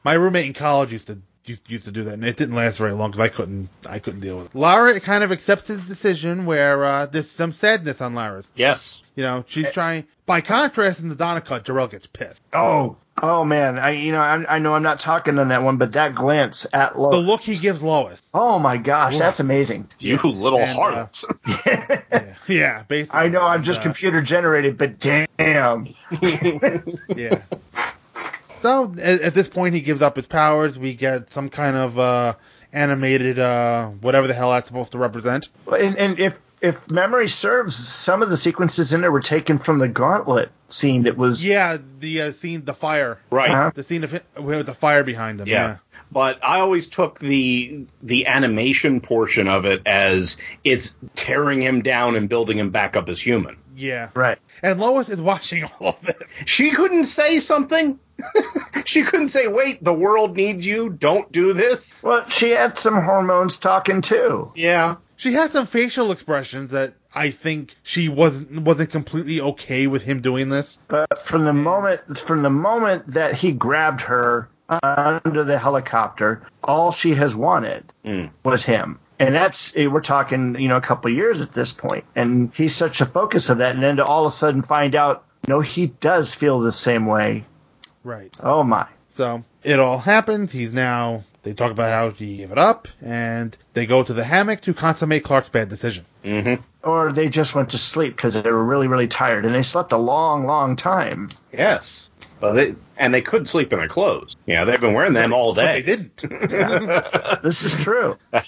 S8: My roommate in college used to used, used to do that, and it didn't last very long because I couldn't I couldn't deal with it. Lara kind of accepts his decision, where uh, there's some sadness on Lara's.
S15: Yes.
S8: You know, she's trying. By contrast, in the Donna cut, Jarrell gets pissed.
S16: Oh, Oh man, I you know I'm, I know I'm not talking on that one, but that glance at Lois,
S9: the look he gives Lois.
S16: Oh my gosh, that's amazing.
S15: You little
S8: uh, *laughs*
S15: heart.
S8: yeah, basically.
S16: I know I'm just computer generated, but damn.
S8: yeah. So at, at this point, he gives up his powers. We get some kind of uh, animated, uh, whatever the hell that's supposed to represent.
S16: And, and if if memory serves, some of the sequences in there were taken from the Gauntlet scene that was
S8: Yeah, the uh, scene, the fire.
S15: Right. Uh-huh.
S8: The scene of it, with the fire behind him. Yeah.
S15: But I always took the the animation portion of it as it's tearing him down and building him back up as human.
S8: Yeah.
S16: Right.
S8: And Lois is watching all of it.
S15: She couldn't say something. *laughs* she couldn't say, "Wait, the world needs you. Don't do this."
S16: Well, she had some hormones talking too.
S15: Yeah.
S8: She had some facial expressions that I think she wasn't wasn't completely okay with him doing this.
S16: But from the moment from the moment that he grabbed her under the helicopter, all she has wanted
S15: Mm.
S16: was him. And that's eh, we're talking, you know, a couple of years at this point. And he's such a focus of that, and then to all of a sudden find out, no, he does feel the same way.
S8: Right.
S16: Oh my.
S8: So it all happens. He's now. They talk about how he gave it up, and they go to the hammock to consummate Clark's bad decision.
S15: Mm-hmm.
S16: Or they just went to sleep because they were really, really tired, and they slept a long, long time.
S15: Yes. But they, and they could sleep in their clothes. Yeah, they've been wearing them all
S8: But
S15: day.
S8: they didn't.
S16: *laughs*
S15: *laughs*
S16: this is true.
S8: *laughs*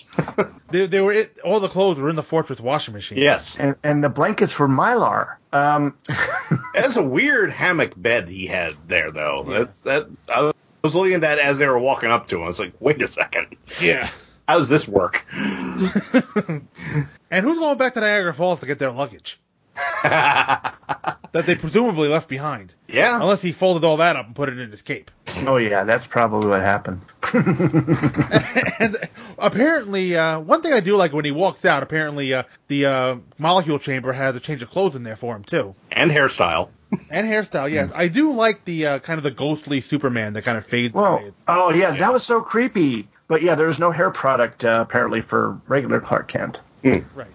S8: They, they were it, all the clothes were in the fortress
S16: *laughs*
S8: washing machine.
S15: Yes.
S16: And, and the blankets were mylar. Um, *laughs*
S15: That's a weird hammock bed he had there, though. That's that. I was looking at that as they were walking up to him. I was like, wait a second.
S8: Yeah.
S15: *laughs* How does this work?
S8: And who's going back to Niagara Falls to get
S16: *laughs*
S8: their luggage that they presumably left behind?
S15: Yeah.
S8: Unless he folded all that up and put it in his cape.
S16: oh yeah, that's probably what happened.
S8: Apparently, uh, one thing I do like when he walks out, apparently uh, the uh, molecule chamber has a change of clothes in there for him too,
S15: and hairstyle.
S8: and hairstyle. Yes,
S15: Hmm.
S8: I do like the uh, kind of the ghostly Superman that kind of fades. away.
S16: Oh yeah, that was so creepy. But yeah, there was no hair product uh, apparently for regular Clark Kent.
S15: Hmm.
S8: Right.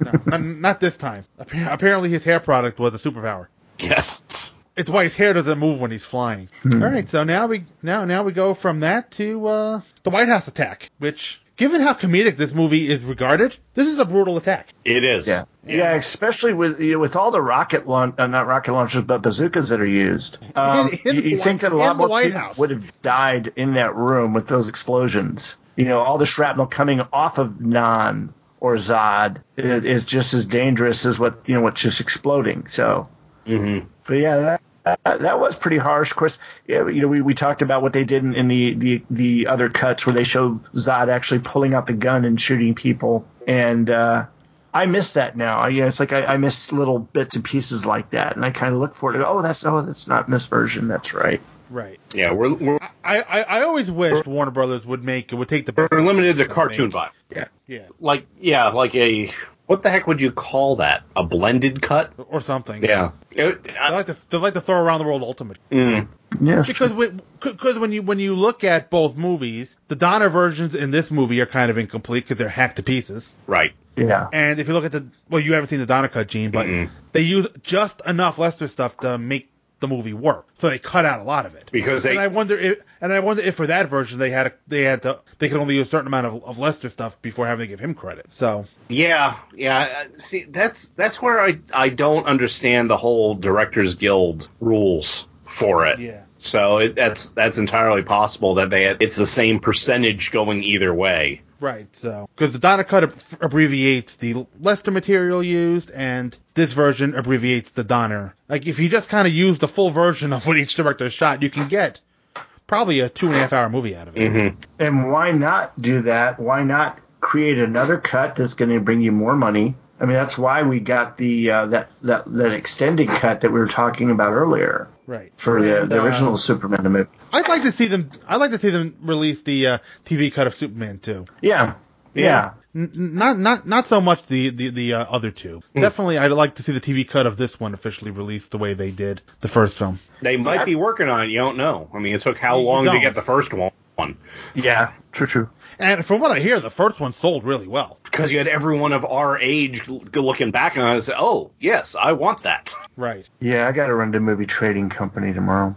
S8: No, not, not this time. Appar- Apparently, his hair product was a superpower.
S15: Yes. Hmm.
S8: It's why his hair doesn't move when he's flying. All right, so now we now now we go from that to uh, the White House attack, which, given how comedic this movie is regarded, this is a brutal attack.
S15: It is.
S16: Yeah. Yeah, especially with you know, with all the rocket launch, uh, not rocket launchers, but bazookas that are used. Um,
S8: *laughs* In- in
S16: you, you
S8: the
S16: think that a
S8: White-
S16: lot
S8: in the
S16: more
S8: White
S16: people
S8: House.
S16: would have died in that room with those explosions. You know, all the shrapnel coming off of Nan or Zod i- is just as dangerous as what you know what's just exploding. So,
S15: Mm-hmm.
S16: but yeah, that that, that was pretty harsh. Of course, yeah, you know, we, we talked about what they did in, in the, the the other cuts where they show Zod actually pulling out the gun and shooting people, and uh, I miss that now. I, you know, it's like I, I miss little bits and pieces like that, and I kind of look for it. Oh, that's oh, that's not in this version. That's right.
S8: Right.
S15: Yeah, we're we're,
S8: I, I, I always wished Warner Brothers would make would take the best.
S15: we're limited to cartoon vibe. Yeah.
S8: Yeah.
S15: Like yeah, like a what the heck would you call that? A blended cut?
S8: Or something.
S15: Yeah. It-
S8: They like to they like to throw around the world ultimate
S15: mm,
S16: Yes.
S8: because when, cause when you when you look at both movies, the Donner versions in this movie are kind of incomplete because they're hacked to pieces.
S15: right.
S16: Yeah.
S8: And if you look at the well, you haven't seen the Donner cut, Gene, but they use just enough Lester stuff to make the movie work. So they cut out a lot of it.
S15: Because they
S8: and I wonder if and I wonder if for that version they had a, they had to they could only use a certain amount of, of Lester stuff before having to give him credit. So
S15: Yeah, yeah. uh, See, that's that's where I I don't understand the whole Directors Guild rules for it.
S8: Yeah.
S15: So it, that's that's entirely possible that they it's the same percentage going either way.
S8: right, so because the Donner cut ab- abbreviates the Lester material used, and this version abbreviates the Donner. Like if you just kind of use the full version of what each director shot, you can get probably a two and a half hour movie out of it.
S16: And why not do that? Why not create another cut that's going to bring you more money? I mean, that's why we got the uh, that that that extended cut that we were talking about earlier
S8: Right.
S16: for the, the
S8: uh,
S16: original Superman movie.
S8: I'd like to see them. I'd like to see them release the uh, TV cut of Superman too.
S16: Yeah, yeah,
S8: N- n- not not not so much the the, the uh, other two. Definitely, I'd like to see the TV cut of this one officially released the way they did the first film.
S15: They might be working on it. You don't know. I mean, it took how
S8: You
S15: long to
S8: don't.
S15: get the first one?
S16: yeah. True, true.
S8: And from what I hear, the first one sold really well.
S15: Because you had everyone of our age l- looking back on it and say, "Oh, yes, I want that." *laughs*
S8: Right.
S16: Yeah, I got to run to movie trading company tomorrow.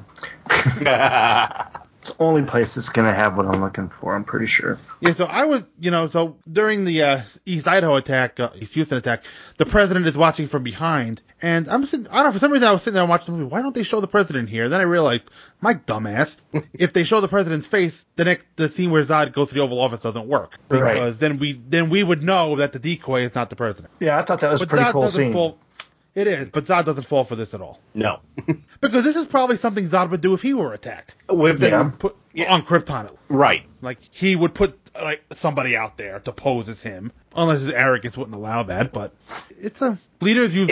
S16: it's the only place that's going to have what I'm looking for. I'm pretty sure.
S8: Yeah, so I was, you know, so during the uh, East Idaho attack, uh, East Houston attack, the president is watching from behind, and I'm sitting, I don't know, for some reason I was sitting there watching the movie, why don't they show the president here? Then I realized,
S16: *laughs*
S8: my dumbass, if they show the president's face, the next, the scene where Zod goes to the Oval Office doesn't work.
S16: Right.
S8: Because then we, then we would know that the decoy is not the president.
S16: Yeah, I thought that was a
S8: But
S16: pretty
S8: Zod
S16: cool
S8: doesn't
S16: scene.
S8: fall- it is, but Zod doesn't fall for this at all.
S15: No.
S8: *laughs* Because this is probably something Zod would do if he were attacked.
S15: With the- Yeah.
S8: put, on Krypton.
S15: Right.
S8: Like he would put like somebody out there to pose as him, unless his arrogance wouldn't allow that. But it's a leaders use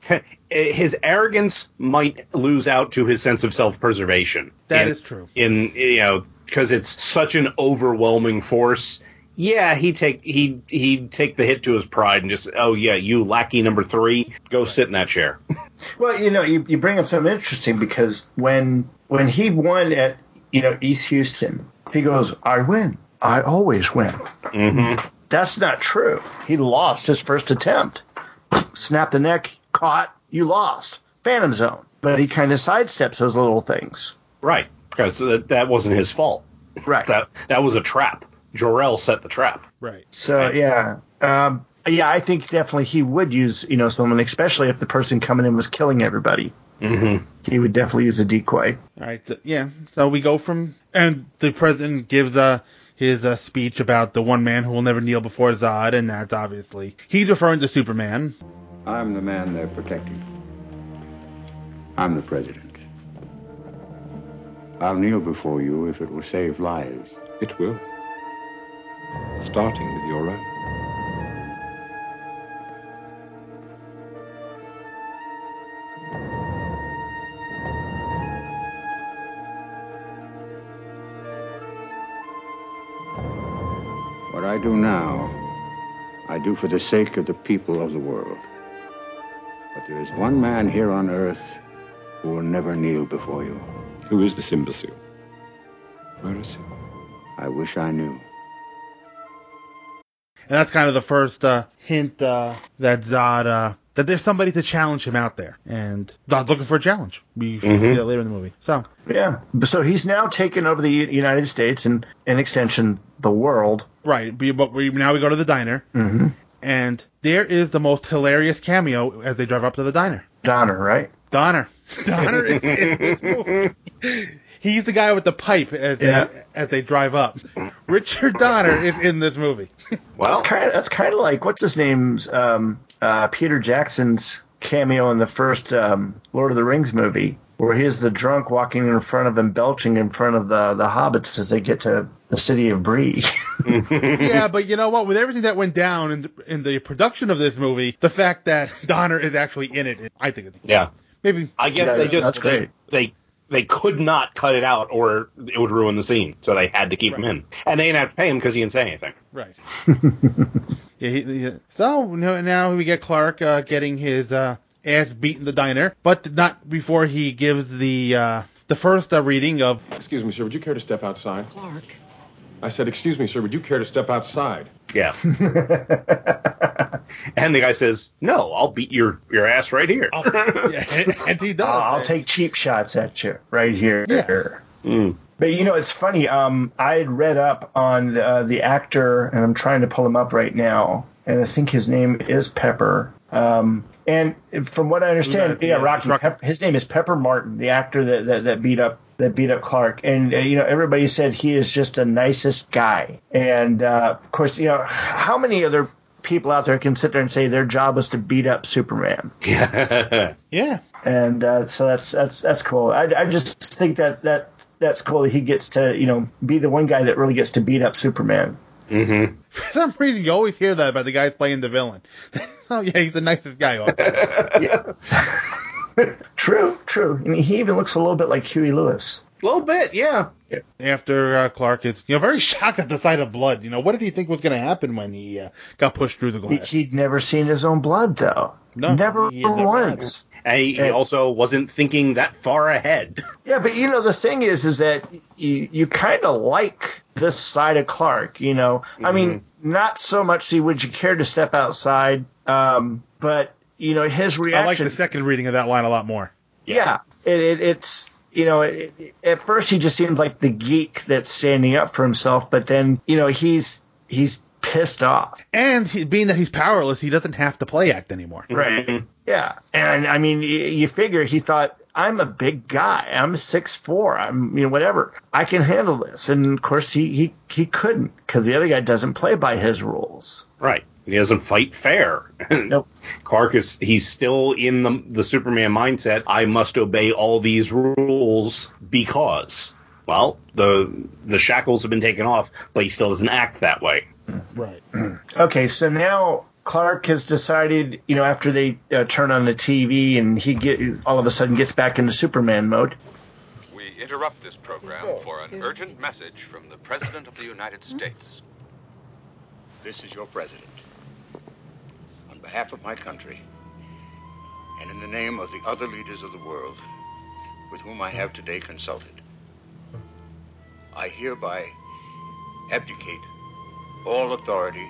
S15: *laughs*
S8: bubbles.
S15: Eh, his arrogance might lose out to his sense of self-preservation.
S8: That
S15: That
S8: is
S15: is
S8: true.
S15: In you know because it's such an overwhelming force. Yeah, he take he he'd take the hit to his pride and just oh yeah, you lackey number three, go sit in that chair.
S16: Well, you know, you, you bring up something interesting because when when he won at you know East Houston, he goes, "I win. I always win."
S15: Mm-hmm.
S16: That's not true. He lost his first attempt. Snap the neck, caught. You lost. Phantom zone. But he kind of sidesteps those little things.
S15: Right, because that, that wasn't his fault.
S16: Right.
S15: That that was a trap. Jorel set the trap.
S8: Right.
S16: So yeah, um, yeah, I think definitely he would use you know someone, especially if the person coming in was killing everybody.
S15: Mm-hmm.
S16: He would definitely use a decoy.
S8: All right, so, yeah. So we go from and the president gives uh, his uh, speech about the one man who will never kneel before Zod, and that's obviously he's referring to Superman.
S20: I'm the man they're protecting. I'm the president. I'll kneel before you if it will save lives. It will.
S21: starting with your own.
S20: What I do now, I do for the sake of the people of the world. But there is one man here on earth who will never kneel before you.
S21: Who is this imbecile? Where is he?
S20: I wish I knew.
S8: And that's kind of the first uh, hint uh, that Zod uh, that there's somebody to challenge him out there, and Zod's looking for a challenge. We see
S16: Mhm.
S8: that later in the movie. So
S16: Yeah. So he's now taken over the U- United States and, in extension, the world. Mm-hmm.
S8: right, be- but we, now we go to the diner, and there is the most hilarious cameo as they drive up to the diner.
S16: Donner, right?
S8: Donner. *laughs* Donner is in
S16: *laughs*
S8: this movie. He's the guy with the pipe as they,
S16: Yeah.
S8: as they drive up. Richard Donner is in this movie.
S16: Well, that's kind of that's kind of like what's his name's um, uh, Peter Jackson's cameo in the first um, Lord of the Rings movie, where he's the drunk walking in front of him, belching in front of the the hobbits as they get to the city of Bree.
S8: *laughs*
S16: *laughs*
S8: yeah, but you know what? With everything that went down in the, in the production of this movie, the fact that *laughs* Donner is actually in it, is- I think it's
S15: Yeah.
S8: maybe.
S15: I guess they just they, they they could not cut it out or it would ruin the scene, so they had to keep him in, and they didn't have to pay him because he didn't say anything.
S8: Right. Yeah, he, he, so now, now we get Clark uh, getting his uh, ass beat in the diner, but not before he gives the uh, the first uh, reading of
S19: Excuse me, sir. Would you care to step outside?
S21: Clark.
S19: I said, excuse me, sir. Would you care to step outside?
S15: Yeah. and the guy says, "No, I'll beat your your ass right here." *laughs*
S8: and he does.
S16: I'll take cheap shots at you right here.
S15: Mm. *laughs*
S16: But you know, it's funny. Um, I had read up on uh, the actor, and I'm trying to pull him up right now, and I think his name is Pepper. Um, and from what I understand, yeah, Rocky. Pep- his name is Pepper Martin, the actor that, that, that beat up that beat up Clark. And uh, you know, everybody said he is just the nicest guy. And uh, of course, you know, how many other people out there can sit there and say their job was to beat up Superman?
S15: Yeah.
S8: yeah.
S16: and uh, so that's that's that's cool. I, I just think that that that's cool that he gets to you know be the one guy that really gets to beat up Superman.
S15: Mm-hmm.
S8: *laughs* For some reason, you always hear that about the guys playing the villain. *laughs* oh yeah, he's the
S15: *laughs*
S8: nicest guy. All
S16: True, true. And he even looks a little bit like Huey Lewis.
S15: A little bit, yeah.
S8: After uh, Clark is, you know, very shocked at the sight of blood. You know, what did he think was going to happen when he uh, got pushed through the
S16: He,
S8: glass?
S16: he'd never seen his own blood though. never once.
S15: And he, he also wasn't thinking that far ahead. *laughs*
S16: Yeah, but you know the thing is, is that you you kind of like this side of Clark. You know, I mean,
S15: Mm-hmm.
S16: not so much. See, would you care to step outside? Um, but you know his
S8: I like
S16: reaction.
S8: the second reading of that line a lot more.
S16: yeah, it, it, it's you know, it, it, at first he just seems like the geek that's standing up for himself, but then you know he's he's pissed off.
S8: And he, being that he's powerless, he doesn't have to play act anymore.
S16: Right. Yeah. And I mean, y- you figure he thought, I'm a big guy. I'm six four. I'm you know whatever. I can handle this. And of course he he he couldn't because the other guy doesn't play by his rules.
S15: Right. He doesn't fight fair. *laughs*
S16: Nope.
S15: Clark is he's still in the the Superman mindset. I must obey all these rules because well, the the shackles have been taken off, but he still doesn't act that way.
S16: Right. *clears throat* okay. So now Clark has decided, you know, after they uh, turn on the TV and he get all of a sudden gets back into Superman mode.
S2: We interrupt this program for an urgent message from the President of the United States.
S22: This is your president. On behalf of my country, and in the name of the other leaders of the world with whom I have today consulted, I hereby abdicate all authority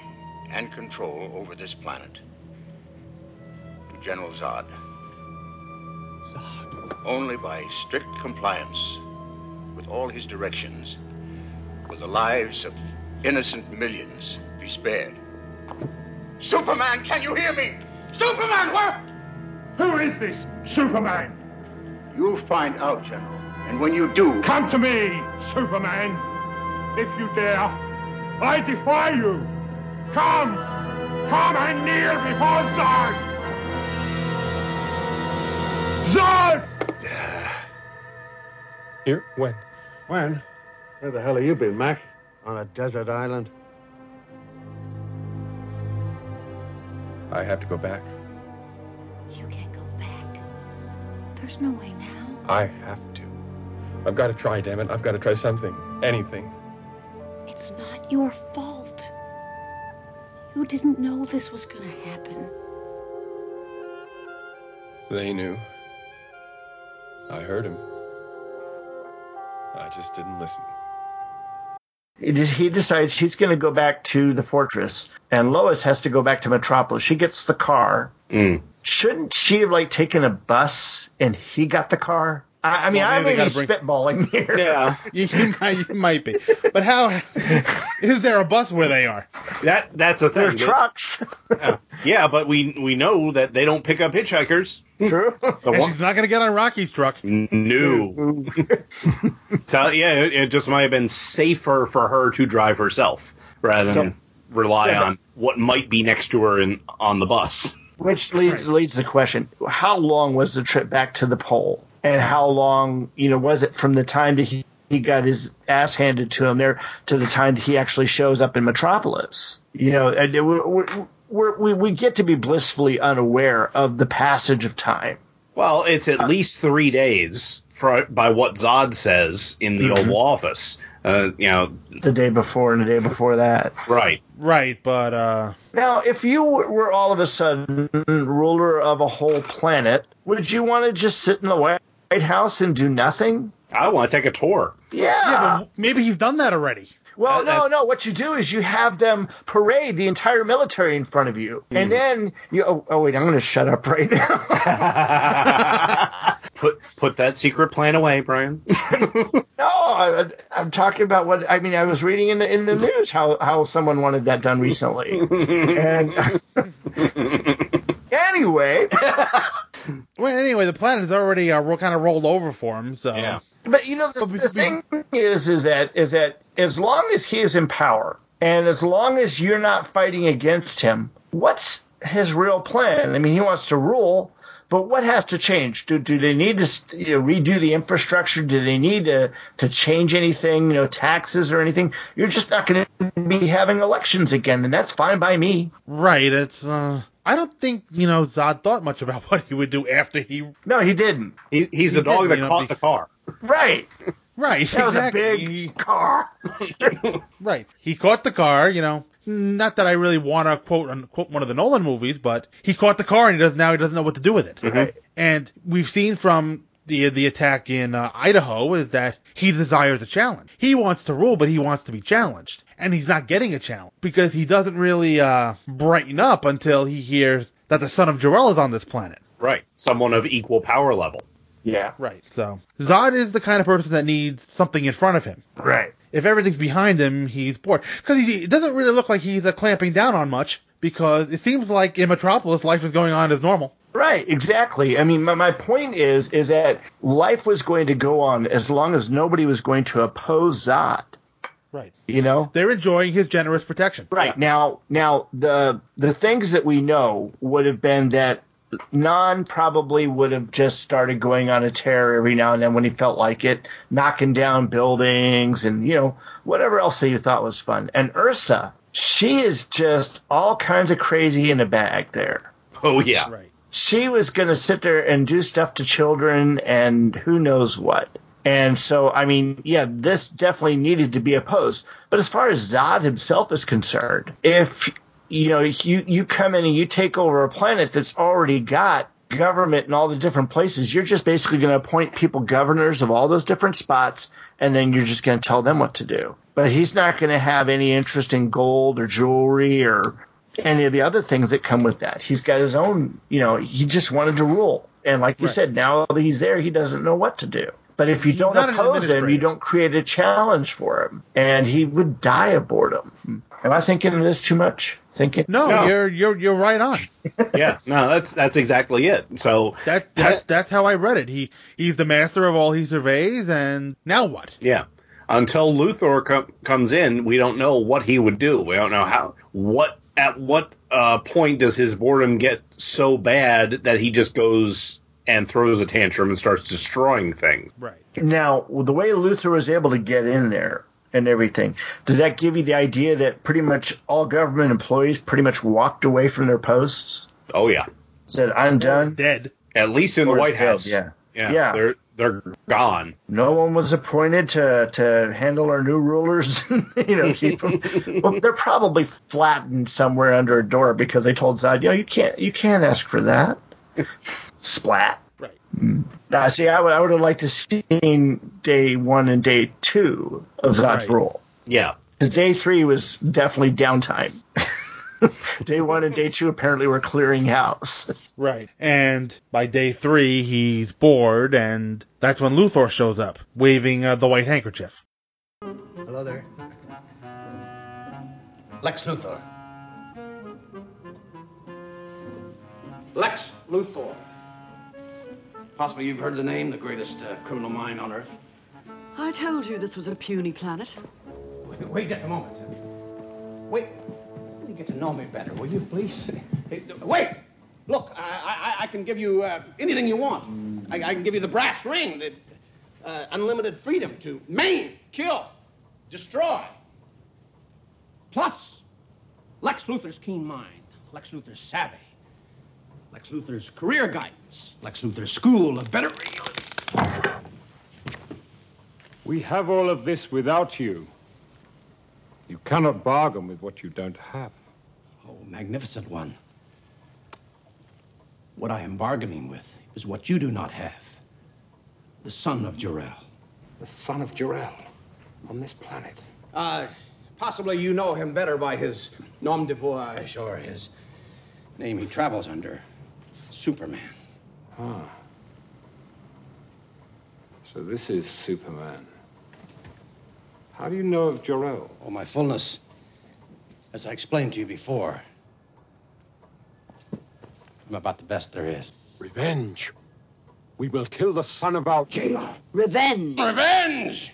S22: and control over this planet to General Zod. Only by strict compliance with all his directions will the lives of innocent millions be spared. Superman, can you hear me? Superman, where?
S4: Who is this Superman?
S22: You'll find out, General. And when you do,
S4: Come to me, Superman. If you dare, I defy you. Come, come and kneel before Zod. Zod!
S19: *sighs* Here? When?
S23: When? Where the hell have you been, Mac? On a desert island?
S21: I have to go back.
S17: You can't go back. There's no way now.
S19: I have to. I've got to try, damn it. I've got to try something. Anything.
S17: It's not your fault. You didn't know this was gonna happen.
S19: They knew. I heard him. I just didn't listen.
S16: He de- he decides he's going to go back to the fortress, and Lois has to go back to Metropolis. She gets the car.
S8: Mm.
S16: Shouldn't she have like taken a bus and he got the car? I, I mean,
S8: Well,
S16: I
S8: maybe
S16: may
S8: they
S16: be
S8: gotta bring-
S16: spitballing here. *laughs* Yeah,
S8: *laughs* you, you might, you might be. But how *laughs* is there a bus where they are?
S15: That that's a thing.
S8: They're
S16: trucks. *laughs*
S15: yeah, but we we know that they don't pick up hitchhikers.
S16: True.
S8: And she's not going to get on Rocky's truck.
S15: No. so yeah, it, it just might have been safer for her to drive herself rather than rely
S16: Yeah, but-
S15: on what might be next to her in, on the bus.
S16: Which leads leads the question: How long was the trip back to the pole, and how long you know was it from the time that he, he got his ass handed to him there to the time that he actually shows up in Metropolis? You know, and it- we're, we're, we're, we we get to be blissfully unaware of the passage of time.
S15: Well, it's at least three days for, by what Zod says in the Oval Office. Uh, you know,
S16: the day before and the day before that.
S15: Right.
S8: Right, but uh
S16: Now, if you were all of a sudden ruler of a whole planet, would you want to just sit in the White House and do nothing?
S15: I want to take a tour.
S16: Yeah.
S8: maybe he's done that already.
S16: Well, no, no. What you do is you have them parade the entire military in front of you,
S15: Hmm.
S16: and then you. Oh, oh wait, I'm going to shut up right now.
S15: *laughs* put put that secret plan away, Brian.
S16: No, Oh, I, I'm talking about what I mean. I was reading in the in the news how how someone wanted that done recently, and *laughs*
S19: *laughs*
S16: anyway.
S8: Well, anyway, the planet is already uh, kind of rolled over for him. So yeah.
S16: But you know, the, the thing is, is that is that as long as he is in power, and as long as you're not fighting against him, what's his real plan? I mean, he wants to rule, but what has to change? Do, do they need to you know, redo the infrastructure? Do they need to to change anything? You know, taxes or anything? You're just not going to be having elections again, and that's fine by me.
S8: Right. It's. Uh, I don't think you know Zod thought much about *laughs* what he would do after he.
S16: No, he didn't.
S15: He, he's the dog that caught the car.
S16: Right.
S8: Right.
S16: That was a
S8: exactly.
S16: big car.
S8: Right. He caught the car. You know. Not that I really want to quote unquote one of the Nolan movies, but he caught the car and he doesn't now he doesn't know what to do with it. And we've seen from the the attack in uh, Idaho is that he desires a challenge. He wants to rule, but he wants to be challenged, and he's not getting a challenge because he doesn't really uh, brighten up until he hears that the son of Jarell is on this planet.
S15: Right. Someone of equal power level.
S16: Yeah.
S8: Right. So Zod is the kind of person that needs something in front of him.
S16: Right.
S8: If everything's behind him, he's bored. Because he it doesn't really look like he's uh, clamping down on much. Because it seems like in Metropolis, life is going on as normal.
S16: Right, exactly. I mean, my, my point is is that life was going to go on as long as nobody was going to oppose Zod.
S8: Right.
S16: You know,
S8: they're enjoying his generous protection.
S16: Right now, now the the things that we know would have been that Non probably would have just started going on a tear every now and then when he felt like it, knocking down buildings and you know whatever else that you thought was fun. And Ursa, she is just all kinds of crazy in a bag there.
S15: Oh yeah.
S8: Right.
S16: She was going to sit there and do stuff to children and who knows what. And so, I mean, yeah, this definitely needed to be opposed. But as far as Zod himself is concerned, if you know, you you come in and you take over a planet that's already got government in all the different places. You're just basically going to appoint people governors of all those different spots, and then you're just going to tell them what to do. But he's not going to have any interest in gold or jewelry or any of the other things that come with that. He's got his own, you know, he just wanted to rule. And like you
S8: Right.
S16: said, now that he's there, he doesn't know what to do. But if you
S8: He's
S16: don't
S8: not an
S16: oppose him, you
S8: administrator.
S16: don't create a challenge for him, and he would die of boredom. Am I thinking of this too much? Thinking?
S8: Hmm. No, you're you're you're right on.
S15: *laughs* yeah, no, that's that's exactly it. So
S8: That that's that's how I read it. He he's the master of all he surveys, and now what?
S15: Yeah. Until Luthor com- comes in, we don't know what he would do. We don't know how what at what uh, point does his boredom get so bad that he just goes and throws a tantrum and starts destroying things.
S8: Right.
S16: Now, the way Luther was able to get in there and everything, did that give you the idea that pretty much all government employees pretty much walked away from their posts?
S15: Oh yeah.
S16: Said, I'm done.
S8: Dead.
S15: At least in the
S16: Or
S15: White
S16: dead,
S15: House.
S16: yeah.
S15: Yeah.
S16: Yeah.
S15: They're they're gone.
S16: No one was appointed to, to handle our new rulers. *laughs* you know, keep them. well, they're probably flattened somewhere under a door because they told Zod, you know, you can't you can't ask for that. Splat.
S8: Right.
S16: Now, see, I would I would have liked to seen day one and day two of Zod's
S15: Right.
S16: rule.
S15: Yeah.
S16: Because day three was definitely downtime. *laughs* day one and day two apparently were clearing house.
S8: Right. And by day three, he's bored, and that's when Luthor shows up, waving uh, the white handkerchief.
S1: Hello there. Lex Luthor. Lex Luthor. Possibly you've heard the name, the greatest uh, criminal mind on Earth.
S7: I told you this was a puny planet.
S1: Wait just a moment. Wait. Let me get to know me better, will you, please? Hey, Wait! Look, I, I- I, I can give you uh, anything you want. I, I can give you the brass ring, the uh, unlimited freedom to maim, kill, destroy. Plus, Lex Luthor's keen mind, Lex Luthor's savvy, Lex Luthor's career guidance, Lex Luthor's school of better.
S21: We have all of this without you. You cannot bargain with what you don't have.
S1: Oh, magnificent one. What I am bargaining with is what you do not have. The son of Jor-El. The son of Jor-El on this planet. Uh, possibly you know him better by his nom de voyage or his name he travels under, Superman.
S21: Ah. So this is Superman.
S1: How do you know of Jor-El? Oh, my fullness. As I explained to you before, I'm about the best there is.
S21: Revenge. We will kill the son of our jailer.
S1: Revenge. Revenge!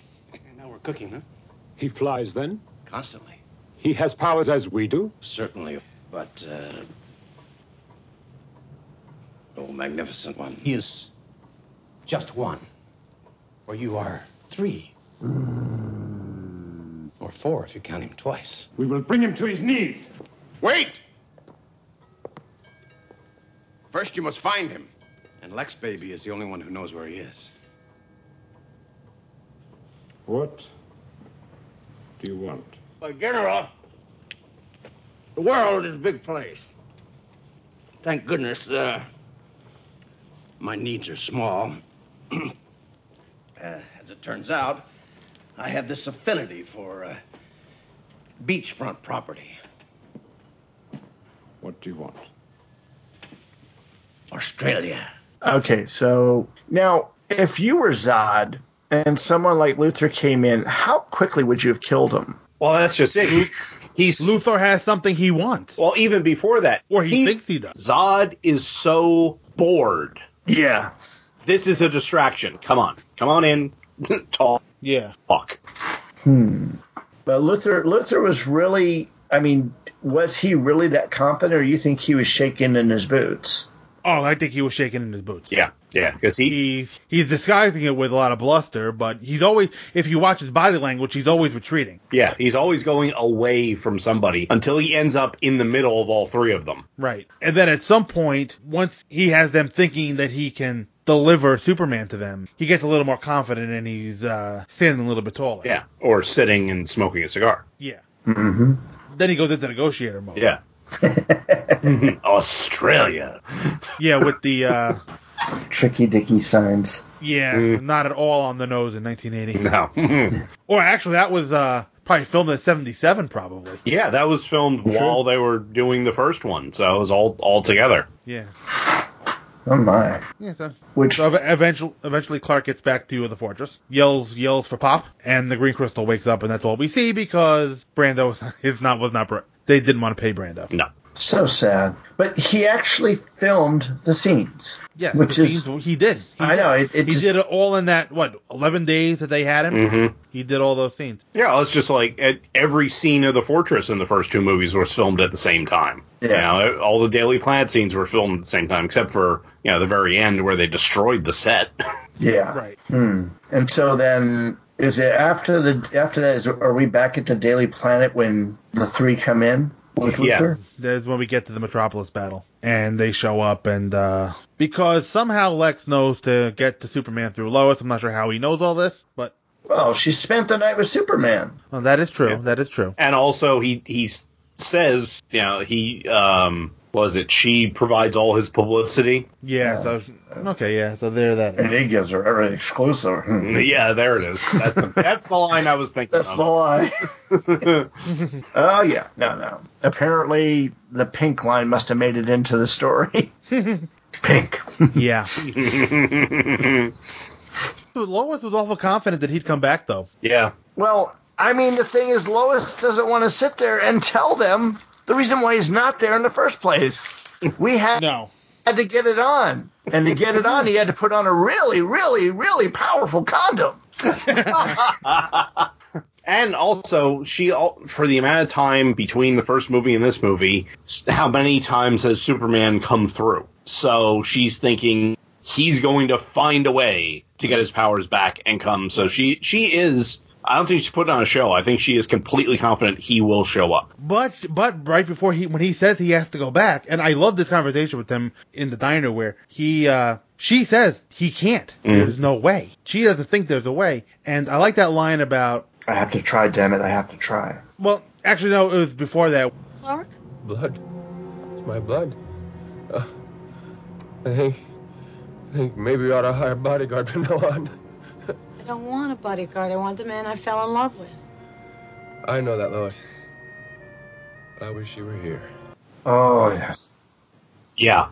S1: now we're cooking, huh?
S21: He flies then?
S1: Constantly.
S21: He has powers as we do?
S1: Certainly, but. Uh... Oh, magnificent one. He is just one. Or you are three. Or four if you count him twice.
S21: We will bring him to his knees.
S1: Wait! First, you must find him. And Lex Baby is the only one who knows where he is.
S21: What do you want?
S1: But, General, the world is a big place. Thank goodness uh, my needs are small. *clears throat* uh, as it turns out, I have this affinity for uh, beachfront property.
S21: What do you want?
S1: Australia.
S16: Okay, so now if you were Zod and someone like Luther came in, how quickly would you have killed him?
S15: Well, that's just it. He- he's
S8: *laughs* Luthor has something he wants.
S15: Well, even before that,
S8: or he thinks he does.
S15: Zod is so bored.
S16: Yeah.
S15: This is a distraction. Come on, come on in, *laughs* talk.
S8: Yeah,
S15: talk.
S16: Hmm. But Luther, Luther was really. I mean, was he really that confident, or you think he was shaking in his boots?
S8: Oh, I think he was shaking in his boots.
S15: Yeah, yeah, because he
S8: he's he's disguising it with a lot of bluster, but he's always if you watch his body language, he's always retreating.
S15: Yeah, he's always going away from somebody until he ends up in the middle of all three of them.
S8: Right. And then at some point, once he has them thinking that he can deliver Superman to them, he gets a little more confident and he's uh, standing a little bit taller.
S15: Yeah, or sitting and smoking a cigar.
S8: Yeah.
S16: Mm-hmm.
S8: Then he goes into negotiator mode.
S15: Yeah. *laughs* Australia.
S8: Yeah, with the
S15: *laughs*
S8: uh,
S16: Tricky dicky signs.
S8: yeah, not at all on the nose in 1980.
S15: Mm. No. *laughs*
S8: Or actually, that was uh, probably filmed in '77, probably.
S15: yeah, that was filmed while they were doing the first one, so it was all all together.
S8: Yeah.
S16: Oh my.
S8: Yeah, so
S16: Which-
S8: so eventually, eventually Clark gets back to the fortress, yells, yells for Pop, and the Green Crystal wakes up, and that's all we see because Brando was not, *laughs* is not was not br- they didn't want to pay Brando.
S15: No.
S16: So sad. But he actually filmed the scenes.
S8: Yes,
S16: Which
S8: the
S16: is
S8: scenes- he did. He
S16: I know it. it
S8: he
S16: just,
S8: did it all in that what eleven days that they had him.
S15: Mhm.
S8: He did all those scenes.
S15: Yeah, it's just like at every scene of the fortress in the first two movies was filmed at the same time.
S16: Yeah.
S15: You know, all the Daily Planet scenes were filmed at the same time, except for you know the very end where they destroyed the set. *laughs*
S16: Yeah.
S8: Right.
S16: Hmm. And so then, is it after the after that? Is are we back at the Daily Planet when the three come in with Luther?
S8: That's when we get to the Metropolis battle, and they show up, and uh, because somehow Lex knows to get to Superman through Lois. I'm not sure how he knows all this, but
S16: Well, she spent the night with Superman.
S8: well, that is true. That is true.
S15: and also he he s- says you know he um was it she provides all his publicity
S8: Yeah. so okay. Yeah. So there that.
S16: And he gives her every exclusive.
S8: Mm-hmm.
S16: *laughs* Hmm.
S8: *laughs*
S15: yeah there it is that's the, that's the line i was thinking
S16: That's
S15: of.
S16: the lie.
S15: *laughs*
S16: oh yeah, no, no. Apparently, the pink line must have made it into the
S8: *laughs*
S16: story. pink.
S8: Yeah. Dude, Lois was awful confident that he'd come back though.
S15: yeah
S16: Well, I mean, the thing is, Lois doesn't want to sit there and tell them the reason why he's not there in the first place. We had
S8: No.
S16: had to get it on, and to get it on, he had to put on a really, really, really powerful condom.
S15: and also she al- for the amount of time between the first movie and this movie s- how many times has superman come through so she's thinking he's going to find a way to get his powers back and come so she she is i don't think she's putting on a show i think she is completely confident he will show up
S8: But but right before he when he says he has to go back, and I love this conversation with him in the diner where he uh she says he can't. There's no way. She doesn't think there's a way. And I like that line about
S16: I have to try, damn it! I have to try.
S8: well, actually no, it was before that.
S17: Clark?
S19: Blood. It's my blood. Uh, I think, I think maybe we ought to hire a bodyguard from now on.
S17: I don't want a bodyguard. I want the man I fell in love with.
S19: I know that, Lois. But I wish you were here.
S16: Oh yeah.
S15: yeah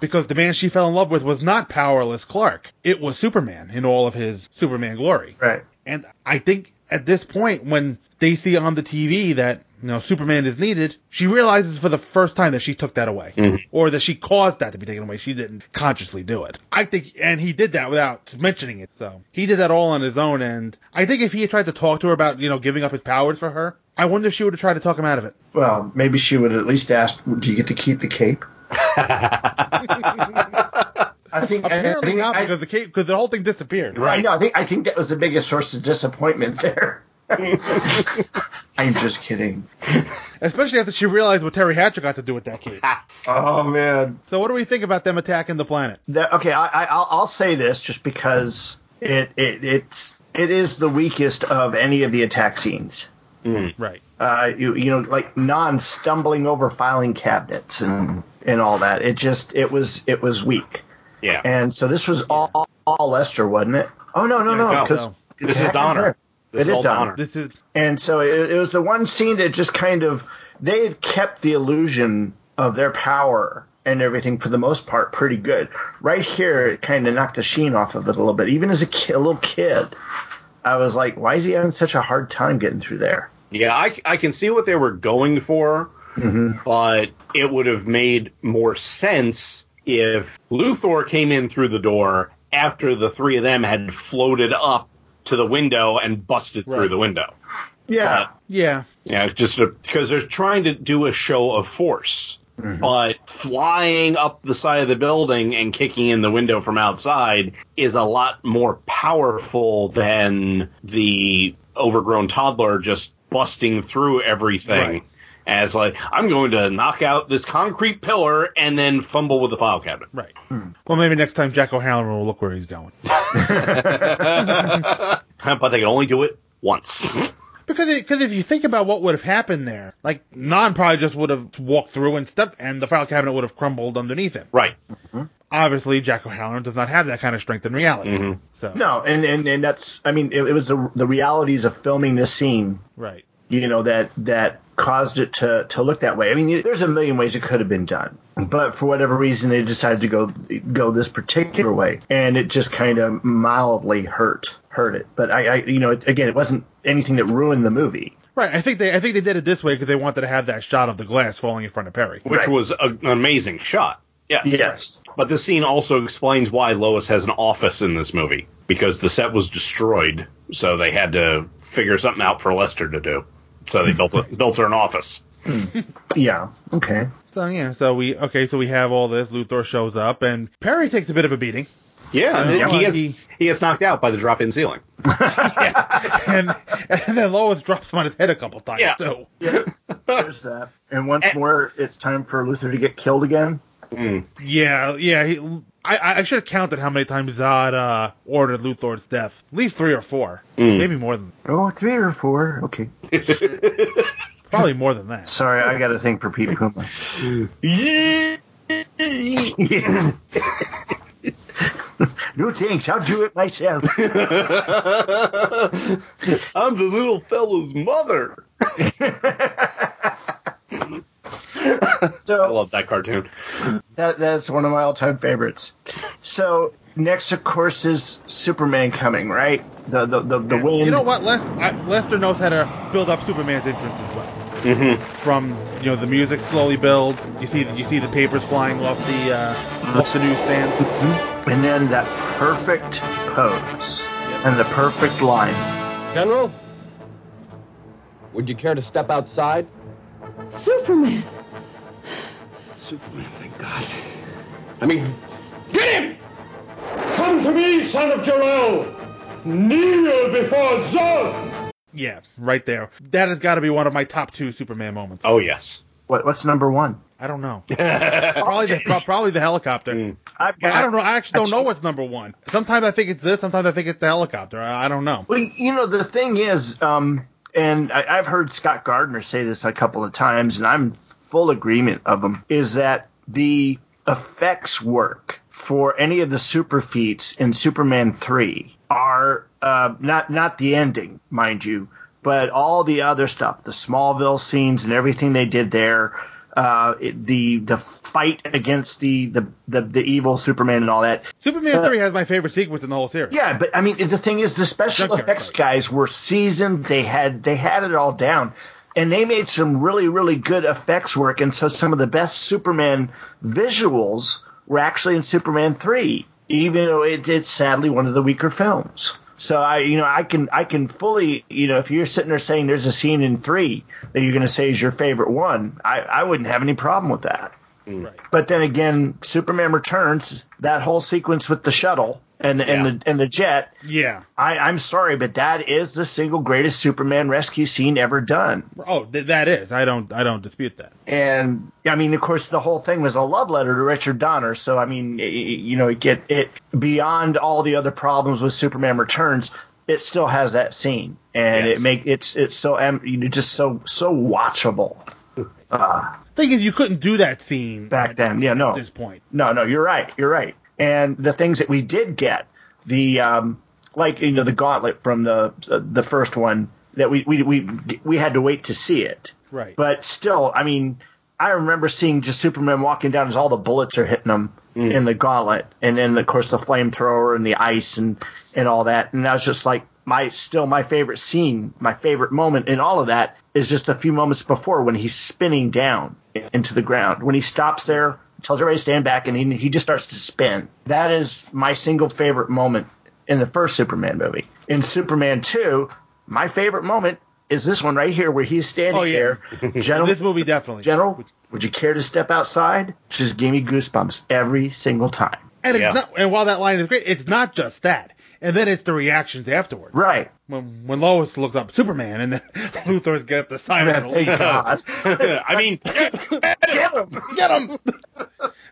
S8: Because the man she fell in love with was not powerless Clark. It was Superman in all of his Superman glory.
S16: Right.
S8: And I think at this point, when they see on the TV that you know Superman is needed, she realizes for the first time that she took that away, or that she caused that to be taken away. She didn't consciously do it. I think, and he did that without mentioning it. So he did that all on his own. And I think if he had tried to talk to her about you know giving up his powers for her, I wonder if she would have tried to talk him out of it.
S16: Well, maybe she would at least ask, "Do you get to keep the cape?" I think I
S8: Apparently
S16: think,
S8: not
S16: I,
S8: because the cape, because the whole thing disappeared.
S16: I know. I think I think that was the biggest source of disappointment *laughs* there. I'm just kidding.
S8: Especially after she realized what Terry Hatcher got to do with that cape.
S16: *laughs* Oh man.
S8: so what do we think about them attacking the planet?
S16: That, okay, I, I I'll, I'll say this just because it it it's it is the weakest of any of the attack scenes.
S8: Right.
S16: Uh, you you know like non stumbling over filing cabinets and and all that. It just it was it was weak.
S15: yeah
S16: And so this was all, all Lester, wasn't it? Oh no no no
S15: no.
S16: because
S15: No. This is Donner.
S16: It
S15: This is
S16: is
S15: all
S16: Donner.
S8: This is
S16: And so it, it was the one scene that just kind of they had kept the illusion of their power and everything for the most part pretty good. Right here, it kind of knocked the sheen off of it a little bit. Even as a, ki- a little kid, I was like, why is he having such a hard time getting through there?
S15: Yeah, I, I can see what they were going for, but it would have made more sense if Luthor came in through the door after the three of them had floated up to the window and busted through the window.
S16: Yeah.
S8: yeah.
S15: Yeah, it's just because they're trying to do a show of force, but flying up the side of the building and kicking in the window from outside is a lot more powerful than the overgrown toddler just busting through everything. As like, I'm going to knock out this concrete pillar and then fumble with the file cabinet. *laughs*
S8: Right.
S16: Hmm.
S8: Well, maybe next time Jack O'Halloran will look where he's going.
S15: but they can only do it once.
S8: Because because if you think about what would have happened there, like Non probably just would have walked through and stepped, and the file cabinet would have crumbled underneath him.
S15: Right.
S8: Obviously, Jack O'Halloran does not have that kind of strength in reality.
S15: Mm-hmm.
S8: So
S16: No, and, and, and that's, I mean, it, it was the, the realities of filming this scene
S8: right.
S16: you know that that caused it to to look that way. I mean, there's a million ways it could have been done, but for whatever reason, they decided to go go this particular way, and it just kind of mildly hurt hurt it. But I, I you know, it, again, it wasn't anything that ruined the movie.
S8: Right. I think they I think they did it this way because they wanted to have that shot of the glass falling in front of Perry,
S15: which was a, an amazing shot. Yes.
S16: Yes.
S15: But this scene also explains why Lois has an office in this movie because the set was destroyed, so they had to figure something out for Lester to do. So they built a, *laughs* built her an office.
S16: Yeah. Okay.
S8: So yeah. So we okay. So we have all this. Luthor shows up, and Perry takes a bit of a beating. uh,
S15: Yeah,
S8: You know,
S15: he,
S8: like
S15: gets, he, gets knocked out by the drop in
S8: *laughs*
S15: ceiling.
S8: and, and then Lois drops him on his head a couple
S16: *laughs*
S8: times.
S16: Yeah.
S8: too.
S16: There's that. And once more, it's time for Luther to get killed again.
S8: Yeah, yeah. He, I, I should have counted how many times Zod uh, ordered Luthor's death. At least three or four.
S16: Mm.
S8: Maybe more than
S16: Oh, three or four. Okay.
S8: Probably more than that.
S16: Sorry, I got a thing for Pete
S8: *laughs*
S16: Puma. no thanks. I'll do it
S15: *laughs*
S16: myself.
S15: I'm the little fellow's mother.
S16: So
S15: I love that cartoon.
S16: That that's one of my all time favorites. So next, of course, is Superman coming, right? The the the, the wind.
S8: You know what? Lest, I, Lester knows how to build up Superman's entrance as well.
S15: Mm-hmm.
S8: From you know the music slowly builds. You see you see the papers flying off the uh, off the newsstand.
S15: Mm-hmm.
S16: And then that perfect pose and the perfect line.
S19: General, would you care to step outside?
S7: Superman!
S19: Superman, thank
S21: God. I mean, get him! Come to me, son of Jor-El! Kneel before Zod!
S8: Yeah, right there. That has got to be one of my top two Superman moments.
S15: Oh yes.
S16: What what's number one?
S8: I don't know. *laughs* probably the pro- probably the helicopter.
S15: Mm.
S16: I've
S8: But I don't know. I actually don't know what's number one. Sometimes I think it's this. Sometimes I think it's the helicopter. I, I don't know.
S16: Well, you know the thing is, um, and I, I've heard Scott Gardner say this a couple of times, and I'm full agreement of him. Is that the effects work for any of the super feats in Superman three are uh, not not the ending, mind you, but all the other stuff, the Smallville scenes and everything they did there. Uh, it, the the fight against the, the, the, the evil Superman and all that
S8: Superman three has my favorite sequence in the whole series.
S16: yeah, but I mean, the thing is, the special effects guys were seasoned. They had they had it all down, and they made some really really good effects work. And so some of the best Superman visuals were actually in Superman three, even though it, it's sadly one of the weaker films. So I, you know, I can I can fully, you know, if you're sitting there saying there's a scene in three that you're going to say is your favorite one, I, I wouldn't have any problem with that.
S15: Mm.
S16: But then again, Superman Returns, that whole sequence with the shuttle and and the and the jet.
S8: Yeah.
S16: I, I'm sorry, but that is the single greatest Superman rescue scene ever done.
S8: Oh, th- that is. I don't. I don't dispute that.
S16: And I mean, of course, the whole thing was a love letter to Richard Donner. So I mean, i- i- you know, it get it beyond all the other problems with Superman Returns. It still has that scene, and it make it's it's so am- you know, just so so watchable. Uh,
S8: *laughs* Thing is, you couldn't do that scene
S16: back then. Yeah, no.
S8: At this point,
S16: No, no, you're right. You're right. And the things that we did get, the um, like you know the gauntlet from the uh, the first one that we we we we had to wait to see it.
S8: Right.
S16: But still, I mean, I- I remember seeing just Superman walking down as all the bullets are hitting him in the gauntlet, and then of course the flamethrower and the ice and and all that. And that was just like my still my favorite scene, my favorite moment in all of that is just a few moments before when he's spinning down into the ground. When he stops there, tells everybody to stand back, and he, he just starts to spin. That is my single favorite moment in the first Superman movie. In Superman 2, my favorite moment is this one right here where he's standing
S8: Oh, yeah.
S16: there. General,
S8: *laughs* This movie definitely.
S16: General, would you care to step outside? Just give me goosebumps every single time.
S8: And it's not, and while that line is great, it's not just that. And then it's the reactions afterwards.
S16: Right.
S8: When when Lois looks up Superman and then *laughs* Luthor's get up the sign of the
S16: Thank God.
S8: *laughs*
S15: I
S16: *laughs*
S15: mean
S8: get him. Get him.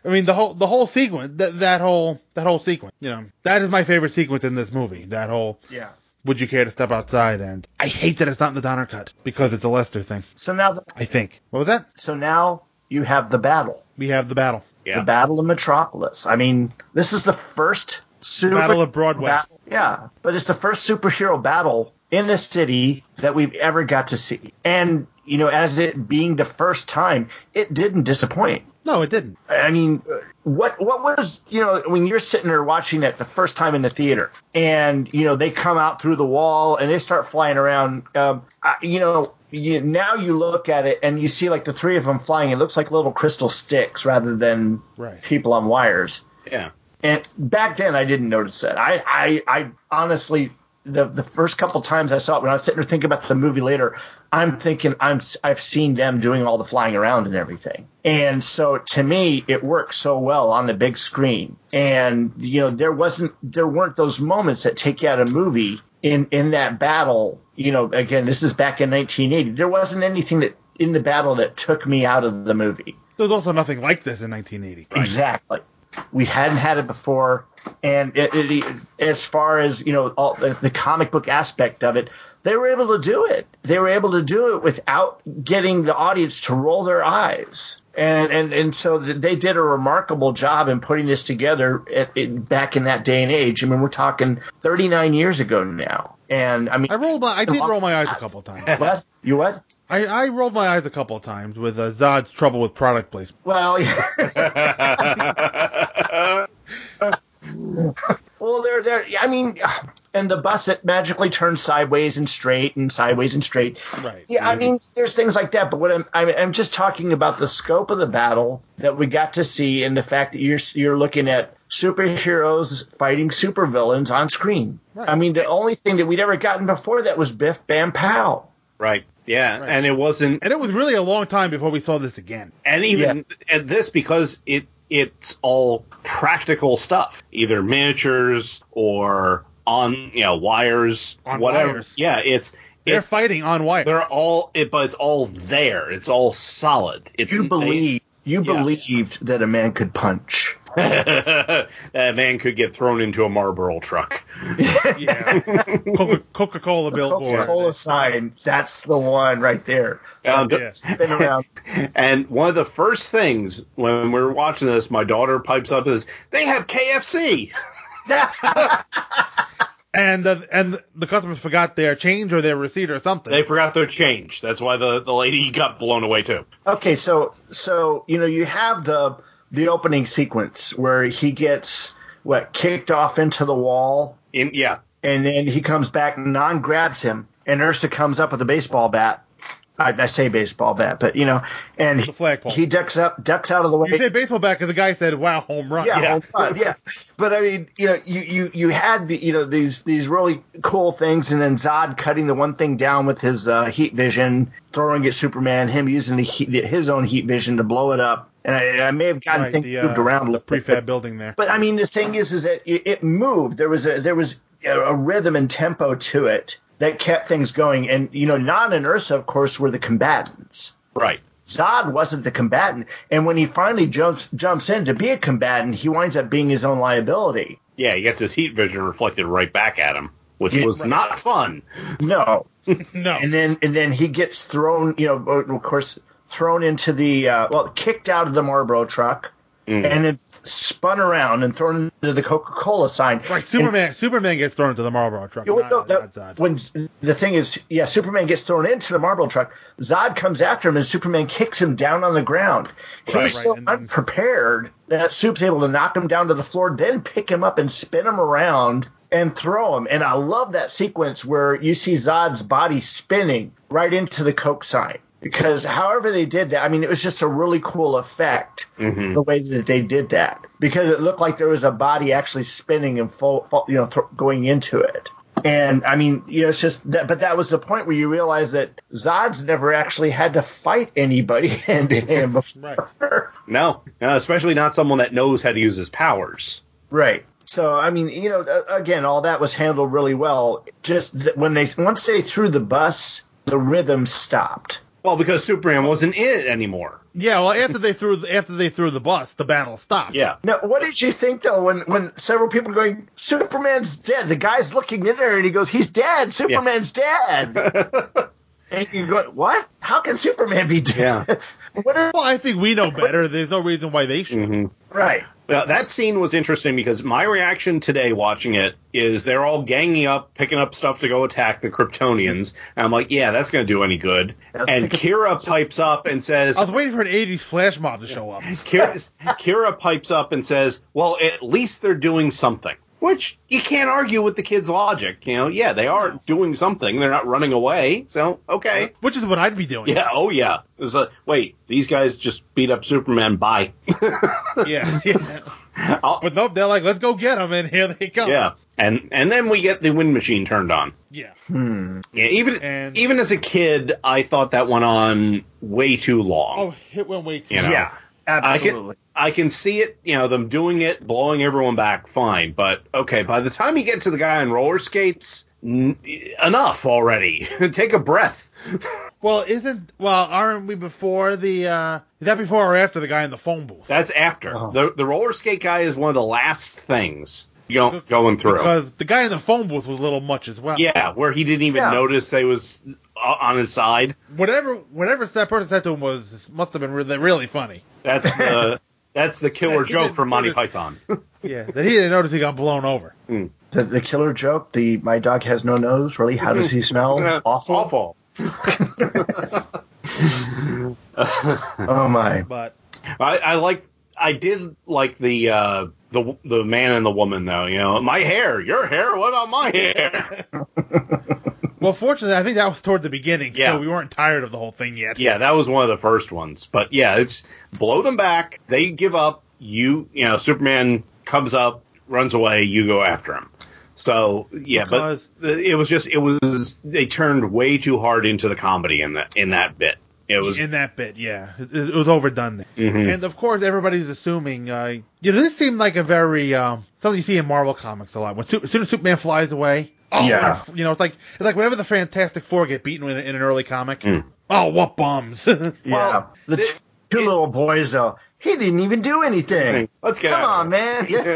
S8: I mean the whole the whole sequence that that whole that whole sequence, you know. That is my favorite sequence in this movie. That whole
S16: Yeah.
S8: would you care to step outside and I hate that it's not in the Donner cut because it's a Lester thing.
S16: So now the,
S8: I think. What was that?
S16: So now you have the battle.
S8: We have the battle.
S16: The Battle of Metropolis. I mean, this is the first super
S8: Battle of Broadway.
S16: battle- yeah, but it's the first superhero battle in the city that we've ever got to see. And you know, as it being the first time, it didn't disappoint.
S8: No, it didn't.
S16: I mean, what what was you know when you're sitting there watching it the first time in the theater, and you know they come out through the wall and they start flying around. Um, I, you know, you, now you look at it and you see like the three of them flying. It looks like little crystal sticks rather than
S8: Right.
S16: people on wires.
S15: Yeah.
S16: And back then, I didn't notice that. I, I, I honestly, the the first couple times I saw it, when I was sitting there thinking about the movie later, I'm thinking I'm s- I've seen them doing all the flying around and everything. And so to me, it worked so well on the big screen. And you know, there wasn't there weren't those moments that take you out of a movie in in that battle. You know, again, this is back in 1980. There wasn't anything that in the battle that took me out of the movie.
S8: There's also nothing like this in 1980.
S16: Exactly. We hadn't had it before, and it, it, as far as you know, all the the comic book aspect of it, they were able to do it. They were able to do it without getting the audience to roll their eyes, and and and so th- they did a remarkable job in putting this together at, in, back in that day and age. I mean, we're talking 39 years ago now, and I mean,
S8: I rolled my I
S16: *laughs*
S8: did roll my eyes a couple of times.
S16: Uh, What? You what?
S8: I, I rolled my eyes a couple of times with uh, Zod's trouble with product placement.
S16: Well, well, they're they're. I mean, and the bus that magically turns sideways and straight and sideways and straight.
S8: Right.
S16: Yeah, I mean, there's things like that. But what I'm I'm, I'm just talking about the scope of the battle that we got to see, and the fact that you're you're looking at superheroes fighting supervillains on screen. I mean, the only thing that we'd ever gotten before that was Biff Bam Pow.
S15: Right. Yeah, and it wasn't
S8: And it was really a long time before we saw this again.
S15: and even at this because it it's all practical stuff, either miniatures or on you know wires,
S8: On
S15: whatever.
S8: wires.
S15: Yeah, it's
S8: They're
S15: it-
S8: fighting on wire.
S15: They're all it, but it's all there. It's all solid. It's
S16: You believe you
S15: Yeah.
S16: believed that a man could punch.
S15: *laughs* that man could get thrown into a Marlboro
S8: *laughs*
S15: truck. *laughs*
S8: Coca Cola billboard.
S16: Coca-Cola sign. That's the one right *laughs* there.
S15: Um,
S16: Spin around.
S15: *laughs* And one of the first things when we were watching this, my daughter pipes up is, "They have
S8: *laughs*
S15: KFC."
S8: And the, and the customers forgot their change or their receipt or something.
S15: They forgot their change. That's why the, the lady got blown away too.
S16: Okay, so so you know you have the the opening sequence where he gets what kicked off into the wall.
S15: In yeah.
S16: And then he comes back, non grabs him, and Ursa comes up with a baseball bat. I, I say baseball bat, but you know, and
S8: flagpole.
S16: he ducks up, ducks out of the way.
S8: You say baseball bat because the guy said, "Wow, home run!"
S16: Yeah, home run, yeah. But I mean, you know, you, you you had the you know these these really cool things, and then Zod cutting the one thing down with his uh, heat vision, throwing at Superman, him using the heat, his own heat vision to blow it up. And I, I may have gotten
S8: Right,
S16: things
S8: the,
S16: moved
S8: uh,
S16: around a
S8: the
S16: little bit,
S8: prefab building there.
S16: but I mean, the thing is, is that it, it moved. There was a there was a, a rhythm and tempo to it that kept things going. And you know, Non and Ursa, of course, were the combatants.
S15: Right.
S16: Zod wasn't the combatant, and when he finally jumps jumps in to be a combatant, he winds up being his own liability.
S15: Yeah, he gets his heat vision reflected right back at him, which
S16: Yeah.
S15: was not fun. *laughs*
S16: No,
S8: no.
S16: And then and then he gets thrown, you know, of course, thrown into the uh, well, kicked out of the Marlboro truck.
S15: Mm.
S16: and it's spun around and thrown into the Coca Cola sign.
S8: Right, Superman. Superman gets thrown into the Marlboro truck.
S16: You
S8: not-
S16: know, that-
S8: not Zod.
S16: when the thing is, yeah, Superman gets thrown into the Marlboro truck. Zod comes after him, and Superman kicks him down on the ground. He
S8: Right,
S16: was so unprepared that Soup's able to knock him down to the floor, then pick him up and spin him around and throw him. And I love that sequence where you see Zod's body spinning right into the Coke sign. Because however they did that, I mean, it was just a really cool effect
S8: Mm-hmm.
S15: Mhm.
S16: the way that they did that because it looked like there was a body actually spinning and full, full- you know th- going into it and i mean you know it's just that but that was the point where you realize that zod's never actually had to fight anybody *laughs* hand to hand before.
S15: No, no, especially not someone that knows how to use his powers.
S16: right so i mean you know a- again all that was handled really well just th- when they once they threw the bus the rhythm stopped
S15: well because superman wasn't in it anymore
S8: Yeah, well, after they threw after they threw the bus, the battle stopped.
S15: Yeah.
S16: Now, what did you think though when when several people going, Superman's dead? The guy's looking in there and he goes, "He's dead. Superman's
S8: *laughs*
S16: dead." and you go, "What? How can Superman be dead?" *laughs*
S8: well, I think we know better. There's no reason why they should.
S16: Mm-hmm. Right.
S15: Well, that scene was interesting because my reaction today watching it is they're all ganging up, picking up stuff to go attack the Kryptonians. And I'm like, yeah, that's going to do any good. And Kira pipes up and says,
S8: I was waiting for an '80s flash mob to
S16: *laughs*
S8: show up. *laughs*
S15: Kira, Kira pipes up and says, well, at least they're doing something. Which you can't argue with the kid's logic. You know, yeah, they are doing something. They're not running away. So, okay.
S8: Which is what I'd be doing.
S15: Yeah, oh yeah. It's like, wait, these guys just beat up Superman. Bye.
S8: *laughs* yeah.
S15: *laughs*
S8: yeah. but nope, they're like, let's go get them, and here they come.
S15: Yeah, and and then we get the wind machine turned on.
S8: Yeah.
S15: Hmm. Yeah, even even as a kid, I thought that went on way too long.
S8: Oh, it went way too.
S15: You know?
S8: absolutely.
S15: I can, I can see it. You know, them doing it, blowing everyone back. Fine, but okay. By the time you get to the guy on roller skates, n- enough already. *laughs* Take a breath.
S8: Well, isn't well? Aren't we before the? uh Is that before or after the guy in the phone booth?
S15: That's after
S8: Uh-huh.
S15: the the roller skate guy is one of the last things you know, going through.
S8: Because the guy in the phone booth was a little much as well.
S15: yeah, where he didn't even
S8: Yeah.
S15: notice they was uh, on his side.
S8: Whatever, whatever that person said to him was must have been really, really funny.
S15: That's uh, the that's the killer
S8: He
S15: joke
S8: didn't
S15: from Monty
S8: notice.
S15: Python.
S8: *laughs* Yeah, that he didn't notice he got blown over.
S16: Hmm. The, the killer joke, the my dog has no nose. Really, how does he smell? *laughs* awful.
S15: Uh, Awful.
S16: oh my!
S8: But
S15: I, I like I did like the uh, the the man and the woman though. You know, my hair, your hair. What about my hair?
S8: Well, fortunately, I think that was toward the beginning,
S15: Yeah.
S8: so we weren't tired of the whole thing yet.
S15: yeah, that was one of the first ones. But yeah, it's blow them back. They give up. You you know, Superman comes up, runs away. You go after him. So yeah, but th- it was just it was they turned way too hard into the comedy in that in that bit. It was
S8: in that bit. Yeah, it, it was overdone. There.
S15: Mhm.
S8: And of course, everybody's assuming. Uh, you know, this seemed like a very um, something you see in Marvel comics a lot. When Su- as soon as Superman flies away, oh,
S15: Yeah.
S8: what a f- you know, it's like it's like whenever the Fantastic Four get beaten in, in an early comic.
S16: Hmm.
S8: Oh, what *laughs* bums!
S16: yeah, the t- two little boys though. He didn't even do anything.
S15: Let's get
S16: Hmm. Come
S15: out of
S16: on, man. Yeah.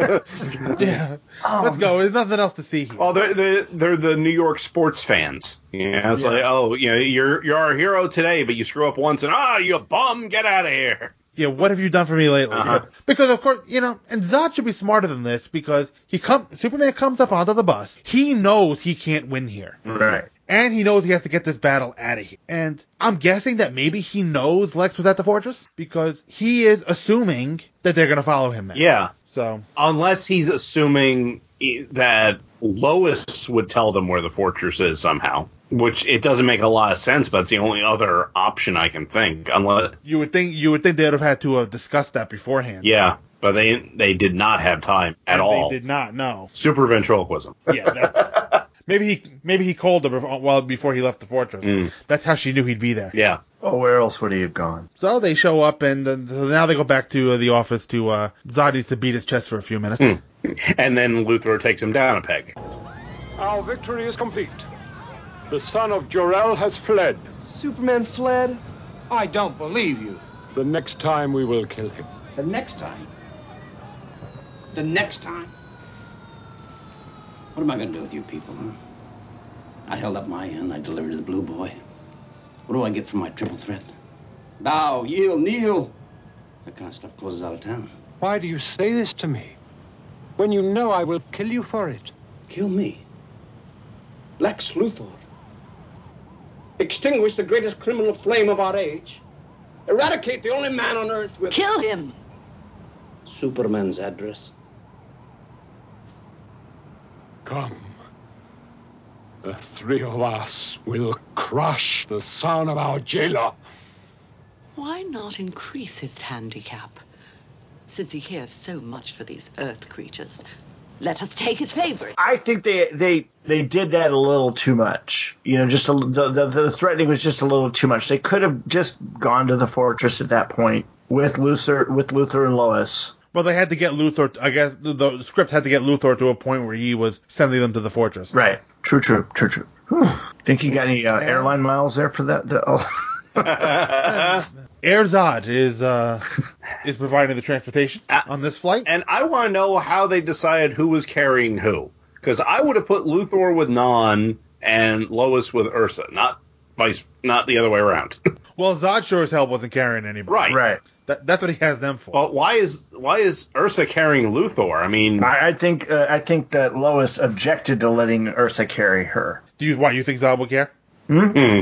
S16: *laughs*
S8: yeah. *laughs* Let's go. There's nothing else to see here.
S15: Well, they're, they're, they're the New York sports fans. You know, it's like, oh, you know, you're you're our hero today, but you screw up once, and ah, you bum, get out of here.
S8: Yeah, what have you done for me lately?
S15: Uh-huh.
S8: Because of course, you know, and Zod should be smarter than this because he come Superman comes up onto the bus. He knows he can't win here.
S16: Right.
S8: And he knows he has to get this battle out of here. And I'm guessing that maybe he knows Lex was at the fortress because he is assuming that they're going to follow him now.
S15: Yeah.
S8: So
S15: Unless he's assuming i- that Lois would tell them where the fortress is somehow, which it doesn't make a lot of sense, but it's the only other option I can think. Unless,
S8: you would think you would think they'd have had to have discussed that beforehand.
S15: yeah, but they they did not have time at
S8: And
S15: all.
S8: They did not know.
S15: Super ventriloquism. *laughs*
S8: Yeah. that- maybe he maybe he called her before, well before he left the fortress.
S15: Mm.
S8: That's how she knew he'd be there.
S15: Yeah.
S16: Oh, where else would he have gone?
S8: So they show up, and uh, so now they go back to uh, the office to uh, Zod needs to beat his chest for a few minutes.
S15: Hmm. And then Luthor takes him down a peg.
S21: Our victory is complete. The son of Jor-El has fled.
S10: Superman fled? I don't believe you.
S21: The next time we will kill him.
S10: The next time. The next time. What am I going to do with you people? Huh? I held up my end. I delivered to the blue boy. What do I get from my triple threat? Bow, yield, kneel. That kind of stuff closes out of town.
S11: Why do you say this to me? When you know I will kill you for it.
S10: Kill me?
S21: Lex Luthor. Extinguish the greatest criminal flame of our age. Eradicate the only man on earth with.
S18: Kill him!
S10: Superman's address.
S11: Come. The three of us will crush the son of our jailer.
S18: Why not increase his handicap? Since he hears so much for these earth creatures, let us take his favorite.
S16: I think they they they did that a little too much. You know, just a, the, the the threatening was just a little too much. They could have just gone to the fortress at that point with Luther with Luther and Lois.
S8: Well, they had to get Luthor. I guess the, the script had to get Luthor to a point where he was sending them to the fortress.
S16: Right. True. True. True. True. Whew. Think you got any uh, airline miles there for that? *laughs* Oh.
S8: Airzod is uh, is providing the transportation
S16: Uh,
S8: on this flight.
S15: And I want to know how they decided who was carrying who, because I would have put Luthor with Non and Lois with Ursa, not vice, not the other way around.
S8: Well, Zod sure as hell wasn't carrying
S15: Right.
S8: anybody.
S16: Right.
S8: That, that's what he has them for.
S15: But why is why is Ursa carrying Luthor? I mean,
S16: I, I think uh, I think that Lois objected to letting Ursa carry her.
S8: Do you why you think Zod would care?
S16: Hmm?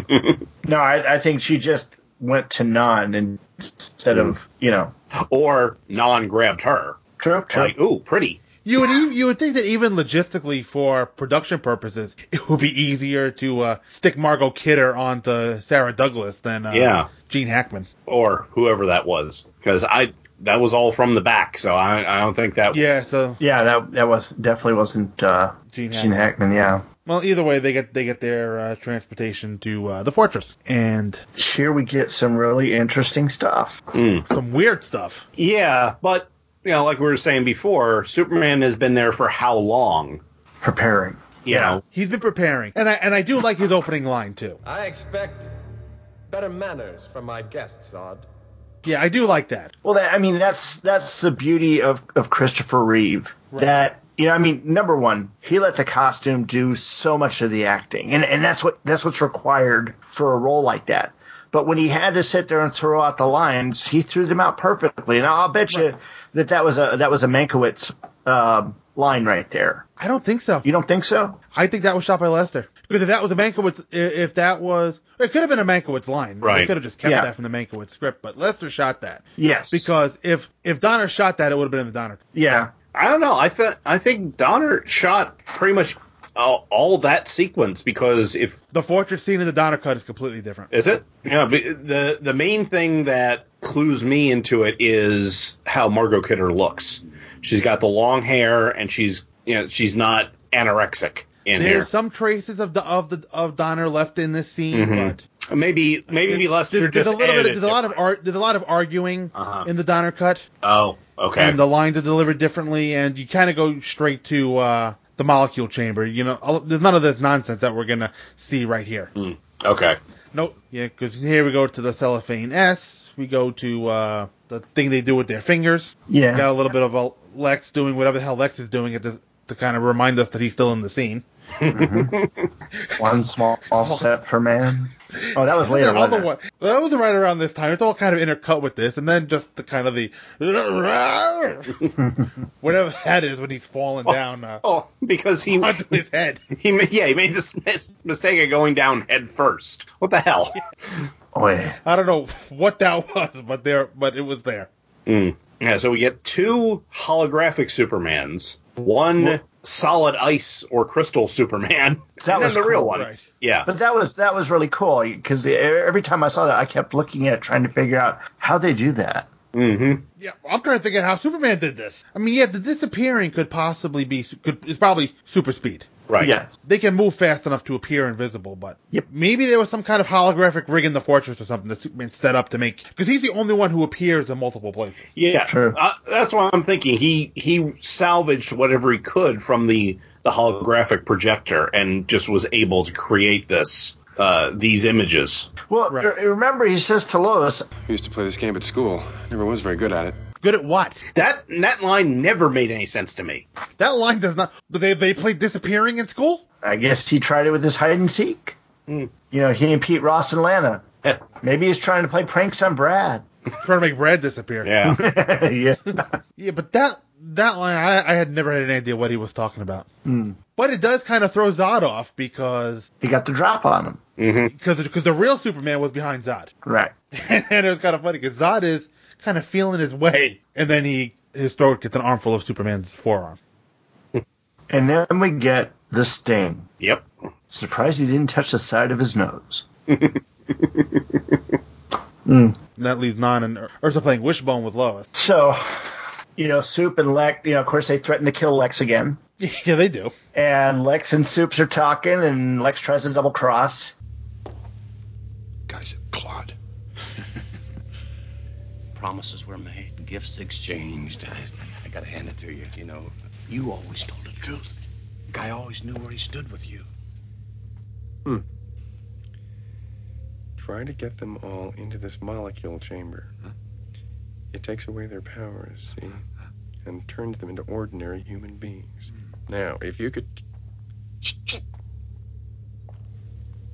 S16: no, I, I think she just went to non instead of you know,
S15: or non grabbed her.
S16: True, true.
S15: Like, ooh, pretty.
S8: You would even, you would think that even logistically for production purposes, it would be easier to uh, stick Margot Kidder onto Sarah Douglas than uh,
S15: Yeah.
S8: Gene Hackman.
S15: or whoever that was, because I that was all from the back, so I I don't think that
S8: Yeah. So
S16: yeah, that that was definitely wasn't uh,
S8: Gene
S16: Gene,
S8: Hackman.
S16: Hackman. Yeah.
S8: Well, either way, they get they get their uh, transportation to uh, the fortress, and
S16: here we get some really interesting stuff.
S8: some weird stuff.
S15: yeah. But you know, like we were saying before, Superman has been there for how long?
S16: Preparing.
S15: You yeah. Know,
S8: He's been preparing, and I and I do like his opening line too.
S19: I expect better manners from my guests, Zod.
S8: Yeah, I do like that.
S16: Well, that, I mean, that's that's the beauty of of Christopher Reeve. That you know, I mean, number one, he let the costume do so much of the acting, and and that's what that's what's required for a role like that. But when he had to sit there and throw out the lines, he threw them out perfectly, and I'll bet you that that was a that was a Mankiewicz uh, line right there.
S8: I don't think so.
S16: You don't think so?
S8: I think that was shot by Lester. Because if that was a Mankiewicz, i- if that was, it could have been a Mankiewicz line. They
S15: Right.
S8: could have just kept
S16: Yeah.
S8: that from the Mankiewicz script, but Lester shot that
S16: Yes.
S8: because if if Donner shot that, it would have been in the Donner.
S16: yeah.
S15: I don't know. I th- I think Donner shot pretty much uh, all that sequence because if
S8: The fortress scene in the Donner cut is completely different.
S15: Is it? Yeah. But the the main thing that clues me into it is how Margot Kidder looks. She's got the long hair, and she's you know she's not anorexic in
S8: There's
S15: here.
S8: some traces of the of the of Donner left in this scene,
S15: Mhm.
S8: but
S15: Maybe maybe Lester
S8: there's, there's
S15: just
S8: a little bit,
S15: edited
S8: there's a lot of ar- there's a lot of arguing
S15: Uh-huh.
S8: in the Donner cut,
S15: Oh, okay.
S8: and the lines are delivered differently, and you kind of go straight to uh, the molecule chamber. You know, all- there's none of this nonsense that we're gonna see right here.
S15: Mm, okay.
S8: Nope. Yeah, because here we go to the cellophane S. We go to uh, the thing they do with their fingers.
S16: Yeah.
S8: Got a little bit of a Lex doing whatever the hell Lex is doing at the, to kind of remind us that he's still in the scene.
S16: Mm-hmm.
S8: *laughs*
S16: One small step for man. Oh, that was later.
S8: The other
S16: wasn't it?
S8: one, that was right around this time. It's all kind of intercut with this, and then just the kind of the *laughs* whatever that is when he's falling down uh,
S15: Oh, *laughs* because he
S8: onto his head.
S15: *laughs* he ma- yeah he made this mis- mistake of going down head first. What the hell?
S16: Oh, yeah.
S8: I don't know what that *laughs* was, but there, but it was there.
S15: Mm. Yeah, so we get two holographic Supermans, one solid ice or crystal Superman, *laughs*
S16: That
S15: and
S16: was
S15: then the real
S16: cool,
S15: one.
S8: right.
S15: Yeah.
S16: But that was that was really cool because every time I saw that, I kept looking at it, trying to figure out how they do that.
S15: Mm-hmm.
S8: Yeah, I'm trying to think of how Superman did this. I mean, yeah, the disappearing could possibly be could is probably super speed.
S15: Right.
S16: Yes.
S8: They can move fast enough to appear invisible, but
S16: Yep.
S8: maybe there was some kind of holographic rig in the fortress or something that Superman set up to make because he's the only one who appears in multiple places.
S15: Yeah.
S16: True.
S15: Uh, that's what I'm thinking. He he salvaged whatever he could from the the holographic projector and just was able to create this uh, these images.
S16: Well,
S8: Right.
S16: r- remember he says to Lois,
S19: I used to play this game at school. Never was very good at it.
S8: Good at what?
S15: That that line never made any sense to me.
S8: That line does not. But they they played disappearing in school.
S16: I guess he tried it with his hide and seek.
S15: Mm.
S8: Hmm.
S16: You know, he and Pete Ross and Lana.
S15: Yeah.
S16: Maybe he's trying to play pranks on Brad.
S8: *laughs* trying to make Brad disappear. *laughs*
S15: Yeah.
S8: yeah. Yeah, but that that line, I, I had never had any idea what he was talking about.
S16: Hmm.
S8: But it does kind of throw Zod off because
S16: he got the drop on him.
S15: Mm-hmm.
S8: Because the real Superman was behind Zod, *laughs*
S16: right?
S8: and it was kind of funny because Zod is kind of feeling his way, and then he his throat gets an armful of Superman's forearm.
S16: *laughs* And then we get the sting.
S15: Yep.
S16: Surprised he didn't touch the side of his
S15: *laughs*
S16: nose. Hmm.
S8: And that leaves Nan and Ur- Ursa playing Wishbone with Lois.
S16: So, you know, Soup and Lex, you know, of course, they threaten to kill Lex again.
S8: *laughs* Yeah, they do.
S16: And Lex and Soups are talking, and Lex tries to double cross.
S24: Guy's a clod.
S1: *laughs* Promises were made, gifts exchanged. I, I gotta hand it to you. You know, you always told the truth. Guy always knew where he stood with you.
S19: Try to get them all into this molecule chamber. It takes away their powers, see, and turns them into ordinary human beings. Now, if you could.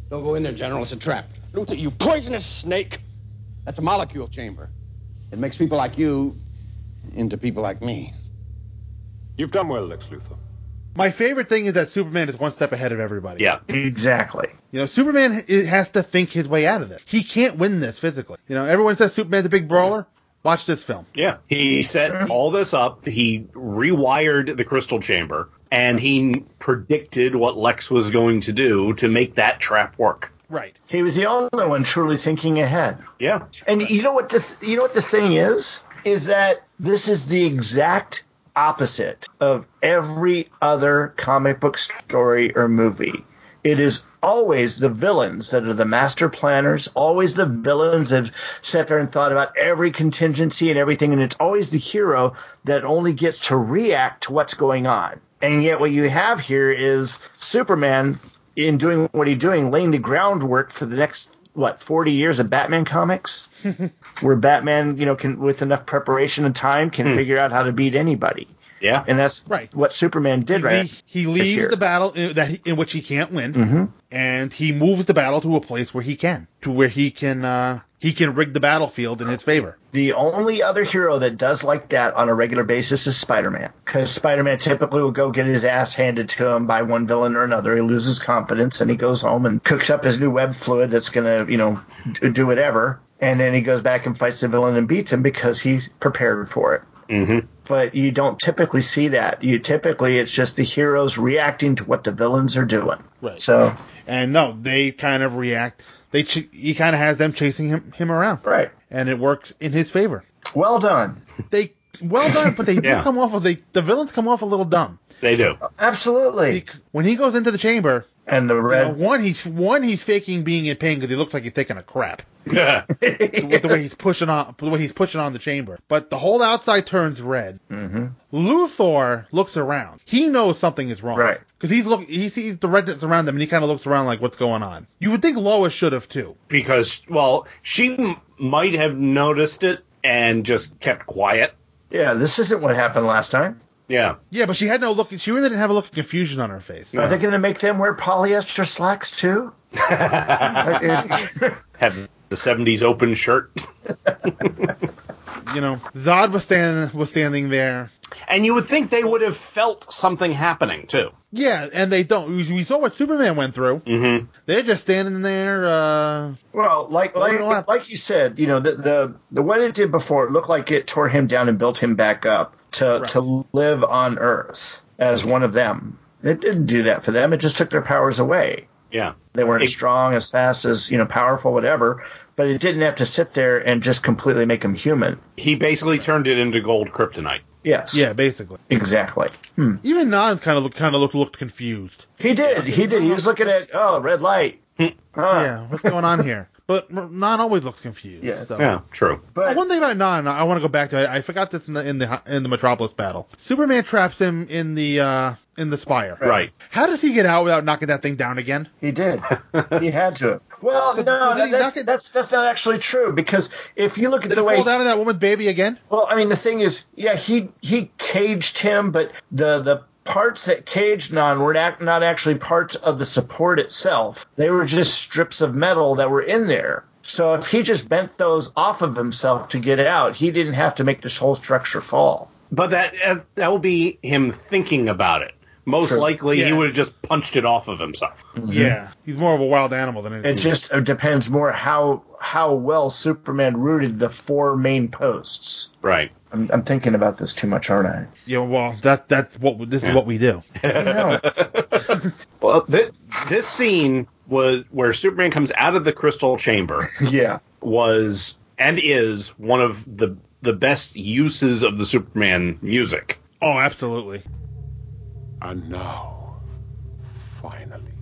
S25: Don't go in there, General. It's a trap. Luther, you poisonous snake! That's a molecule chamber.
S22: It makes people like you into people like me.
S21: You've done well, Lex Luthor.
S8: My favorite thing is that Superman is one step ahead of everybody.
S15: Yeah,
S16: exactly.
S8: You know, Superman h- has to think his way out of this. He can't win this physically. You know, everyone says Superman's a big brawler. Watch this film.
S15: Yeah. He
S8: Mm-hmm.
S15: set all this up. He rewired the crystal chamber and he predicted what Lex was going to do to make that trap work.
S8: Right.
S16: He was the only one truly thinking ahead.
S15: Yeah.
S16: And you know what this you know what the thing is? Is that this is the exact opposite of every other comic book story or movie. It is always the villains that are the master planners, always the villains that have sat there and thought about every contingency and everything, and it's always the hero that only gets to react to what's going on. And yet what you have here is Superman in doing what he's doing, laying the groundwork for the next what, forty years of Batman
S8: *laughs*
S16: comics? where Batman, you know, can with enough preparation and time can figure out how to beat anybody.
S15: Yeah.
S16: And that's
S8: Right.
S16: what Superman did right
S8: He leaves
S16: here.
S8: the battle in, that he, in which he can't win,
S16: Mhm.
S8: and he moves the battle to a place where he can, to where he can uh, he can rig the battlefield in his favor.
S16: Uh, The only other hero that does like that on a regular basis is Spider-Man, because Spider-Man typically will go get his ass handed to him by one villain or another. He loses confidence and he goes home and cooks up his new web fluid that's gonna, you know, d- do whatever. And then he goes back and fights the villain and beats him because he prepared for it.
S15: Mm-hmm.
S16: But you don't typically see that. You typically it's just the heroes reacting to what the villains are doing.
S8: Right.
S16: So
S8: And no, they kind of react. They ch- he kind of has them chasing him him around,
S16: right.
S8: and it works in his favor.
S16: Well done.
S8: They well done, but they
S15: *laughs*
S8: do
S15: Yeah.
S8: come off of they the villains come off a little dumb.
S15: They do.
S16: Absolutely.
S8: When he goes into the chamber,
S16: And the
S8: you know,
S16: red
S8: one he's one he's faking being in pain because he looks like he's taking a
S16: *laughs*
S8: crap.
S15: Yeah.
S8: with the way he's pushing on the way he's pushing on the chamber. But the whole outside turns red.
S16: Mm-hmm.
S8: Luthor looks around. He knows something is wrong.
S16: Right.
S8: Because he's look he sees the redness around them and he kind of looks around like what's going on. You would think Lois should have too.
S15: because well she m- might have noticed it and just kept quiet
S16: Yeah, this isn't what happened last time.
S15: yeah
S8: Yeah, but she
S15: *laughs*
S8: had no look. She really didn't have a look of confusion on her face.
S16: Are they going to make them wear polyester slacks
S15: *laughs*
S16: too?
S15: have the 70s open shirt
S8: You know, Zod was standing was standing there.
S15: and you would think they would have felt something happening too
S8: Yeah, and they don't. We we saw what Superman went through.
S15: mm-hmm.
S8: They're just standing there. Uh,
S16: well, like like,
S8: Well,
S16: like you said, you know the, the the what it did before it looked like it tore him down and built him back up to to live on Earth as one of them. It didn't do that for them. It just took their powers away.
S15: yeah
S16: They weren't
S15: It-
S16: as strong, as fast, as you know, powerful, whatever. But it didn't have to sit there and just completely make him human.
S15: he basically turned it into gold kryptonite
S16: Yes.
S8: yeah, basically.
S16: Exactly.
S8: Even Nan kind of look kind of looked looked confused.
S16: Hmm.
S8: Hmm.
S16: He did. He did. He was looking at oh, red light. Huh.
S8: Yeah, what's going on here? But Nan always looks confused.
S16: Yeah.
S8: so.
S15: yeah true
S16: But-
S8: one thing about Nan, I want to go back to. I, I forgot this in the in the in the Metropolis battle. Superman traps him in the uh, in the spire.
S15: right
S8: How does he get out without knocking that thing down again?
S16: He did.
S15: *laughs*
S16: he had to. Well,
S8: So-
S16: no,
S8: so did
S16: that, that's,
S8: he knock it-
S16: that's that's not actually true because if you look at
S8: Did
S16: the
S8: he
S16: way.
S8: fall down on that woman's baby again?
S16: well, I mean, the thing is, yeah, he he caged him, but the the parts that caged on were not, not actually parts of the support itself. They were just strips of metal that were in there. So if he just bent those off of himself to get out, he didn't have to make this whole structure fall.
S15: But that uh, that will be him thinking about it. Most
S16: True. Mm-hmm.
S15: likely, he
S16: Yeah.
S15: would have just punched it off of himself.
S8: Yeah, he's more of a wild animal than anything.
S16: It just uh, depends more how how well Superman rooted the four main posts.
S15: Right.
S16: I'm, I'm thinking about this too much, aren't I?
S8: Yeah, well, that that's what this is what we do.
S16: *laughs*
S15: *laughs* Well, thi- this scene was where Superman comes out of the crystal chamber.
S16: Yeah.
S15: Was and is one of the the best uses of the Superman music.
S8: Oh, absolutely.
S11: And now, finally.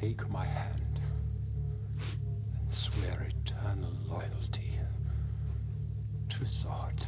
S11: Take my hand and swear eternal loyalty to Zod.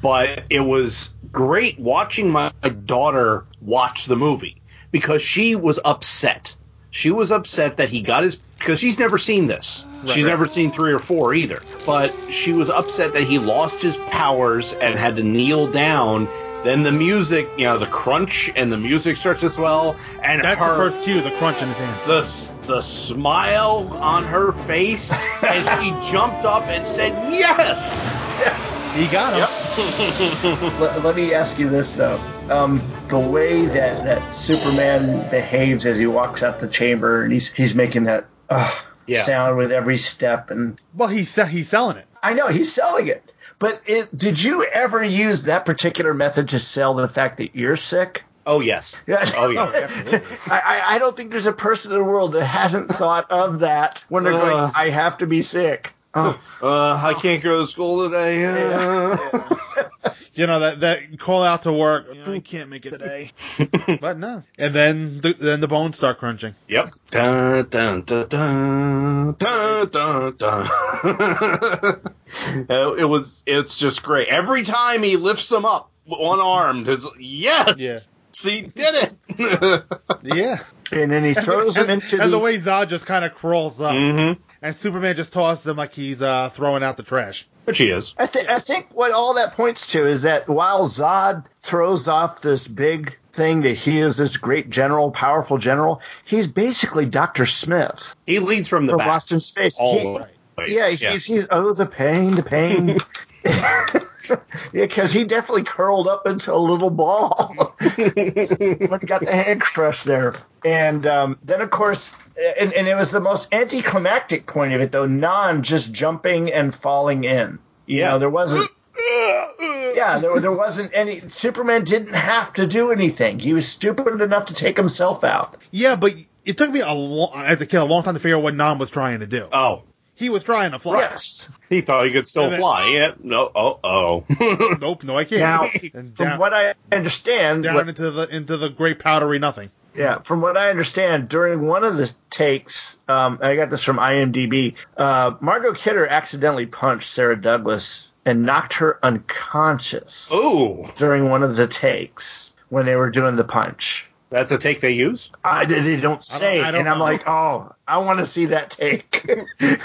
S15: but it was great watching my daughter watch the movie because she was upset. She was upset that he got his because she's never seen this. she's never seen three or four either. But she was upset that he lost his powers and had to kneel down. Then the music, you know, the crunch and the music starts as well. And
S8: That's
S15: her-
S8: the first cue, the crunch in his hand.
S15: the the smile on her
S8: *laughs*
S15: face, and she jumped up and said, "Yes,
S8: he got him."
S16: *laughs* let, let me ask you this though: um, the way that that Superman behaves as he walks out the chamber, and he's he's making that uh,
S8: Yeah.
S16: sound with every step, and
S8: well, he's he's selling it.
S16: I know he's selling it. But it, did you ever use that particular method to sell the fact that you're sick? *laughs*
S15: Oh yes. Oh yeah.
S16: I, I- I don't think there's a person in the world that hasn't thought of that when they're
S15: Uh.
S16: going, I have to be sick.
S15: *laughs* Uh, I can't go to
S16: *laughs*
S15: school today. Uh.
S8: You know that that call out to work. You know, I can't make it today. but no, and then the, then the bones start crunching.
S16: *laughs*
S15: Yep. Dun, dun, dun, dun, dun, dun, dun. Uh, it was. It's just great. Every time he lifts him up, one armed, is yes.
S8: Yeah.
S15: She did it. *laughs*
S8: yeah.
S16: And
S8: *laughs*
S16: then he throws him
S8: And-
S16: into
S8: and
S16: the.
S8: the way Zod just kind of crawls up,
S15: Mhm.
S8: and Superman just tosses him like he's uh, throwing out the trash.
S15: Which he is.
S16: I, th- I think what all that points to is that while Zod throws off this big thing that he is this great general, powerful general, he's basically Dr. Smith.
S15: He leads from the
S16: from
S15: back.
S16: Lost in Space.
S15: All
S16: He-
S15: the way.
S16: Yeah, he's, he's oh the pain, the
S15: *laughs*
S16: pain. yeah, because he definitely curled up into a little
S8: *laughs*
S16: ball when he got the hand crush there. And um, then of course, and, and it was the most anticlimactic point of it though, non just jumping and falling in. You know, there wasn't. Yeah, there, there wasn't any. Superman didn't have to do anything. He was stupid enough to take himself out.
S8: Yeah, but it took me a long, uh, as a kid a long time to figure out what Nam was trying to do.
S15: Oh,
S8: he was trying to fly.
S16: Yes.
S15: He thought he could still
S8: And then-
S15: fly. Yeah. No. Oh. Oh.
S8: *laughs* nope, no, I can't.
S16: Now,
S8: *laughs* and
S16: from
S8: down,
S16: what I understand,
S8: down
S16: what-
S8: into the into the great powdery nothing.
S16: Yeah, from what I understand, during one of the takes, um, I got this from IMDb. Uh, Margot Kidder accidentally punched Sarah Douglas and knocked her unconscious.
S15: Ooh!
S16: During one of the takes when they were doing the punch.
S15: That's a take they use.
S16: I, they- they don't say,
S15: I don't
S16: and I'm
S15: know.
S16: like, oh, I want to see that take. *laughs*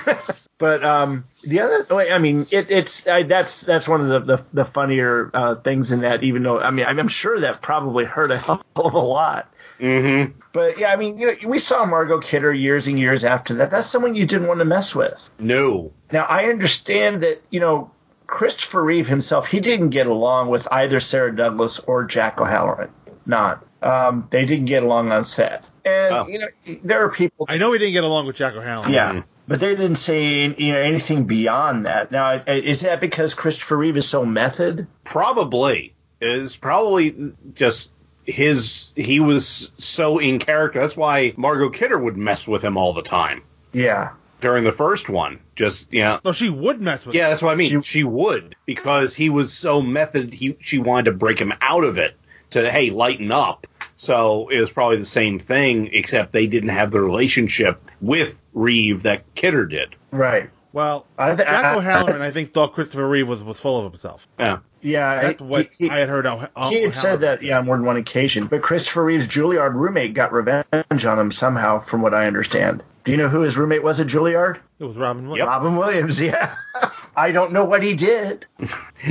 S16: but um, the other, wait, I mean, it, it's I, that's that's one of the the, the funnier uh, things in that. Even though, I mean, I'm sure that probably hurt a *laughs* hell of a lot.
S15: Mm-hmm.
S16: But yeah, I mean, you know, we saw Margot Kidder years and years after that. That's someone you didn't want to mess with.
S15: No.
S16: Now I understand that you know Christopher Reeve himself he didn't get along with either Sarah Douglas or Jack O'Halloran. Not um, they didn't get along on set, and you know there are people.
S8: I know he didn't get along with Jack
S15: Mm-hmm.
S8: O'Halloran.
S16: Yeah. But they didn't say you know anything beyond that. Now, i- is that because Christopher Reeve is so method?
S15: Probably is
S16: oh,
S15: probably just his. He was so in character. That's why Margot Kidder would mess with him all the time
S16: Yeah.
S15: during the first one. Just yeah.
S8: No, she would mess with.
S15: Yeah, that's what I mean. She, would because he was so method. He she wanted to break him out of it to hey lighten up. So it was probably the same thing, except they didn't have the relationship with Reeve that Kidder did.
S16: Right.
S8: Well,
S16: I th-
S8: Jack
S16: I-
S8: O'Halloran, I think, thought Christopher Reeve was, was full of himself.
S15: Yeah.
S16: Yeah,
S8: That's
S16: he-
S8: what
S16: he-
S8: I had heard. O'Ha-
S16: he had said that yeah, on more than one occasion. But Christopher Reeve's Juilliard roommate got revenge on him somehow, from what I understand. Do you know who his roommate was at Juilliard?
S8: It was Robin Williams.
S16: Robin Williams, *laughs* yeah. I don't know what he did.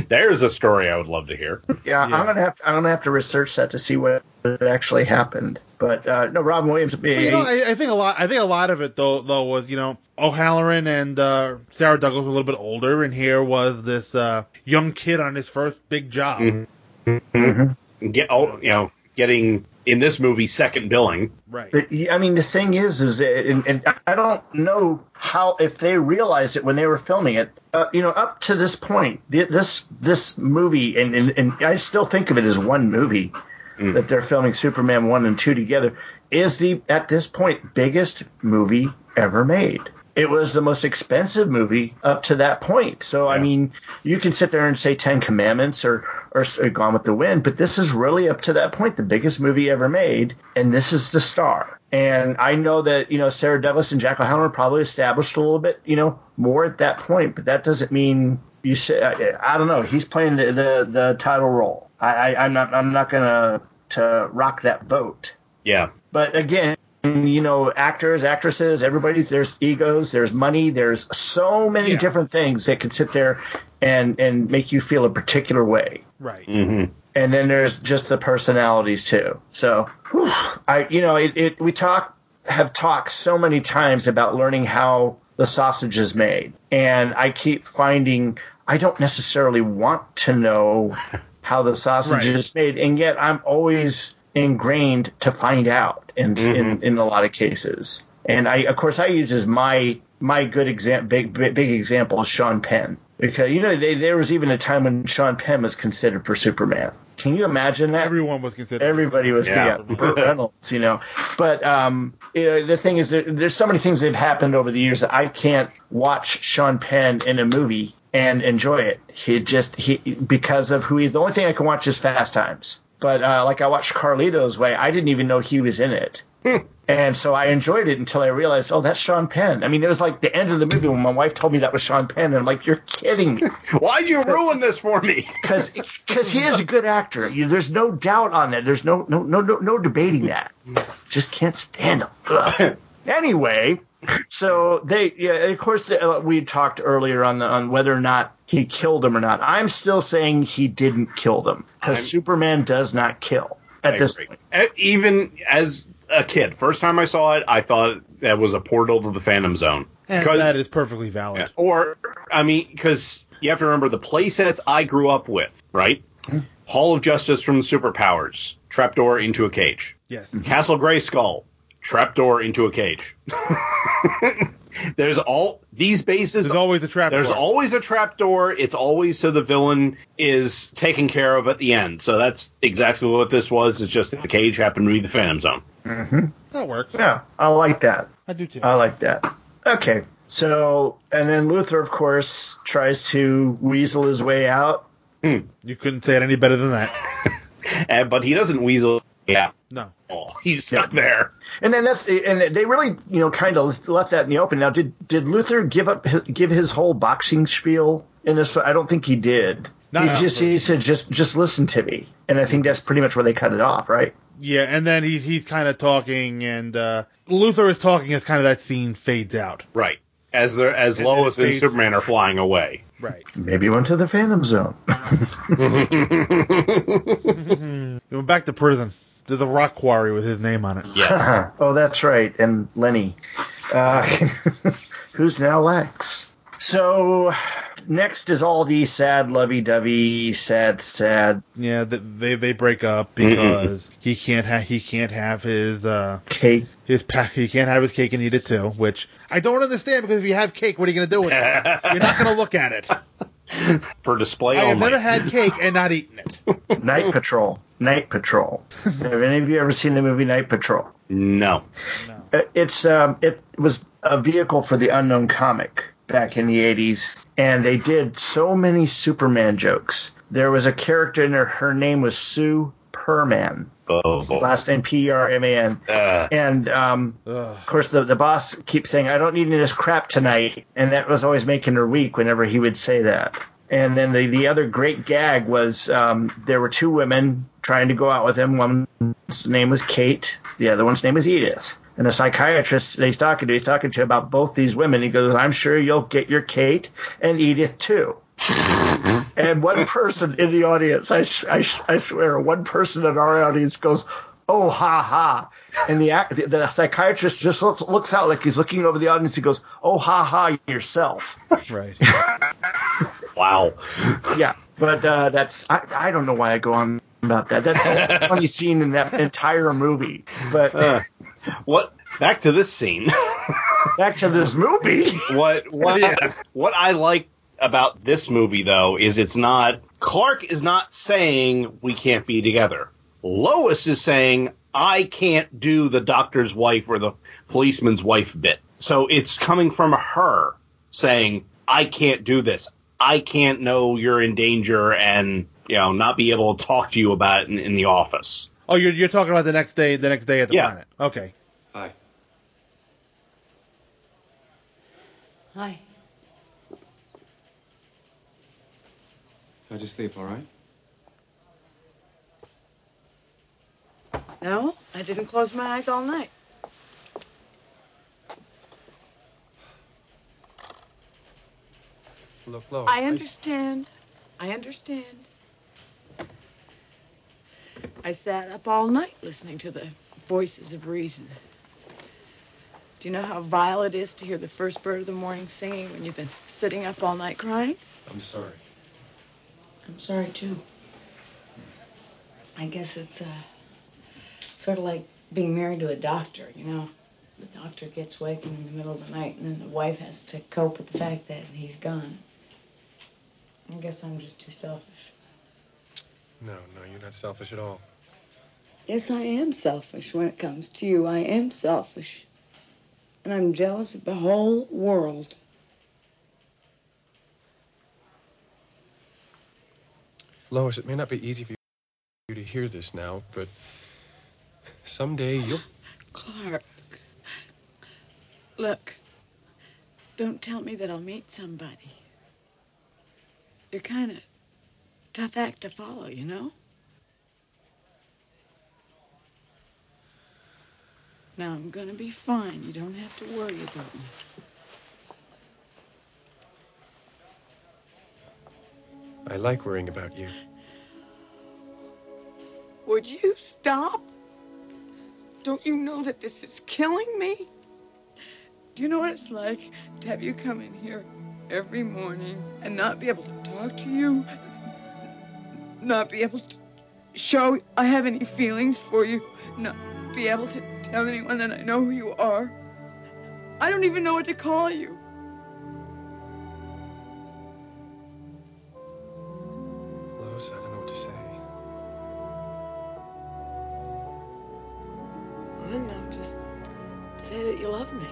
S15: There's a story I would love to hear.
S16: Yeah, I'm gonna have to, I'm gonna have to research that to see what actually happened. But uh, no, Robin Williams.
S8: Well, you know, I, I think a lot. I think a lot of it though, though was you know O'Halloran and uh, Sarah Douglas were a little bit older, and here was this uh, young kid on his first big job.
S16: Mm-hmm.
S15: Um, Get, oh, you know, getting in this movie second billing.
S8: Right.
S16: But, yeah, I mean, the thing is, is it, and, and I don't know how if they realized it when they were filming it. Uh, you know, up to this point, th- this this movie, and, and and I still think of it as one movie that they're filming Superman one and two together is the at this point biggest movie ever made. It was the most expensive movie up to that point. So I mean, you can sit there and say Ten Commandments or, or s- or Gone with the Wind, but this is really up to that point the biggest movie ever made, and this is the star. And I know that you know Sarah Douglas and Jack O'Halloran probably established a little bit, you know, more at that point, but that doesn't mean you say I, I don't know. He's playing the the, the title role. I, I I'm not I'm not gonna to rock that boat.
S15: Yeah.
S16: But again, you know, actors, actresses, everybody's there's egos, there's money, there's so many different things that can sit there and and make you feel a particular way.
S8: Right.
S15: Mm-hmm.
S16: And then there's just the personalities too. So whew, I you know, it, it we talk have talked so many times about learning how the sausage is made. And I keep finding I don't necessarily want to know how the sausage
S12: Right.
S16: is made, and yet I'm always ingrained to find out in
S15: Mm-hmm.
S16: in, in a lot of cases. And I, of course, I use as my my good example, big, big big example is Sean Penn because you know they, there was even a time when Sean Penn was considered for Superman. Can you imagine that?
S8: Everyone was considered.
S16: Everybody was
S8: Yeah.
S16: yeah. Burt Reynolds, you know. But um, you know, the thing is, there, there's so many things that have happened over the years that I can't watch Sean Penn in a movie and enjoy it. He just he because of who he. The only thing I can watch is Fast Times. But uh, like I watched Carlito's Way, I didn't even know he was in it.
S15: Hmm.
S16: And so I enjoyed it until I realized, oh, that's Sean Penn. I mean, it was like the end of the movie when my wife told me that was Sean Penn. And I'm like, you're kidding me.
S15: *laughs* Why'd you ruin this
S16: *laughs*
S15: for me?
S16: Because he is a good actor. You- there's no doubt on that. There's no no no no, no debating that.
S15: Hmm.
S16: Just can't stand him.
S15: *laughs*
S16: Ugh. anyway, so they yeah, of course uh, we talked earlier on the, on whether or not he killed him or not. I'm still saying he didn't kill them because Superman does not kill at
S15: I
S16: this
S15: agree.
S16: point.
S15: E- Even as a kid, first time I saw it, I thought that was a portal to the Phantom Zone.
S8: And
S15: 'Cause-
S8: that is perfectly valid.
S15: Or, I mean, because you have to remember the play sets I grew up with, right? Hall of Justice from the Superpowers, trapdoor into a cage.
S8: Yes.
S15: Castle Grayskull, trapdoor into a cage. *laughs* there's all these bases. There's
S8: always a trap.
S15: There's always a trapdoor. It's always so the villain is taken care of at the end. So that's exactly what this was. It's just the cage happened to be the Phantom Zone.
S16: Mm-hmm.
S8: That works.
S16: Yeah, I like that.
S8: I do too.
S16: I like that. Okay. So, and then Luther, of course, tries to weasel his way out.
S15: Hmm.
S8: You couldn't say it any better than that.
S15: and, but he doesn't weasel. Yeah.
S8: No. *laughs*
S15: He's not there.
S16: And then that's and they really you know kind of left that in the open. Now, did did Luther give up his, give his whole boxing spiel in this? I don't think he did.
S8: No,
S16: he
S8: no.
S16: just he said just just listen to me, and I think that's pretty much where they cut it off, right?
S8: Yeah, and then he's he's kind of talking, and uh, Luther is talking as kind of that scene fades out.
S15: Right. As they're, as
S8: And
S15: Lois
S8: then
S15: and
S8: fades-
S15: Superman are flying away.
S8: Right.
S16: Maybe went to the Phantom Zone.
S8: *laughs* He went back to prison. There's a rock quarry with his name on it.
S15: Yeah.
S16: *laughs* oh, that's right. And Lenny, uh, *laughs* who's now Lex. So next is all the sad lovey-dovey, sad, sad.
S8: Yeah, th- they they break up because he can't ha- he can't have his uh,
S16: cake.
S8: His pa- he can't have his cake and eat it too. Which I don't understand because if you have cake, what are you going to do
S16: *laughs*
S8: with it? You're not going to look at it.
S15: For display
S8: I have
S15: only.
S8: never had cake and not eaten
S16: *laughs*
S8: it.
S16: Night Patrol. Night Patrol. Have any of you ever seen the movie Night Patrol?
S15: No.
S16: Uh, It's um, it was a vehicle for the unknown comic back in the '80s, and they did so many Superman jokes. There was a character in there. Her name was Sue Perman.
S15: Oh, boy.
S16: Last name P E R M A N. And um, of course, the the boss keeps saying, "I don't need any of this crap tonight," and that was always making her weak whenever he would say that. And then the the other great gag was um, there were two women trying to go out with him. One's name was Kate. The other one's name was Edith. And the psychiatrist that he's talking to, he's talking to about both these women. He goes, I'm sure you'll get your Kate and Edith too. and one person in the audience, I, sh- I, sh- I swear, one person in our audience goes, Oh, ha, ha. And the, act- the, the psychiatrist just looks, looks out like he's looking over the audience. He goes, Oh, ha, ha, yourself.
S12: Right.
S15: wow.
S16: Yeah. But uh, that's, I, I don't know why I go on about that. That's the funny scene in that entire movie. But
S15: Uh, what? Back to this scene.
S16: *laughs* back to this movie.
S15: What? What? What I like about this movie though is it's not Clark is not saying we can't be together. Lois is saying I can't do the doctor's wife or the policeman's wife bit. So it's coming from her saying I can't do this. I can't know you're in danger and you know not be able to talk to you about it in, in the office.
S8: Oh, you're, you're talking about the next day, the next day at the
S15: Yeah.
S8: planet. Okay.
S15: Hi.
S18: Hi.
S13: How'd you sleep, all right?
S17: No, I didn't close my eyes all night.
S13: Look,
S19: Oh,
S13: Lois.
S17: I understand. I understand. I sat up all night listening to the voices of reason. Do you know how vile it is to hear the first bird of the morning singing when you've been sitting up all night crying?
S13: I'm sorry.
S17: I'm sorry, too. I guess it's uh, sort of like being married to a doctor, you know? The doctor gets waken in the middle of the night, and then the wife has to cope with the fact that he's gone. I guess I'm just too selfish.
S19: No, no, you're not selfish at all.
S17: Yes, I am selfish when it comes to you. I am selfish. And I'm jealous of the whole world.
S19: Lois, it may not be easy for you to hear this now, but someday you'll.
S17: Clark. Look, don't tell me that I'll meet somebody. You're kind of tough act to follow, you know? Now I'm gonna be fine. You don't have to worry about me.
S19: I like worrying about you.
S5: Would you stop? Don't you know that this is killing me?
S17: Do you know what it's like to have you come in here every morning and not be able to talk to you? Not be able to show I have any feelings for you? Not be able to tell anyone that I know who you are? I don't even know what to call you.
S19: Lois, I don't know what to say.
S17: I don't know, just say that you love me.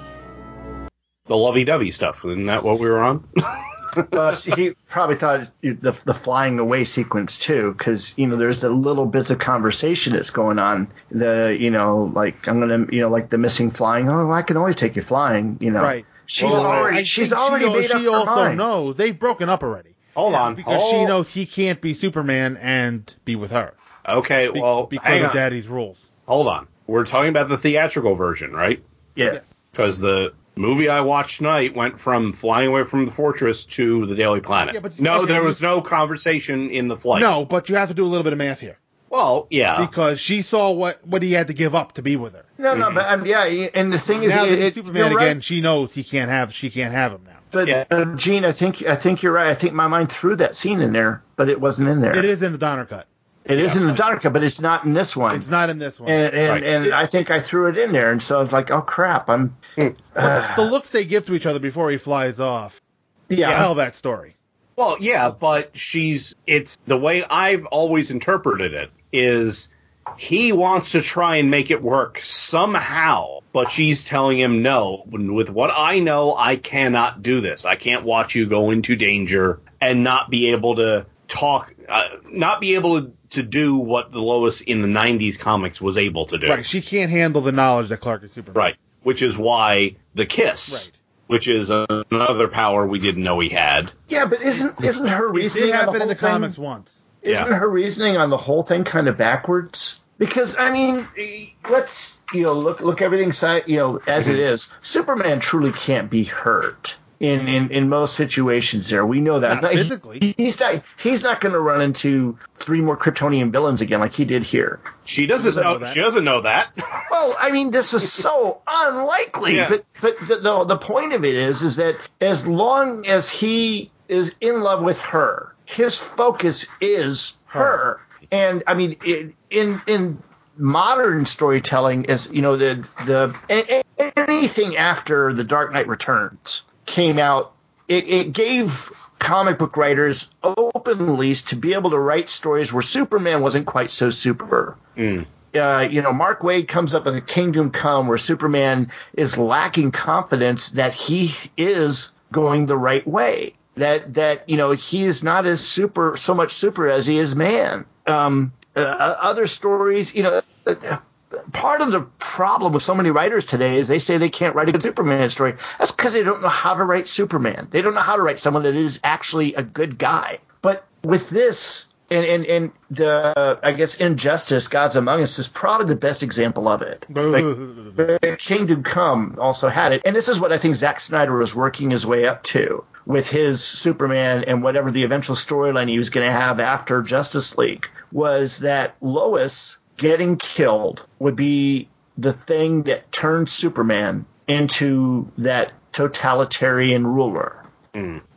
S15: The lovey-dovey stuff. Isn't that what we were on?
S16: well, he probably thought you- the, the flying away sequence too, because you know there's the little bits of conversation that's going on. The you know like I'm gonna you know like the missing flying. Oh, I can always take you flying. You know,
S8: Right.
S16: She's
S8: Well,
S16: already
S8: I
S16: she's
S8: think
S16: already
S8: she, al-
S16: made up
S8: she
S16: her
S8: also
S16: mind.
S8: knows they've broken up already.
S15: Hold on,
S8: because she
S15: hold-
S8: knows he can't be Superman and be with her.
S15: Okay, well,
S8: because
S15: hang
S8: of
S15: on.
S8: Daddy's rules.
S15: Hold on. We're talking about the theatrical version, right?
S16: Yeah.
S15: Because the movie I watched tonight went from Flying Away from the Fortress to The Daily Planet.
S8: Yeah, but-
S15: no,
S8: okay,
S15: there
S8: you-
S15: was no conversation in the flight.
S8: No, but you have to do a little bit of math here.
S15: Well, yeah.
S8: Because she saw what what he had to give up to be with her.
S16: No, no, but um, yeah, and the thing is,
S8: now that
S16: it,
S8: he's
S16: it,
S8: Superman
S16: you're right.
S8: again, she knows he can't have she can't have him now.
S16: But uh, Gene, I think I think you're right. I think my mind threw that scene in there, but it wasn't in there.
S8: It is in the Donner cut.
S16: It is in the Darka, but it's not in this one.
S8: It's not in this one.
S16: And and,
S8: Right.
S16: and I think I threw it in there, and so I was like, oh crap, I'm. uh,
S8: But the looks they give to each other before he flies off.
S16: Yeah.
S8: Tell that story.
S15: Well, yeah, but she's it's the way I've always interpreted it is he wants to try and make it work somehow, but she's telling him no. With what I know, I cannot do this. I can't watch you go into danger and not be able to talk, uh, not be able to, to do what the Lois in the '90s comics was able to do.
S8: Right. She can't handle the knowledge that Clark is
S16: *laughs*
S8: Superman.
S15: Right. Which is why the kiss. Right. Which is another power we didn't know he had.
S16: Yeah, but isn't isn't her
S8: It did
S16: reasoning on the
S8: happen in
S16: whole
S8: the
S16: thing,
S8: comics once.
S16: Isn't her reasoning on the whole thing kind of backwards? Because I mean, let's you know look look everything si- you know as it
S8: Mm-hmm.
S16: is. Superman truly can't be hurt in in, in most situations. There, we know that
S8: Not physically.
S16: He- he's not he's not going to run into three more Kryptonian villains again like he did here.
S15: She doesn't know. She doesn't know that.
S16: Well, I mean, this is so unlikely.
S15: Yeah.
S16: But but the, the the point of it is is that as long as he is in love with her, his focus is her. And I mean, in in, in modern storytelling, is you know the the a- a- anything after the Dark Knight Returns came out, it, it gave comic book writers open lease to be able to write stories where Superman wasn't quite so super uh, you know, Mark Wade comes up with a Kingdom Come where Superman is lacking confidence that he is going the right way. That that you know he is not as super so much super as he is man. Um, uh, other stories, you know, uh, part of the problem with so many writers today is they say they can't write a good Superman story. That's because they don't know how to write Superman. They don't know how to write someone that is actually a good guy. But with this, and and, and the I guess injustice, Gods Among Us is probably the best example of it. Like, Kingdom Come also had it, and this is what I think Zack Snyder was working his way up to with his Superman and whatever the eventual storyline he was going to have after Justice League was that Lois getting killed would be the thing that turned Superman into that totalitarian ruler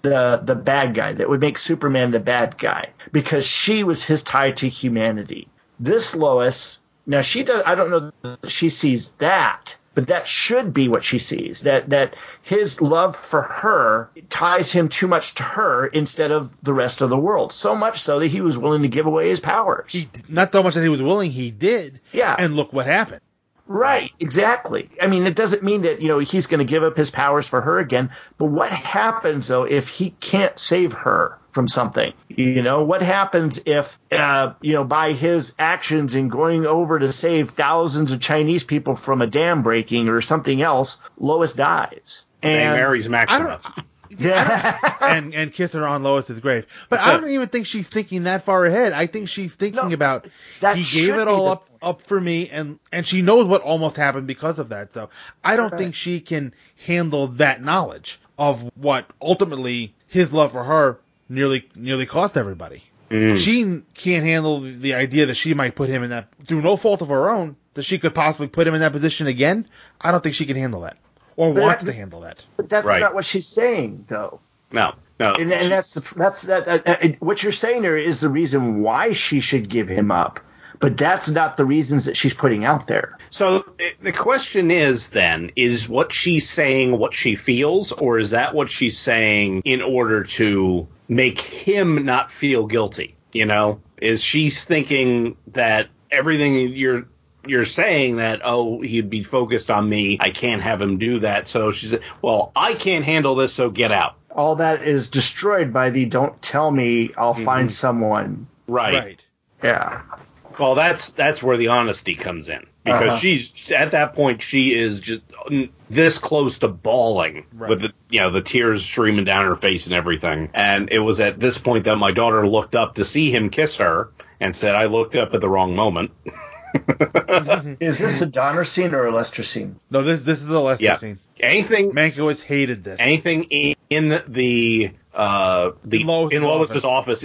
S16: the the bad guy that would make Superman the bad guy because she was his tie to humanity. This Lois, now she does I don't know that she sees that, but that should be what she sees. That that his love for her ties him too much to her instead of the rest of the world. So much so that he was willing to give away his powers.
S8: Not so much that he was willing, he did.
S16: Yeah.
S8: And look what happened.
S16: Right, exactly. I mean, it doesn't mean that, you know, he's going to give up his powers for her again. But what happens, though, if he can't save her from something? You know, what happens if, uh, you know, by his actions in going over to save thousands of Chinese people from a dam breaking or something else, Lois dies?
S15: And Mary's
S8: I
S15: Maximoff.
S8: don't. Yeah. and and kiss her on Lois's grave. But I don't even think she's thinking that far ahead. I think she's thinking about
S16: that
S8: he
S16: should
S8: gave it
S16: be
S8: all
S16: the
S8: up up for me and and she knows what almost happened because of that. So I don't
S16: Right.
S8: think she can handle that knowledge of what ultimately his love for her nearly nearly cost everybody.
S15: Mm.
S8: She can't handle the idea that she might put him in that through no fault of her own that she could possibly put him in that position again. I don't think she can handle that or
S16: But
S8: wants
S16: that-
S8: to handle that.
S16: But that's
S8: Right.
S16: not what she's saying, though.
S15: No, no.
S16: And, and that's the that's that, that, that- what you're saying there is the reason why she should give him up, but that's not the reasons that she's putting out there.
S15: So i- the question is then: Is what she's saying what she feels, or is that what she's saying in order to make him not feel guilty? You know, is she's thinking that everything you're you're saying that oh he'd be focused on me, I can't have him do that. So she's well, I can't handle this, so get out.
S16: All that is destroyed by the "Don't tell me, I'll
S8: Mm-hmm.
S16: find someone."
S15: Right.
S8: Right. *laughs*
S16: Yeah.
S15: Well, that's that's where the honesty comes in because
S16: Uh-huh.
S15: she's at that point she is just mm, this close to bawling
S8: Right.
S15: with the you know the tears streaming down her face and everything. And it was at this point that my daughter looked up to see him kiss her and said, "I looked up at the wrong moment."
S16: Is this a Donner scene or a Lester scene?
S8: No, this this is a Lester
S15: Yeah.
S8: scene.
S15: Anything
S8: Mankiewicz hated this.
S15: Anything in, in the uh the in,
S8: Lois'
S15: Lois's
S8: office.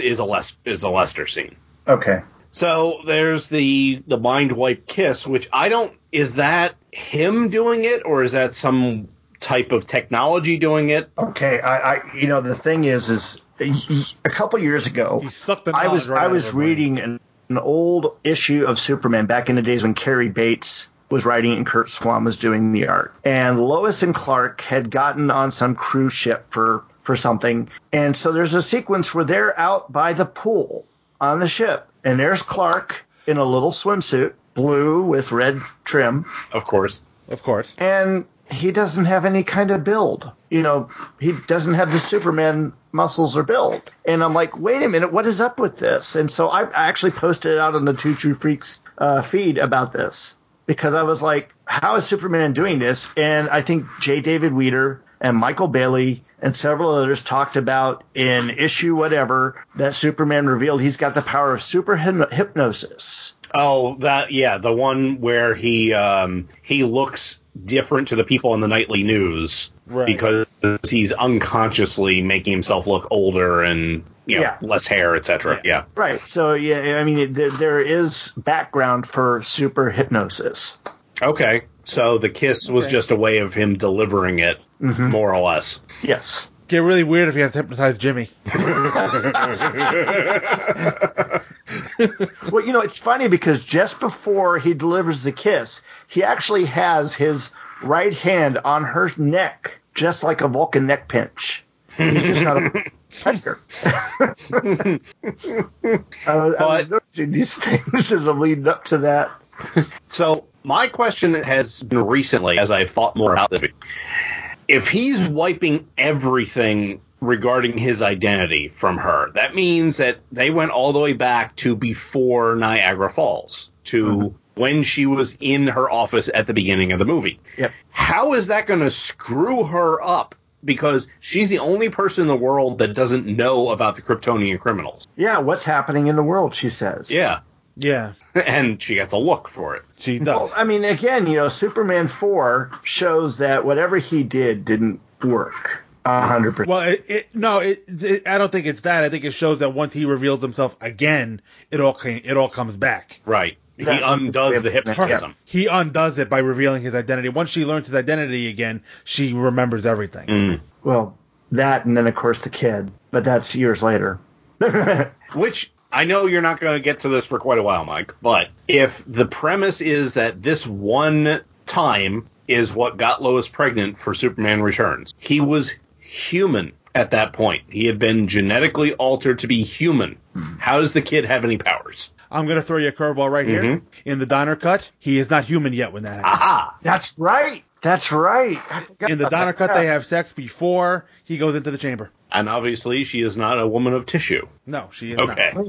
S15: office is a Lester, is a Lester scene.
S16: Okay.
S15: So there's the the mind wipe kiss, which I don't. Is that him doing it, or is that some type of technology doing it?
S16: Okay, I, I you know the thing is is a couple years ago
S8: the
S16: I
S8: knowledge
S16: was
S8: right out
S16: I
S8: of
S16: was
S8: her
S16: reading an, an old issue of Superman back in the days when Carrie Bates was writing and Kurt Swan was doing the art. And Lois and Clark had gotten on some cruise ship for for something. And so there's a sequence where they're out by the pool on the ship and there's Clark in a little swimsuit, blue with red trim.
S15: Of course.
S8: Of course.
S16: And he doesn't have any kind of build. You know, he doesn't have the Superman muscles or build. And I'm like, wait a minute, what is up with this? And so I I actually posted it out on the Two True Freaks uh, feed about this because I was like, how is Superman doing this? And I think J. David Weeder and Michael Bailey and several others talked about in issue whatever that Superman revealed he's got the power of super hypno- hypnosis.
S15: Oh, that yeah, the one where he um, he looks different to the people on the nightly news
S8: Right.
S15: because he's unconsciously making himself look older and you know
S16: Yeah.
S15: less hair, etc. Yeah.
S16: Right. So yeah, I mean, it, there, there is background for super hypnosis.
S15: Okay, so the kiss was
S16: Okay.
S15: just a way of him delivering it, more or less.
S16: Mm-hmm. Yes.
S8: Get really weird if he has to hypnotize Jimmy.
S16: *laughs* well, you know, it's funny because just before he delivers the kiss, he actually has his right hand on her neck, just like a Vulcan neck pinch. He's just not a
S15: *laughs*
S16: puncher. *laughs* I was, I was noticing these things *laughs* as I'm leading up to that.
S15: So my question has been recently, as I've thought more about this, if he's wiping everything regarding his identity from her, that means that they went all the way back to before Niagara Falls, to when she was in her office at the beginning of the movie.
S16: Yep.
S15: How is that going to screw her up? Because she's the only person in the world that doesn't know about the Kryptonian criminals.
S16: Yeah, what's happening in the world? She says.
S15: Yeah. *laughs*
S8: Yeah.
S15: And she got to look for it.
S8: She
S16: Well, I mean, again, you know, Superman four shows that whatever he did didn't work. A hundred percent.
S8: Well, it, it, no, it, it, I don't think it's that. I think it shows that once he reveals himself again, it all came, it all comes back.
S15: Right. He undoes the hypnotism.
S8: He undoes it by revealing his identity. Once she learns his identity again, she remembers everything.
S15: Mm.
S16: Well, that and then of course the kid, but that's years later.
S15: *laughs* Which I know you're not going to get to this for quite a while, Mike, but if the premise is that this one time is what got Lois pregnant for Superman Returns, he was human at that point. He had been genetically altered to be human.
S8: Hmm.
S15: How does the kid have any powers?
S8: I'm going to throw you a curveball right
S16: Mm-hmm.
S8: here. In the Donner cut, he is not human yet when that happens.
S15: Aha!
S16: That's right. That's right.
S8: In the
S15: about
S8: Donner
S15: that.
S8: cut, they have sex before he goes into the chamber.
S15: And obviously, she is not a woman of tissue.
S8: No, she is
S15: Okay.
S8: not.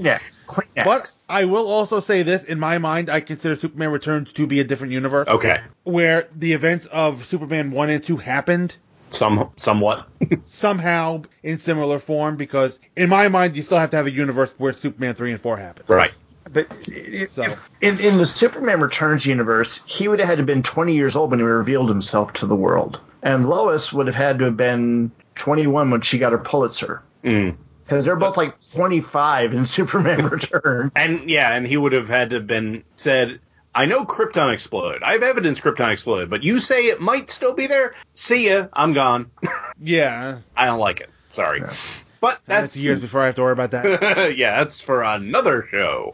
S16: Kleenex.
S8: But I will also say this: in my mind, I consider Superman Returns to be a different universe.
S15: Okay.
S8: where the events of Superman one and two
S16: *laughs*
S8: happened
S15: Some, somewhat.
S8: somehow in similar form, because in my mind, you still have to have a universe where Superman three and four happened.
S15: Right.
S16: But if- in, in the Superman Returns universe, he would have had to have been 20 years old when he revealed himself to the world. And Lois would have had to have been 21 when she got her Pulitzer.
S15: Mm.
S16: Because they're both like 25 in *laughs* Superman Returns.
S15: And yeah, and he would have had to have been said, I know Krypton exploded. I have evidence Krypton exploded, but you say it might still be there? See ya, I'm gone. *laughs*
S8: Yeah.
S15: I don't like it. Sorry. But
S8: And
S15: that's *laughs*
S8: That's years before I have to worry
S16: *laughs*
S8: about that.
S15: yeah, that's for another show.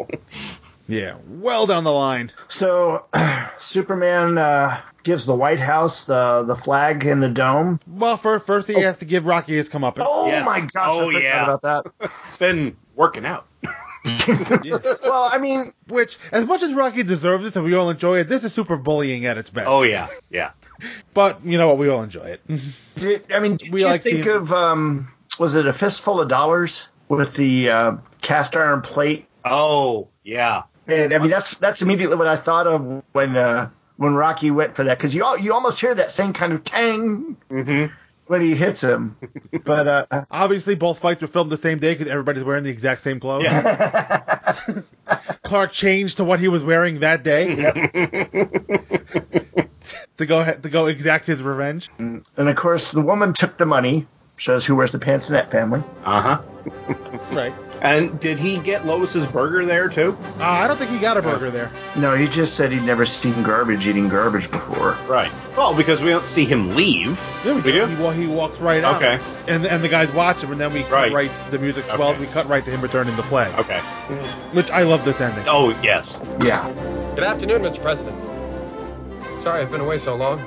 S8: yeah, well down the line.
S16: So *clears throat* Superman uh, gives the White House the, the flag and the dome.
S8: Well, for, first he has to give Rocky his comeuppance.
S16: Oh
S15: Yes.
S16: my gosh! I
S15: Oh
S16: forgot
S15: yeah.
S16: about that.
S15: *laughs* Been working out.
S16: Well, I mean,
S8: which as much as Rocky deserves it, and we all enjoy it, this is super bullying at its best.
S15: Oh yeah. Yeah.
S8: But you know what? We all enjoy *laughs* it.
S16: Did, I mean, did
S8: We
S16: you
S8: like
S16: think
S8: seeing-
S16: of um, was it a fistful of dollars with the uh, cast iron plate?
S15: Oh, yeah.
S16: And I mean, that's that's immediately what I thought of when uh, when Rocky went for that because you al- you almost hear that same kind of tang
S8: Mm-hmm.
S16: when he hits him. But uh,
S8: Obviously, both fights were filmed the same day because everybody's wearing the exact same clothes. *laughs* Clark changed to what he was wearing that day to go ahead- to go exact his revenge.
S16: Mm. and of course, the woman took the money. Shows who wears the pants in that
S8: *laughs*
S16: family.
S15: Uh-huh.
S8: Right.
S15: And did he get Lois's burger there too?
S8: Uh, I don't think he got a burger there.
S16: No, he just said he'd never seen garbage eating garbage before.
S15: Right. Well, because we don't see him leave.
S8: There we, go. He, wa- he walks right out.
S15: Okay.
S8: And and the guys watch him, and then we cut right. the music swells. We cut right to him returning the flag.
S15: Okay.
S8: Which I love this ending.
S15: Oh yes.
S16: Yeah.
S6: Good afternoon, Mr. President. Sorry I've been away so long.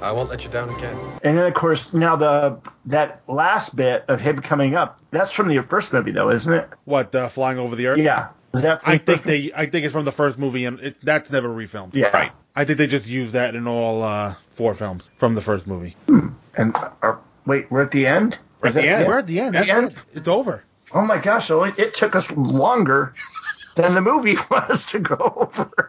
S6: I won't let you down again.
S16: And then, of course, now the that last bit of him coming up, that's from the first movie, though, isn't it?
S8: What uh, flying over the earth?
S16: Yeah. Is that
S15: *laughs*
S16: from
S8: I
S16: the first
S8: think they. I think it's from the first movie, and it, that's never refilmed.
S16: Yeah. Right.
S8: I think they just used that in all uh, four films from the first movie.
S16: And uh, wait, we're at the end.
S8: We're
S16: Is
S8: at the
S16: that
S8: end. We're at the end.
S16: The
S8: That's
S16: end?
S8: It's over.
S16: Oh *laughs*
S8: *laughs*
S16: my gosh! It, only- it took us longer than the movie was to go over.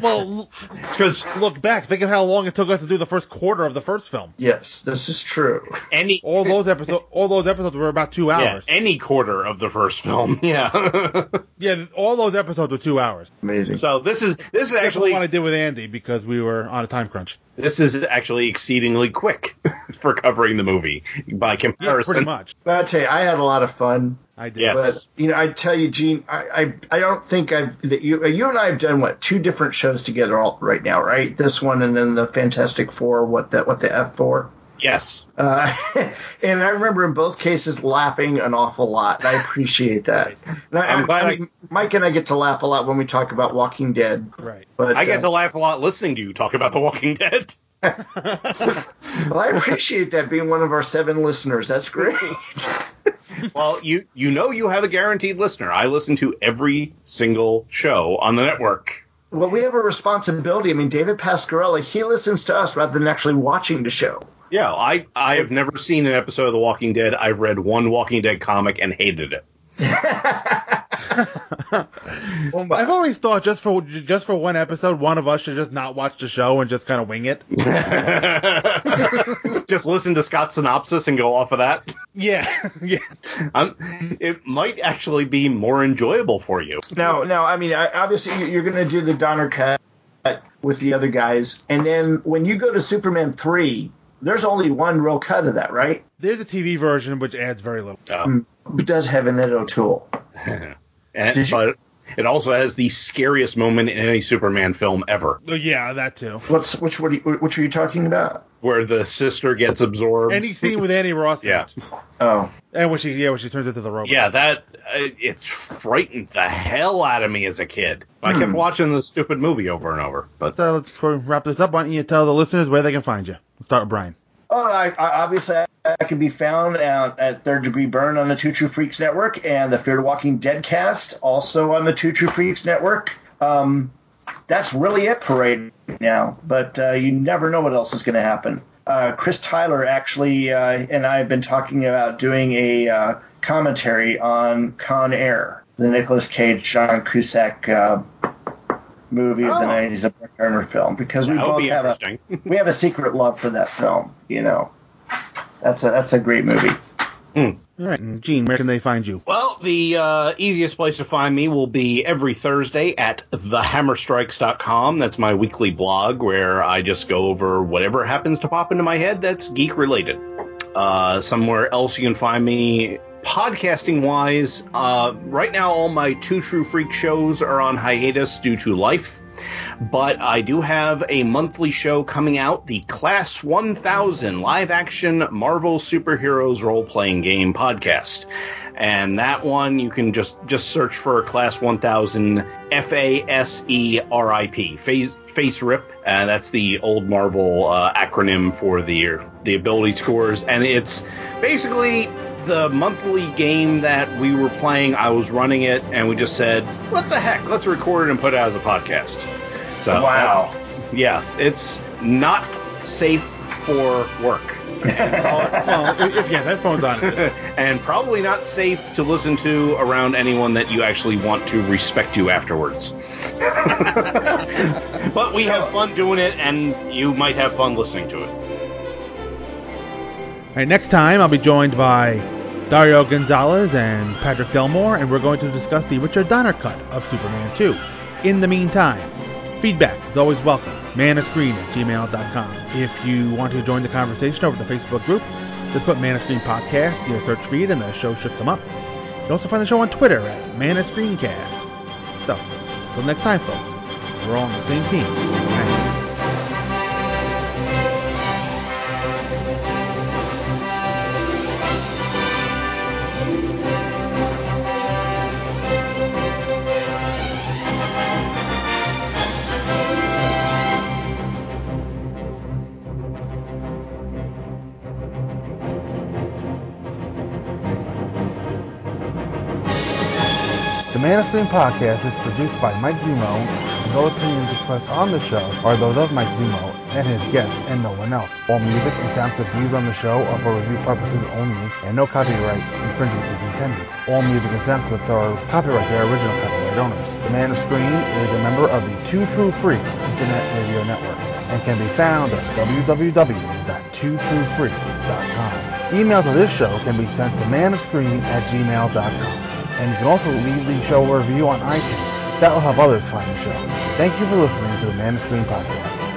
S15: *laughs*
S8: well, because look back. Think of how long it took us to do the first quarter of the first film.
S16: Yes, this is true.
S15: Any
S8: all those episodes, all those episodes were about two hours. *laughs*
S15: Yeah, any quarter of the first film. *laughs* Yeah.
S8: yeah, all those episodes were two hours.
S16: Amazing.
S15: So this is this is actually
S8: what I did with Andy because we were on a time crunch.
S15: This is actually exceedingly quick *laughs* for covering the movie by comparison.
S8: Yeah, pretty much.
S16: But I tell you, I had a lot of fun.
S8: I did.
S15: Yes.
S16: But you know, I tell you, Gene, I, I, I don't think I've that you you and I have done what two different shows together all right now, right? This one and then the Fantastic Four. What that? What the F four?
S15: Yes.
S16: Uh, *laughs* and I remember in both cases laughing an awful lot. And I appreciate
S8: *laughs*
S16: that. And I,
S15: I'm
S16: I-
S15: glad
S16: I mean, Mike and I get to laugh a lot when we talk about Walking Dead.
S8: Right.
S16: But
S15: I get
S16: uh,
S15: to laugh a lot listening to you talk about The
S16: *laughs*
S15: Walking Dead.
S16: well, I appreciate that being one of our seven listeners. That's great.
S15: *laughs* well, you you know you have a guaranteed listener. I listen to every single show on the network.
S16: Well, we have a responsibility. I mean, David Pasquarella, he listens to us rather than actually watching the show.
S15: Yeah, I I have never seen an episode of The Walking Dead. I've read one Walking Dead comic and hated
S16: *laughs*
S15: it. Oh
S8: I've always thought just for just for one episode, one of us should just not watch the show and just kind of wing it.
S15: *laughs* Just listen to Scott's synopsis and go off of that.
S8: Yeah, *laughs* yeah.
S15: Um, it might actually be more enjoyable for you.
S16: No, no. I mean, I, obviously, you- you're going to do the Donner cut with the other guys, and then when you go to Superman three, there's only one real cut of that, right?
S8: There's a TV version which adds very little.
S16: Mm, It does have an Ed O'Toole.
S15: *laughs* And, but it also has the scariest moment in any Superman film ever,
S8: Oh, yeah, that too.
S16: What's which? What? Are you, which are you talking about?
S15: where the sister gets absorbed.
S8: Any scene with Annie Ross. in
S15: Yeah.
S8: it.
S16: Oh,
S8: and when she yeah when she turns into the robot.
S15: Yeah, that uh, it frightened the hell out of me as a kid. I
S8: Hmm.
S15: kept watching the stupid movie over and over. But
S8: So let's before we wrap this up. Why don't you tell the listeners where they can find you? Let's start with Brian.
S16: Oh, I, I obviously I, I can be found out at Third Degree Burn on the Two True Freaks Network and the Fear the Walking Dead cast also on the Two True Freaks Network. Um, that's really it for right now, but uh, you never know what else is going to happen. Uh, Chris Tyler actually uh, and I have been talking about doing a uh, commentary on Con Air, the Nicolas Cage John Cusack uh, movie of the
S15: Oh.
S16: '90s, a Brett Turner film, because we
S15: That would
S16: both
S15: be
S16: have a
S15: interesting.
S16: *laughs* we have a secret love for that film. You know, that's a that's a great movie. Hmm.
S8: All right, and Gene, where can they find you?
S15: Well, the uh, easiest place to find me will be every Thursday at thehammerstrikes.com. That's my weekly blog where I just go over whatever happens to pop into my head that's geek related. Uh, somewhere else you can find me podcasting wise. Uh, right now, all my two true freak shows are on hiatus due to life. But I do have a monthly show coming out, the Class 1000 live action Marvel superheroes role playing game podcast. And that one you can just just search for Class 1000 F A S E R I P. Face Face Rip. Uh, that's the old Marvel uh, acronym for the the ability scores and it's basically the monthly game that we were playing, I was running it, and we just said, "What the heck? Let's record it and put it out as a podcast." So
S16: Wow.
S15: that's- yeah, it's not safe for
S8: *laughs*
S15: work,
S8: well, if, if- yeah, that phone's on.
S15: *laughs* and probably not safe to listen to around anyone that you actually want to respect you
S8: *laughs*
S15: afterwards. but we have fun doing it, and you might have fun listening to it.
S8: All right, next time I'll be joined by Dario Gonzalez and Patrick Delmore, and we're going to discuss the Richard Donner cut of Superman 2. In the meantime, feedback is always welcome. Manascreen at gmail.com. If you want to join the conversation over the Facebook group, just put Manascreen Podcast in your search feed and the show should come up. You can also find the show on Twitter at Manascreencast. So, until next time, folks, we're all on the same team. The Man of Screen podcast is produced by Mike Zumo, and all opinions expressed on the show are those of Mike Zumo and his guests and no one else. All music and sound clips used on the show are for review purposes only, and no copyright infringement is intended. All music and sound clips are copyright their original copyright. Adonis. The Man of Screen is a member of the Two True Freaks Internet Radio Network and can be found at www.twotruefreaks.com. Emails of this show can be sent to manofscreen at gmail.com. And you can also leave the show a review on iTunes. That will help others find the show. Thank you for listening to the Man of Screen podcast.